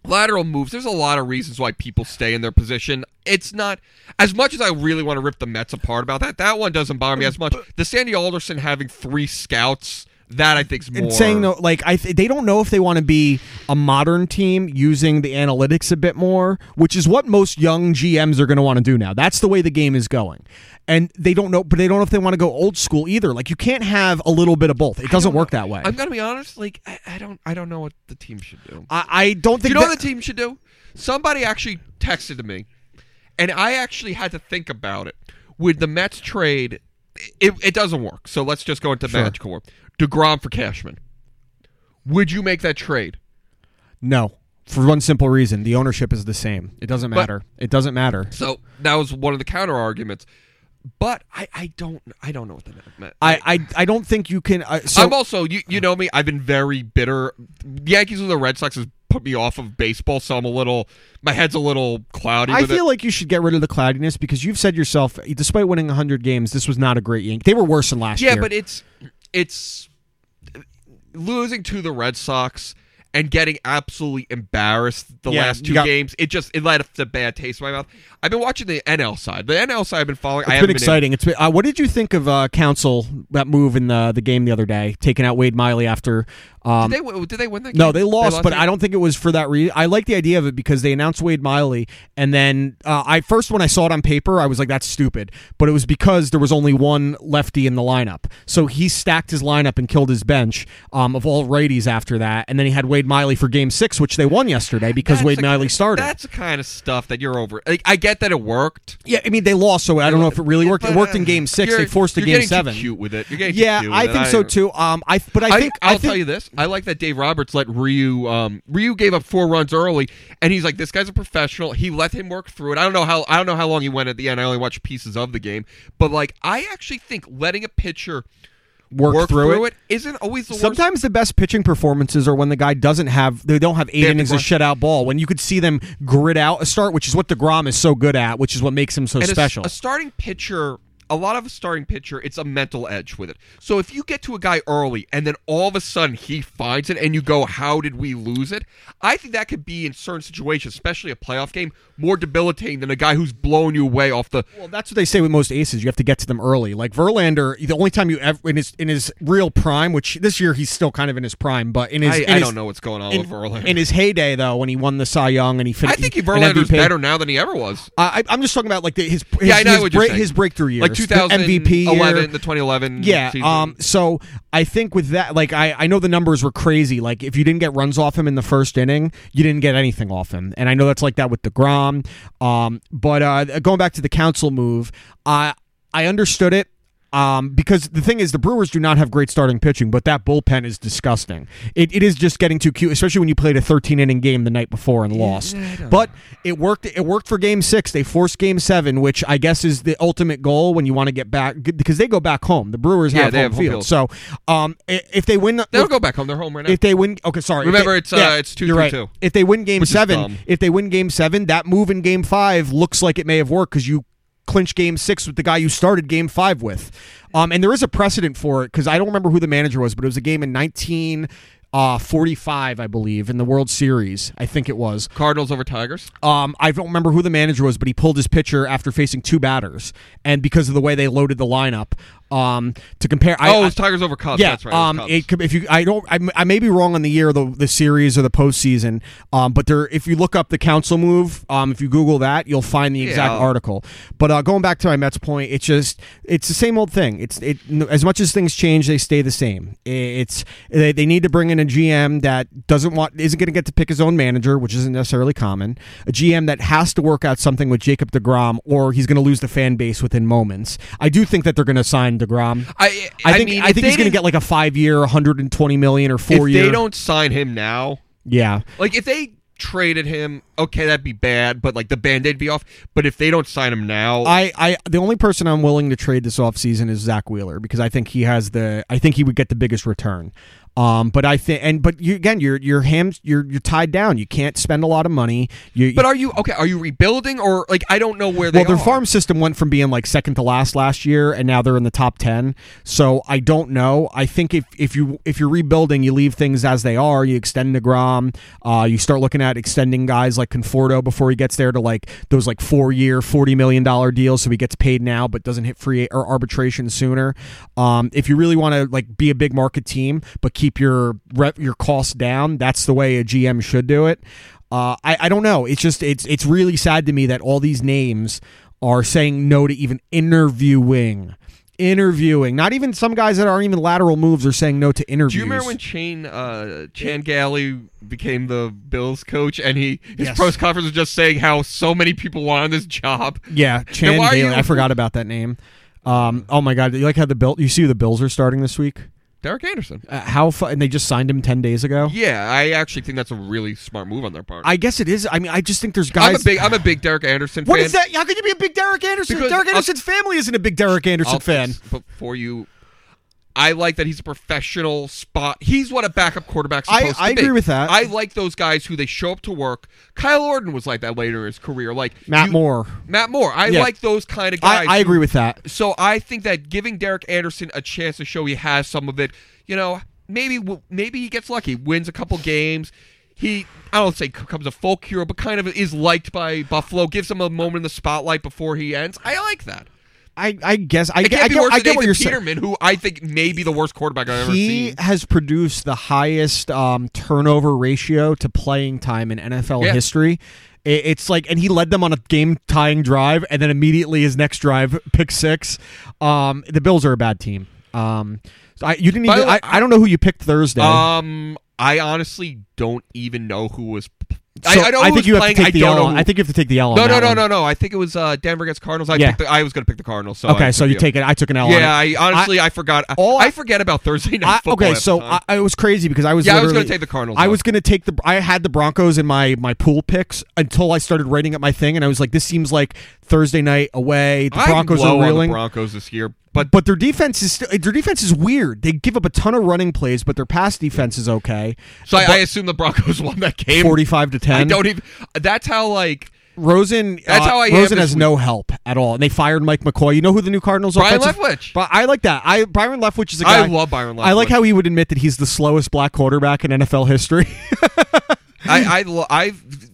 Speaker 1: Lateral moves. There's a lot of reasons why people stay in their position. It's not as much as I really want to rip the Mets apart about that. That one doesn't bother me as much. The Sandy Alderson having three scouts. That I think's more
Speaker 2: and saying no, like I th- they don't know if they want to be a modern team using the analytics a bit more, which is what most young GMs are going to want to do now. That's the way the game is going, and they don't know, but they don't know if they want to go old school either. Like you can't have a little bit of both. It doesn't work that way.
Speaker 1: I'm gonna be honest. Like I, I don't. I don't know what the team should do.
Speaker 2: I, I don't
Speaker 1: Do
Speaker 2: think
Speaker 1: you know
Speaker 2: that-
Speaker 1: what the team should do? Somebody actually texted to me, and I actually had to think about it. With the Mets trade, it, it doesn't work. So let's just go into magical world. DeGrom for Cashman. Would you make that trade?
Speaker 2: no. For one simple reason, the ownership is the same. It doesn't matter. it doesn't matter.
Speaker 1: So that was one of the counter arguments. But I, I don't I don't know what the Mets meant.
Speaker 2: I, I, I don't think you can. Uh, so
Speaker 1: I'm also you you know me. I've been very bitter. The Yankees and the Red Sox has put me off of baseball, so I'm a little my head's a little cloudy.
Speaker 2: I
Speaker 1: with it.
Speaker 2: feel like you should get rid of the cloudiness because you've said yourself, despite winning 100 games, this was not a great Yankee. They were worse than last
Speaker 1: Yeah,
Speaker 2: year.
Speaker 1: but it's it's losing to the Red Sox and getting absolutely embarrassed the
Speaker 2: Yeah,
Speaker 1: last
Speaker 2: you
Speaker 1: two
Speaker 2: got-
Speaker 1: games. It just it left a bad taste in my mouth. I've been watching the NL side. The NL side I've been following.
Speaker 2: It's
Speaker 1: I haven't
Speaker 2: been exciting. It's been, uh, what did you think of uh, Council that move in the the game the other day, taking out Wade Miley after Um,
Speaker 1: Did they, w- did they win that game?
Speaker 2: no, they lost, but
Speaker 1: it?
Speaker 2: I don't think it was for that reason. I like the idea of it because they announced Wade Miley, and then uh, I first when I saw it on paper, I was like, "That's stupid," but it was because there was only one lefty in the lineup, so he stacked his lineup and killed his bench um, of all righties after that, and then he had Wade Miley for Game Six, which they won yesterday because
Speaker 1: That's
Speaker 2: Wade
Speaker 1: the-
Speaker 2: Miley started.
Speaker 1: That's the kind of stuff that you're over. Like, I get that it worked.
Speaker 2: yeah, I mean they lost, so I don't know if it really worked. It
Speaker 1: but,
Speaker 2: worked
Speaker 1: uh,
Speaker 2: in Game Six. They
Speaker 1: you're-
Speaker 2: forced a
Speaker 1: you're
Speaker 2: Game
Speaker 1: getting too
Speaker 2: Seven.
Speaker 1: cute with it. You're getting too
Speaker 2: Yeah,
Speaker 1: cute
Speaker 2: I
Speaker 1: with it.
Speaker 2: think so too. Um, I but I
Speaker 1: I,
Speaker 2: think
Speaker 1: I'll
Speaker 2: I think
Speaker 1: tell you this. I like that Dave Roberts let Ryu. Um, Ryu gave up four runs early, and he's like, "This guy's a professional." He let him work through it. I don't know how. I don't know how long he went at the end. I only watched pieces of the game, but like, I actually think letting a pitcher
Speaker 2: Work through it.
Speaker 1: isn't always the worst.
Speaker 2: Sometimes the best pitching performances are when the guy doesn't have they don't have eight
Speaker 1: have to
Speaker 2: innings of
Speaker 1: grind.
Speaker 2: shutout ball. When you could see them grit out a start, which is what Degrom is so good at, which is what makes him so
Speaker 1: And a-
Speaker 2: special.
Speaker 1: A, starting pitcher, a lot of a starting pitcher, it's a mental edge with it. So if you get to a guy early and then all of a sudden he finds it and you go, how did we lose it? I think that could be in certain situations, especially a playoff game, more debilitating than a guy who's blown you away off the.
Speaker 2: well, that's what they say with most aces. You have to get to them early. Like Verlander, the only time you ever in his in his real prime, which this year he's still kind of in his prime, but in his
Speaker 1: I,
Speaker 2: in
Speaker 1: I
Speaker 2: his-
Speaker 1: don't know what's going on
Speaker 2: in,
Speaker 1: with Verlander.
Speaker 2: in his heyday though, when he won the Cy Young and he
Speaker 1: I
Speaker 2: finished,
Speaker 1: think he Verlander's better now than he ever was.
Speaker 2: I, I'm just talking about like the, his his,
Speaker 1: yeah, I know
Speaker 2: his,
Speaker 1: what you're
Speaker 2: break-
Speaker 1: saying.
Speaker 2: his breakthrough years,
Speaker 1: like
Speaker 2: the
Speaker 1: 2011,
Speaker 2: MVP year.
Speaker 1: the 2011.
Speaker 2: Yeah.
Speaker 1: season.
Speaker 2: Um. So I think with that, like I, I know the numbers were crazy. Like if you didn't get runs off him in the first inning, you didn't get anything off him. And I know that's like that with Degrom. Um. But uh, going back to the council move, I I understood it. Um, because the thing is, the Brewers do not have great starting pitching, but that bullpen is disgusting. It, it is just getting too cute, especially when you played a 13 inning game the night before and lost. But it worked. It worked for Game Six. They forced Game Seven, which I guess is the ultimate goal when you want to get back because they go back home. The Brewers
Speaker 1: Yeah,
Speaker 2: have,
Speaker 1: they
Speaker 2: home,
Speaker 1: have home
Speaker 2: field. So, um, i- if they win,
Speaker 1: they'll go back home. They're home right now.
Speaker 2: if they win, okay, sorry. If
Speaker 1: Remember,
Speaker 2: they-
Speaker 1: it's, uh, it's two,
Speaker 2: you're
Speaker 1: three,
Speaker 2: right.
Speaker 1: two.
Speaker 2: If they win game
Speaker 1: Which is
Speaker 2: seven,
Speaker 1: dumb.
Speaker 2: if they win game seven, that move in game five looks like it may have worked because you clinch game six with the guy you started game five with. Um, and there is a precedent for it because I don't remember who the manager was, but it was a game in 19. Uh, 45, I believe, in the World Series, I think it was.
Speaker 1: Cardinals over Tigers.
Speaker 2: Um, I don't remember who the manager was, but he pulled his pitcher after facing two batters, and because of the way they loaded the lineup. Um, to compare, I,
Speaker 1: oh,
Speaker 2: I-
Speaker 1: it's Tigers over Cubs.
Speaker 2: yeah,
Speaker 1: That's right. it was
Speaker 2: um,
Speaker 1: Cubs.
Speaker 2: it could, if you, I don't, I, I may be wrong on the year, the the series or the postseason. Um, but there, if you look up the council move, um, if you Google that, you'll find the exact
Speaker 1: Yeah.
Speaker 2: article. But uh, going back to my Mets point, it's just it's the same old thing. It's it no- as much as things change, they stay the same. I- It's they, they need to bring in a GM that doesn't want isn't going to get to pick his own manager, which isn't necessarily common. A GM that has to work out something with Jacob Degrom, or he's going to lose the fan base within moments. I do think that they're going to sign Degrom.
Speaker 1: I-
Speaker 2: I
Speaker 1: I
Speaker 2: think
Speaker 1: mean,
Speaker 2: I
Speaker 1: if
Speaker 2: think
Speaker 1: they
Speaker 2: he's going to
Speaker 1: didn't-
Speaker 2: get like a five year, 120 million or
Speaker 1: if
Speaker 2: four year.
Speaker 1: they don't sign him now,
Speaker 2: yeah,
Speaker 1: like if they traded him, okay, that'd be bad, but like the band aid be off. But if they don't sign him now,
Speaker 2: I, I the only person I'm willing to trade this offseason is Zach Wheeler because I think he has the I think he would get the biggest return. Um, but I think and but you again you're you're hams you're you're tied down. You can't spend a lot of money. You,
Speaker 1: but are you okay? Are you rebuilding or like I don't know where they
Speaker 2: well, their
Speaker 1: are.
Speaker 2: farm system went from being like second to last last year, and now they're in the top ten. So I don't know. I think if, if you if you're rebuilding, you leave things as they are. You extend Negrom. Uh, you start looking at extending guys like Conforto before he gets there to like those like four year, forty million dollar deals, so he gets paid now but doesn't hit free or arbitration sooner. Um, if you really want to like be a big market team but keep your rep, your costs down, that's the way a GM should do it. Uh, I, I don't know. It's just it's it's really sad to me that all these names are saying no to even interviewing, interviewing. Not even some guys that aren't even lateral moves are saying no to interviews.
Speaker 1: Do you remember when Chain uh, Chan Galley became the Bills coach, and he his
Speaker 2: Yes.
Speaker 1: press conference was just saying how so many people wanted this job?
Speaker 2: Yeah, Chan
Speaker 1: why are
Speaker 2: Bailey.
Speaker 1: you-
Speaker 2: I forgot about that name. Um, oh my god! You like how the bill? You see who the Bills are starting this week?
Speaker 1: Derek Anderson.
Speaker 2: Uh, how fu- and they just signed him ten days ago.
Speaker 1: Yeah, I actually think that's a really smart move on their part.
Speaker 2: I guess it is. I mean, I just think there's guys.
Speaker 1: am a big I'm a big Derek Anderson
Speaker 2: What
Speaker 1: fan.
Speaker 2: is that? How could you be a big Derek Anderson?
Speaker 1: Because
Speaker 2: Derek
Speaker 1: I'll-
Speaker 2: Anderson's family isn't a big Derek Anderson
Speaker 1: I'll-
Speaker 2: fan.
Speaker 1: But for you, I like that he's a professional spot. He's what a backup quarterback's
Speaker 2: I-
Speaker 1: supposed
Speaker 2: I
Speaker 1: to be.
Speaker 2: agree with that.
Speaker 1: I like those guys who they show up to work. Kyle Orton was like that later in his career. Like
Speaker 2: Matt
Speaker 1: you-
Speaker 2: Moore.
Speaker 1: Matt Moore. I
Speaker 2: Yeah.
Speaker 1: like those kind of guys.
Speaker 2: I, I
Speaker 1: who-
Speaker 2: agree with that.
Speaker 1: So I think that giving Derek Anderson a chance to show he has some of it, you know, maybe maybe he gets lucky, wins a couple games. He I don't say becomes a folk hero, but kind of is liked by Buffalo, gives him a moment in the spotlight before he ends. I like that.
Speaker 2: I, I guess I,
Speaker 1: It
Speaker 2: get-
Speaker 1: can't
Speaker 2: I
Speaker 1: be
Speaker 2: get,
Speaker 1: worse
Speaker 2: I
Speaker 1: than
Speaker 2: get what
Speaker 1: Nathan
Speaker 2: you're saying.
Speaker 1: Peterman, who I think may be the worst quarterback I've ever
Speaker 2: He
Speaker 1: seen.
Speaker 2: has produced the highest um, turnover ratio to playing time in NFL
Speaker 1: Yeah.
Speaker 2: history. I- It's like, and he led them on a game tying drive, and then immediately his next drive, pick six. Um, the Bills are a bad team. Um, so I, you didn't
Speaker 1: By
Speaker 2: even.
Speaker 1: the way-
Speaker 2: I, I don't know who you picked Thursday.
Speaker 1: Um, I honestly don't even know who was. I,
Speaker 2: So
Speaker 1: I know who
Speaker 2: think
Speaker 1: was
Speaker 2: you have
Speaker 1: playing.
Speaker 2: to take
Speaker 1: I
Speaker 2: the
Speaker 1: don't
Speaker 2: L.
Speaker 1: know.
Speaker 2: on-
Speaker 1: who-
Speaker 2: I think you have to take the L. on
Speaker 1: no, no,
Speaker 2: that
Speaker 1: no,
Speaker 2: one.
Speaker 1: no, no. I think it was uh, Denver against Cardinals. I
Speaker 2: Yeah.
Speaker 1: picked the, I was going to pick the Cardinals. So I
Speaker 2: Okay,
Speaker 1: took
Speaker 2: so you
Speaker 1: the-
Speaker 2: take it. I took an L. on it.
Speaker 1: Yeah, I honestly I, forgot.
Speaker 2: all I-
Speaker 1: I, forget about Thursday night
Speaker 2: I-
Speaker 1: football.
Speaker 2: okay,
Speaker 1: half the
Speaker 2: so
Speaker 1: time.
Speaker 2: I, I was crazy because I was
Speaker 1: Yeah, I was
Speaker 2: literally-
Speaker 1: gonna take the Cardinals,
Speaker 2: I
Speaker 1: though.
Speaker 2: was going to take the. I had the Broncos in my my pool picks until I started writing up my thing, and I was like, this seems like Thursday night away. The
Speaker 1: I'm
Speaker 2: Broncos are
Speaker 1: low on the
Speaker 2: reeling.
Speaker 1: Broncos this year, but
Speaker 2: but their defense is still, their defense is weird. They give up a ton of running plays, but their pass defense is okay.
Speaker 1: so I, I assume the Broncos (laughs) won that game.
Speaker 2: Forty-five to ten.
Speaker 1: I don't even. That's how like
Speaker 2: Rosen.
Speaker 1: That's
Speaker 2: uh,
Speaker 1: how I am
Speaker 2: Rosen
Speaker 1: this
Speaker 2: has
Speaker 1: week.
Speaker 2: no help at all, and they fired Mike McCoy. You know who the new Cardinals
Speaker 1: Byron
Speaker 2: offensive-
Speaker 1: Leftwich.
Speaker 2: But I like that. I Byron Leftwich is a guy.
Speaker 1: I love Byron. Leftwich.
Speaker 2: I like how he would admit that he's the slowest black quarterback in NFL history. (laughs)
Speaker 1: I I lo- I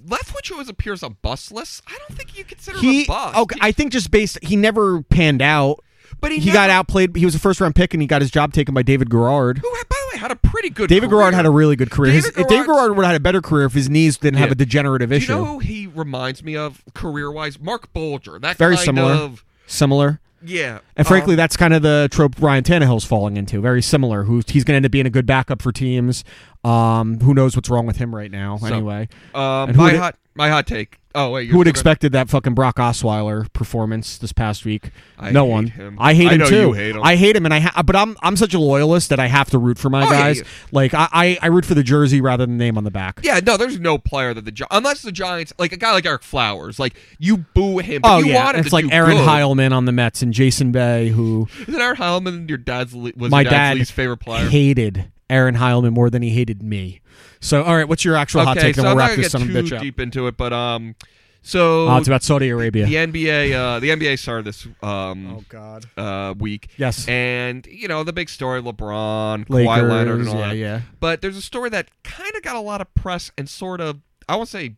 Speaker 1: Leftwich always appears on bus lists. I don't think you consider him
Speaker 2: he
Speaker 1: a bus.
Speaker 2: okay. I think just based he never panned out.
Speaker 1: but he,
Speaker 2: He got
Speaker 1: never-
Speaker 2: outplayed. He was a first round pick, and he got his job taken by David Garrard.
Speaker 1: Who, had- Oh, by the way, had a pretty good.
Speaker 2: David
Speaker 1: career.
Speaker 2: Garrard had a really good career. His-
Speaker 1: David
Speaker 2: David, Garrard,
Speaker 1: Garrard's-
Speaker 2: would have had a better career if his knees didn't have
Speaker 1: Yeah.
Speaker 2: a degenerative
Speaker 1: Do you
Speaker 2: issue.
Speaker 1: know who he reminds me of career wise? Mark Bolger. That
Speaker 2: Very
Speaker 1: kind
Speaker 2: similar.
Speaker 1: Of,
Speaker 2: Similar.
Speaker 1: yeah,
Speaker 2: And frankly,
Speaker 1: Um,
Speaker 2: that's kind of the trope Ryan Tannehill's falling into. Very similar. Who he's going to end up being a good backup for teams. Um, who knows what's wrong with him right now? anyway,
Speaker 1: um,
Speaker 2: and who
Speaker 1: my
Speaker 2: would-
Speaker 1: hot my hot take. Oh wait, you're
Speaker 2: who would
Speaker 1: still gonna-
Speaker 2: expected that fucking Brock Osweiler performance this past week?
Speaker 1: I
Speaker 2: no
Speaker 1: hate
Speaker 2: one.
Speaker 1: him.
Speaker 2: I hate
Speaker 1: I
Speaker 2: him
Speaker 1: know
Speaker 2: too.
Speaker 1: you hate him.
Speaker 2: I hate him, and I. Ha- but I'm I'm such a loyalist that I have to root for my
Speaker 1: Oh, yeah,
Speaker 2: guys.
Speaker 1: you-
Speaker 2: Like I, I I root for the jersey rather than the name on the back.
Speaker 1: Yeah, no, there's no player that the Gi- unless the Giants like a guy like Eric Flowers, like you boo him. But
Speaker 2: oh
Speaker 1: you
Speaker 2: yeah,
Speaker 1: want him
Speaker 2: it's
Speaker 1: to
Speaker 2: like
Speaker 1: do
Speaker 2: Aaron
Speaker 1: good.
Speaker 2: Heilman on the Mets and Jason Bay, who
Speaker 1: Isn't Aaron Heilman your dad's le- was
Speaker 2: my
Speaker 1: your dad's
Speaker 2: dad
Speaker 1: least favorite player?
Speaker 2: hated Aaron Heilman more than he hated me. So all right, what's your actual hot
Speaker 1: okay,
Speaker 2: take?
Speaker 1: so
Speaker 2: Then we'll
Speaker 1: I'm
Speaker 2: wrap
Speaker 1: not gonna
Speaker 2: this
Speaker 1: get
Speaker 2: son of a
Speaker 1: too
Speaker 2: bitch up.
Speaker 1: deep into it, but um, so
Speaker 2: Uh, it's about Saudi Arabia.
Speaker 1: the NBA, uh, the NBA started this um
Speaker 2: God.
Speaker 1: uh week.
Speaker 2: Yes.
Speaker 1: and you know the big story: LeBron, Kawhi
Speaker 2: Lakers,
Speaker 1: Leonard, and all
Speaker 2: yeah,
Speaker 1: that.
Speaker 2: yeah.
Speaker 1: But there's a story that kind of got a lot of press and sort of I won't say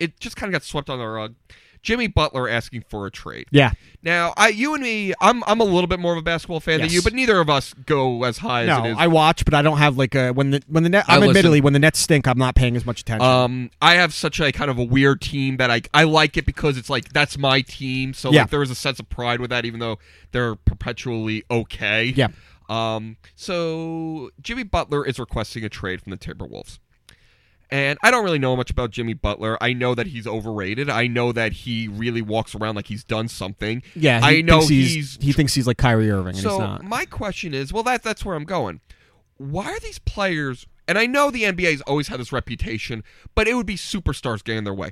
Speaker 1: it just kind of got swept under the rug. Jimmy Butler asking for a trade.
Speaker 2: Yeah.
Speaker 1: Now, I, you and me, I'm I'm a little bit more of a basketball fan
Speaker 2: Yes.
Speaker 1: than you, but neither of us go as high as it
Speaker 2: No,
Speaker 1: is.
Speaker 2: I watch, but I don't have like a when the when the net.
Speaker 1: I
Speaker 2: I'm
Speaker 1: listen.
Speaker 2: admittedly when the Nets stink, I'm not paying as much attention.
Speaker 1: um, I have such a kind of a weird team that I I like it because it's like that's my team, so
Speaker 2: Yeah.
Speaker 1: like there is a sense of pride with that, even though they're perpetually okay.
Speaker 2: Yeah.
Speaker 1: Um. So Jimmy Butler is requesting a trade from the Timberwolves. And I don't really know much about Jimmy Butler. I know that he's overrated. I know that he really walks around like he's done something.
Speaker 2: yeah, he
Speaker 1: I know
Speaker 2: thinks
Speaker 1: he's
Speaker 2: he thinks he's like Kyrie Irving, and
Speaker 1: so
Speaker 2: he's not.
Speaker 1: my question is, well, that that's where I'm going. Why are these players? And I know the NBA's always had this reputation, but it would be superstars getting in their way.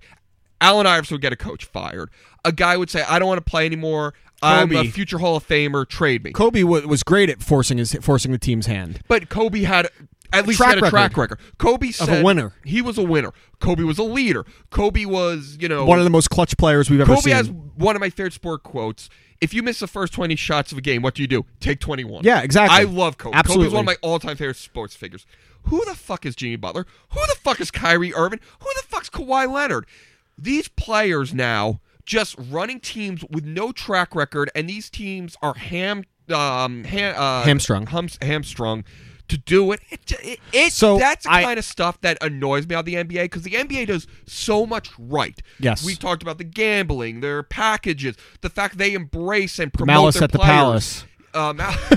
Speaker 1: Allen Iverson would get a coach fired. A guy would say, "I don't want to play anymore. I'm a
Speaker 2: Kobe.
Speaker 1: future Hall of Famer. Trade me."
Speaker 2: Kobe w- was great at forcing his forcing the team's hand.
Speaker 1: But Kobe had at least
Speaker 2: track
Speaker 1: had a track record. Kobe
Speaker 2: a
Speaker 1: said
Speaker 2: winner.
Speaker 1: He was a winner. Kobe was a leader. Kobe was, you know,
Speaker 2: One of the most clutch players we've ever
Speaker 1: Kobe
Speaker 2: seen.
Speaker 1: has one of my favorite sport quotes. If you miss the first 20 shots of a game, what do you do? Take 21.
Speaker 2: Yeah, exactly.
Speaker 1: I love Kobe.
Speaker 2: Absolutely.
Speaker 1: Kobe's one of my all-time favorite sports figures. Who the fuck is Jimmy Butler? Who the fuck is Kyrie Irving? Who the fuck's Kawhi Leonard? These players now just running teams with no track record, and these teams are ham, um, ham uh,
Speaker 2: Hamstrung.
Speaker 1: (laughs) hums- hamstrung to do it. It, it, it-
Speaker 2: So
Speaker 1: that's the
Speaker 2: I-
Speaker 1: kind of stuff that annoys me about the NBA because the NBA does so much right.
Speaker 2: Yes.
Speaker 1: we talked about the gambling, their packages, the fact they embrace and promote
Speaker 2: Malice
Speaker 1: their
Speaker 2: at the
Speaker 1: players.
Speaker 2: Palace.
Speaker 1: Uh, mal- (laughs)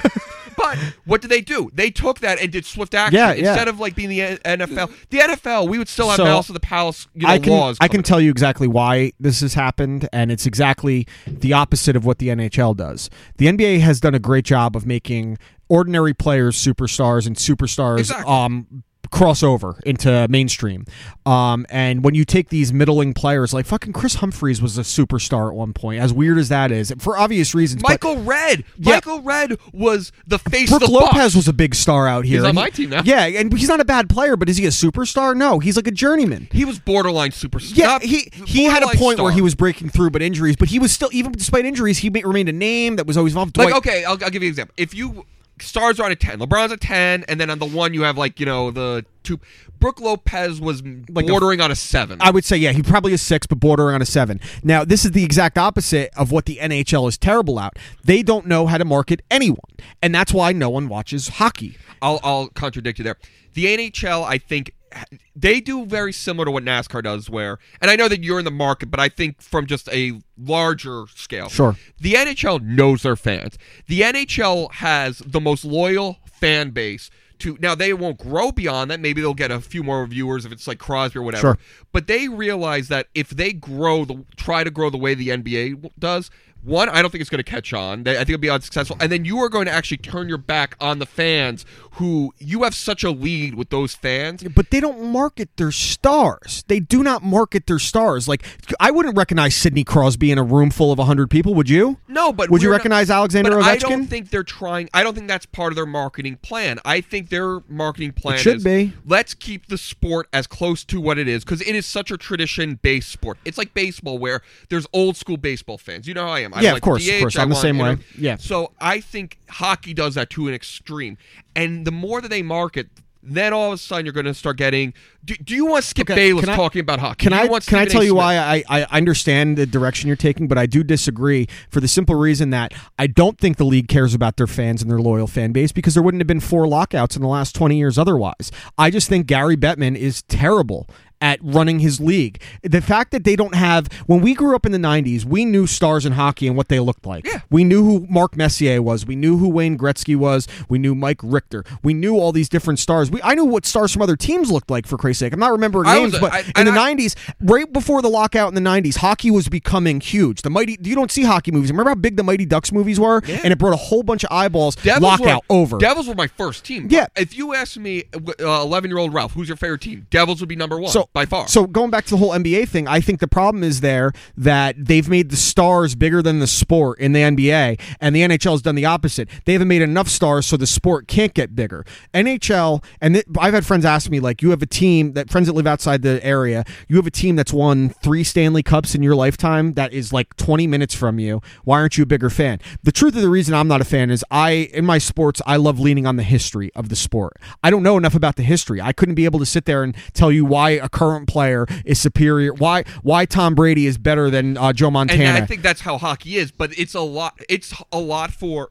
Speaker 1: but what did they do? They took that and did swift action
Speaker 2: Yeah, yeah.
Speaker 1: instead of like being the N- NFL. The NFL, we would still have
Speaker 2: So,
Speaker 1: malice at the palace. You know,
Speaker 2: I can
Speaker 1: laws.
Speaker 2: I can
Speaker 1: coming
Speaker 2: tell you exactly why this has happened, and it's exactly the opposite of what the NHL does. The NBA has done a great job of making ordinary players superstars and superstars
Speaker 1: Exactly.
Speaker 2: um cross over into mainstream. Um and when you take these middling players like fucking Chris Humphreys was a superstar at one point, as weird as that is, for obvious reasons.
Speaker 1: up.
Speaker 2: but-
Speaker 1: Michael Red.
Speaker 2: Yeah.
Speaker 1: Michael Red was the face
Speaker 2: Brooke
Speaker 1: of the
Speaker 2: Lopez
Speaker 1: Bucks.
Speaker 2: was a big star out here.
Speaker 1: He's on
Speaker 2: and
Speaker 1: my team now.
Speaker 2: Yeah, and he's not a bad player, but is he a superstar? No, he's like a journeyman.
Speaker 1: He was borderline superstar.
Speaker 2: Yeah, he he had a
Speaker 1: borderline
Speaker 2: point where
Speaker 1: star.
Speaker 2: he was breaking through, but injuries. But he was still, even despite injuries, he ma- remained a name that was always involved.
Speaker 1: Like,
Speaker 2: Dwight-
Speaker 1: okay, I'll, I'll give you an example. If you stars are on a 10. LeBron's a 10, and then on the one you have like, you know, the two Brooke Lopez was
Speaker 2: Like a-
Speaker 1: bordering on a 7.
Speaker 2: I would say, yeah, he probably is six, but bordering on a seven. Now, this is the exact opposite of what the NHL is terrible at. They don't know how to market anyone, and that's why no one watches hockey.
Speaker 1: I'll I'll contradict you there. The NHL, I think, they do very similar to what NASCAR does, where and I know that you're in the market, but I think from just a larger scale.
Speaker 2: Sure.
Speaker 1: The NHL knows their fans. The NHL has the most loyal fan base. To, now they won't grow beyond that. Maybe they'll get a few more viewers if it's like Crosby or whatever.
Speaker 2: Sure.
Speaker 1: But they realize that if they grow the try to grow the way the NBA w- does, one, I don't think it's going to catch on. They- I think it'll be unsuccessful. And then you are going to actually turn your back on the fans who you have such a lead with those fans.
Speaker 2: but they don't market their stars. They do not market their stars. Like I wouldn't recognize Sidney Crosby in a room full of 100 people, would you?
Speaker 1: No, but
Speaker 2: would you
Speaker 1: we're not-
Speaker 2: recognize Alexander
Speaker 1: but
Speaker 2: Ovechkin?
Speaker 1: I don't think they're trying. I don't think that's part of their marketing plan. I think their marketing plan
Speaker 2: should
Speaker 1: is,
Speaker 2: be.
Speaker 1: let's keep the sport as close to what it is because it is such a tradition-based sport. It's like baseball where there's old school baseball fans. You know how I am. I
Speaker 2: Yeah,
Speaker 1: like
Speaker 2: of course, of
Speaker 1: DH,
Speaker 2: course.
Speaker 1: I
Speaker 2: I'm the
Speaker 1: want,
Speaker 2: same
Speaker 1: you
Speaker 2: way.
Speaker 1: know.
Speaker 2: Yeah.
Speaker 1: So I think hockey does that to an extreme, and the more that they market. Then all of a sudden you're going to start getting. Do, do you want Skip
Speaker 2: Okay,
Speaker 1: Bayless
Speaker 2: can I-
Speaker 1: talking about hockey?
Speaker 2: Can
Speaker 1: Do
Speaker 2: I
Speaker 1: you want
Speaker 2: can I
Speaker 1: Stephen
Speaker 2: tell
Speaker 1: A.
Speaker 2: you
Speaker 1: Smith?
Speaker 2: why I, I understand the direction you're taking, but I do disagree for the simple reason that I don't think the league cares about their fans and their loyal fan base because there wouldn't have been four lockouts in the last 20 years otherwise. I just think Gary Bettman is terrible at running his league. The fact that they don't have when we grew up in the 90s, we knew stars in hockey and what they looked like.
Speaker 1: Yeah.
Speaker 2: We knew who Mark Messier was. We knew who Wayne Gretzky was. We knew Mike Richter. We knew all these different stars. We I knew what stars from other teams looked like for Christ's sake. I'm not remembering
Speaker 1: I
Speaker 2: names,
Speaker 1: was-
Speaker 2: but
Speaker 1: I-
Speaker 2: in
Speaker 1: and
Speaker 2: the
Speaker 1: I-
Speaker 2: 90s, right before the lockout in the 90s, hockey was becoming huge. The Mighty, you don't see hockey movies. Remember how big the Mighty Ducks movies were? And it brought a whole bunch of eyeballs. lockout
Speaker 1: were,
Speaker 2: over.
Speaker 1: Devils were my first team.
Speaker 2: Yeah.
Speaker 1: If you asked me, uh, eleven-year-old Ralph, who's your favorite team? Devils would be number one
Speaker 2: so
Speaker 1: by far.
Speaker 2: So going back to the whole NBA thing, I think the problem is there that they've made the stars bigger than the sport in the NBA, and the NHL has done the opposite. They haven't made enough stars, so the sport can't get bigger. NHL, and th- I've had friends ask me like, you have a team that friends that live outside the area, you have a team that's won three Stanley Cups in your lifetime that is like 20 minutes from you. Why aren't you a bigger fan? The truth of the reason I'm not a fan is I in my sports I love leaning on the history of the sport. I don't know enough about the history. I couldn't be able to sit there and tell you why a current player is superior, why why Tom Brady is better than uh, Joe
Speaker 1: and
Speaker 2: Montana.
Speaker 1: I think that's how hockey is. But it's a lot. It's a lot for.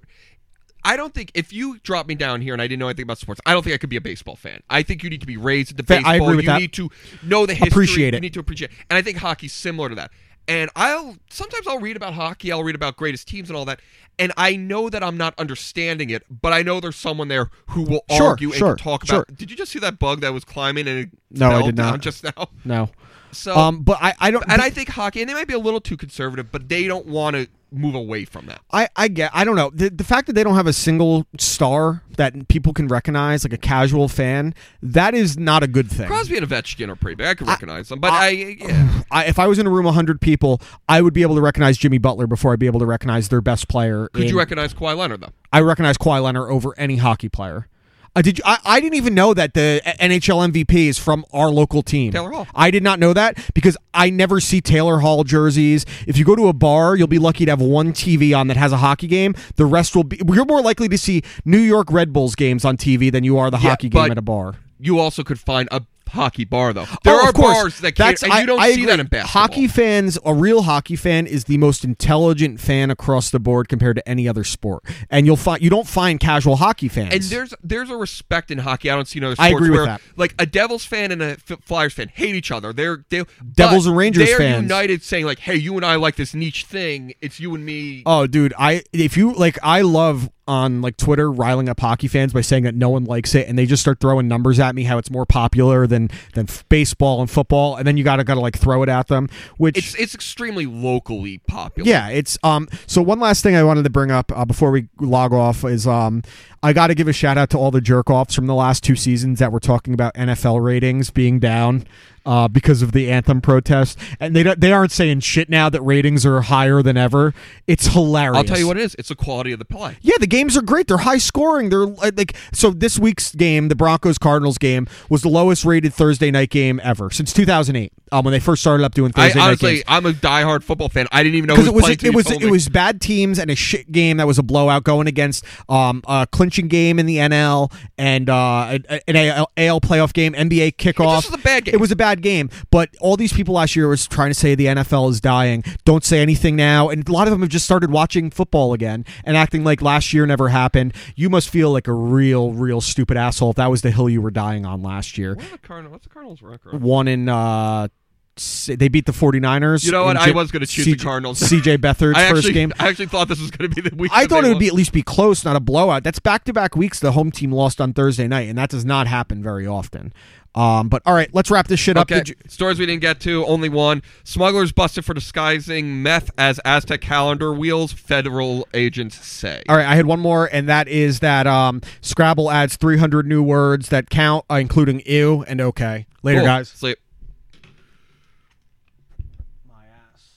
Speaker 1: I don't think if you drop me down here and I didn't know anything about sports, I don't think I could be a baseball fan. I think you need to be raised into
Speaker 2: Fa- I
Speaker 1: baseball.
Speaker 2: agree with
Speaker 1: you
Speaker 2: that.
Speaker 1: need to know the history.
Speaker 2: Appreciate it.
Speaker 1: You need to appreciate. And I think hockey's similar to that. And I'll sometimes I'll read about hockey, I'll read about greatest teams and all that, and I know that I'm not understanding it, but I know there's someone there who will
Speaker 2: Sure,
Speaker 1: argue
Speaker 2: sure,
Speaker 1: and can talk
Speaker 2: sure.
Speaker 1: about. Did you just see that bug that was climbing and it
Speaker 2: No, I
Speaker 1: fell
Speaker 2: did not.
Speaker 1: down just now?
Speaker 2: no.
Speaker 1: So
Speaker 2: Um, but I, I don't
Speaker 1: and I think hockey, and they might be a little too conservative, but they don't want to move away from that.
Speaker 2: I, I get I don't know the, the fact that they don't have a single star that people can recognize like a casual fan that is not a good thing.
Speaker 1: Crosby and Ovechkin are pretty big. I could recognize them, but I, yeah.
Speaker 2: I, if I was in a room of 100 people, I would be able to recognize Jimmy Butler before I'd be able to recognize their best player.
Speaker 1: could
Speaker 2: in-
Speaker 1: you recognize Kawhi Leonard though?
Speaker 2: I recognize Kawhi Leonard over any hockey player. Uh, did you, I, I didn't even know that the uh, NHL MVP is from our local team.
Speaker 1: Taylor Hall.
Speaker 2: I did not know that because I never see Taylor Hall jerseys. If you go to a bar, you'll be lucky to have one TV on that has a hockey game. The rest will be. You're more likely to see New York Red Bulls games on TV than you are the
Speaker 1: Yeah,
Speaker 2: hockey game
Speaker 1: but-
Speaker 2: at a bar.
Speaker 1: You also could find a hockey bar though. There
Speaker 2: Oh,
Speaker 1: are
Speaker 2: of course.
Speaker 1: bars that can't, and you don't see
Speaker 2: agree.
Speaker 1: that in basketball.
Speaker 2: Hockey fans, a real hockey fan, is the most intelligent fan across the board compared to any other sport, and you'll find you don't find casual hockey fans.
Speaker 1: and there's there's a respect in hockey. I don't see in other
Speaker 2: I
Speaker 1: sports
Speaker 2: agree with
Speaker 1: where
Speaker 2: that.
Speaker 1: like a Devils fan and a F- Flyers fan hate each other. They're they
Speaker 2: Devils
Speaker 1: but
Speaker 2: and Rangers
Speaker 1: They're
Speaker 2: fans.
Speaker 1: united, saying like, "Hey, you and I like this niche thing. It's you and me."
Speaker 2: oh, dude, I if you like, I love on like Twitter riling up hockey fans by saying that no one likes it, and they just start throwing numbers at me how it's more popular than than f- baseball and football, and then you gotta gotta like throw it at them, which
Speaker 1: it's it's extremely locally popular.
Speaker 2: Yeah, it's um. So one last thing I wanted to bring up uh, before we log off is um, I got to give a shout out to all the jerk offs from the last two seasons that were talking about NFL ratings being down. uh, because of the anthem protest, and they don't, they aren't saying shit now that ratings are higher than ever. It's hilarious.
Speaker 1: I'll tell you what it is. It's the quality of the play.
Speaker 2: Yeah, the games are great. They're high scoring. They're like like- so. This week's game, the Broncos Cardinals game, was the lowest rated Thursday night game ever since 2008. Um, when they first started up doing
Speaker 1: I
Speaker 2: Thursday night
Speaker 1: honestly,
Speaker 2: games.
Speaker 1: I'm a diehard football fan. I didn't even know who
Speaker 2: Because
Speaker 1: was,
Speaker 2: it was
Speaker 1: playing
Speaker 2: it,
Speaker 1: till you
Speaker 2: was
Speaker 1: told
Speaker 2: it
Speaker 1: me.
Speaker 2: was bad teams and a shit game that was a blowout going against um a clinching game in the NL and uh an- an AL, AL playoff game NBA kickoff.
Speaker 1: was a bad game.
Speaker 2: It was a bad game, but all these people last year was trying to say the NFL is dying. Don't say anything now, and a lot of them have just started watching football again and acting like last year never happened. You must feel like a real real stupid asshole if that was the hill you were dying on last year.
Speaker 1: What's the Cardinal- what's the Cardinals record?
Speaker 2: One in uh. s- They beat the 49ers.
Speaker 1: You know what?
Speaker 2: in
Speaker 1: I
Speaker 2: J-
Speaker 1: was gonna choose the
Speaker 2: CJ
Speaker 1: Cardinals.
Speaker 2: CJ Beathard's
Speaker 1: (laughs) I
Speaker 2: first
Speaker 1: actually,
Speaker 2: game.
Speaker 1: I actually thought this was going to be the week.
Speaker 2: I
Speaker 1: that
Speaker 2: thought
Speaker 1: they
Speaker 2: it would be
Speaker 1: lost.
Speaker 2: at least be close, not a blowout. That's back to back weeks the home team lost on Thursday night, and that does not happen very often. Um, but all right, let's wrap this shit up.
Speaker 1: Okay,
Speaker 2: Did you-
Speaker 1: stories we didn't get to. Only one. Smugglers busted for disguising meth as Aztec calendar wheels. Federal agents say.
Speaker 2: all right, I had one more, and that is that um, Scrabble adds 300 new words that count, uh, including ew and okay. Later,
Speaker 1: Cool.
Speaker 2: guys.
Speaker 1: Sleep.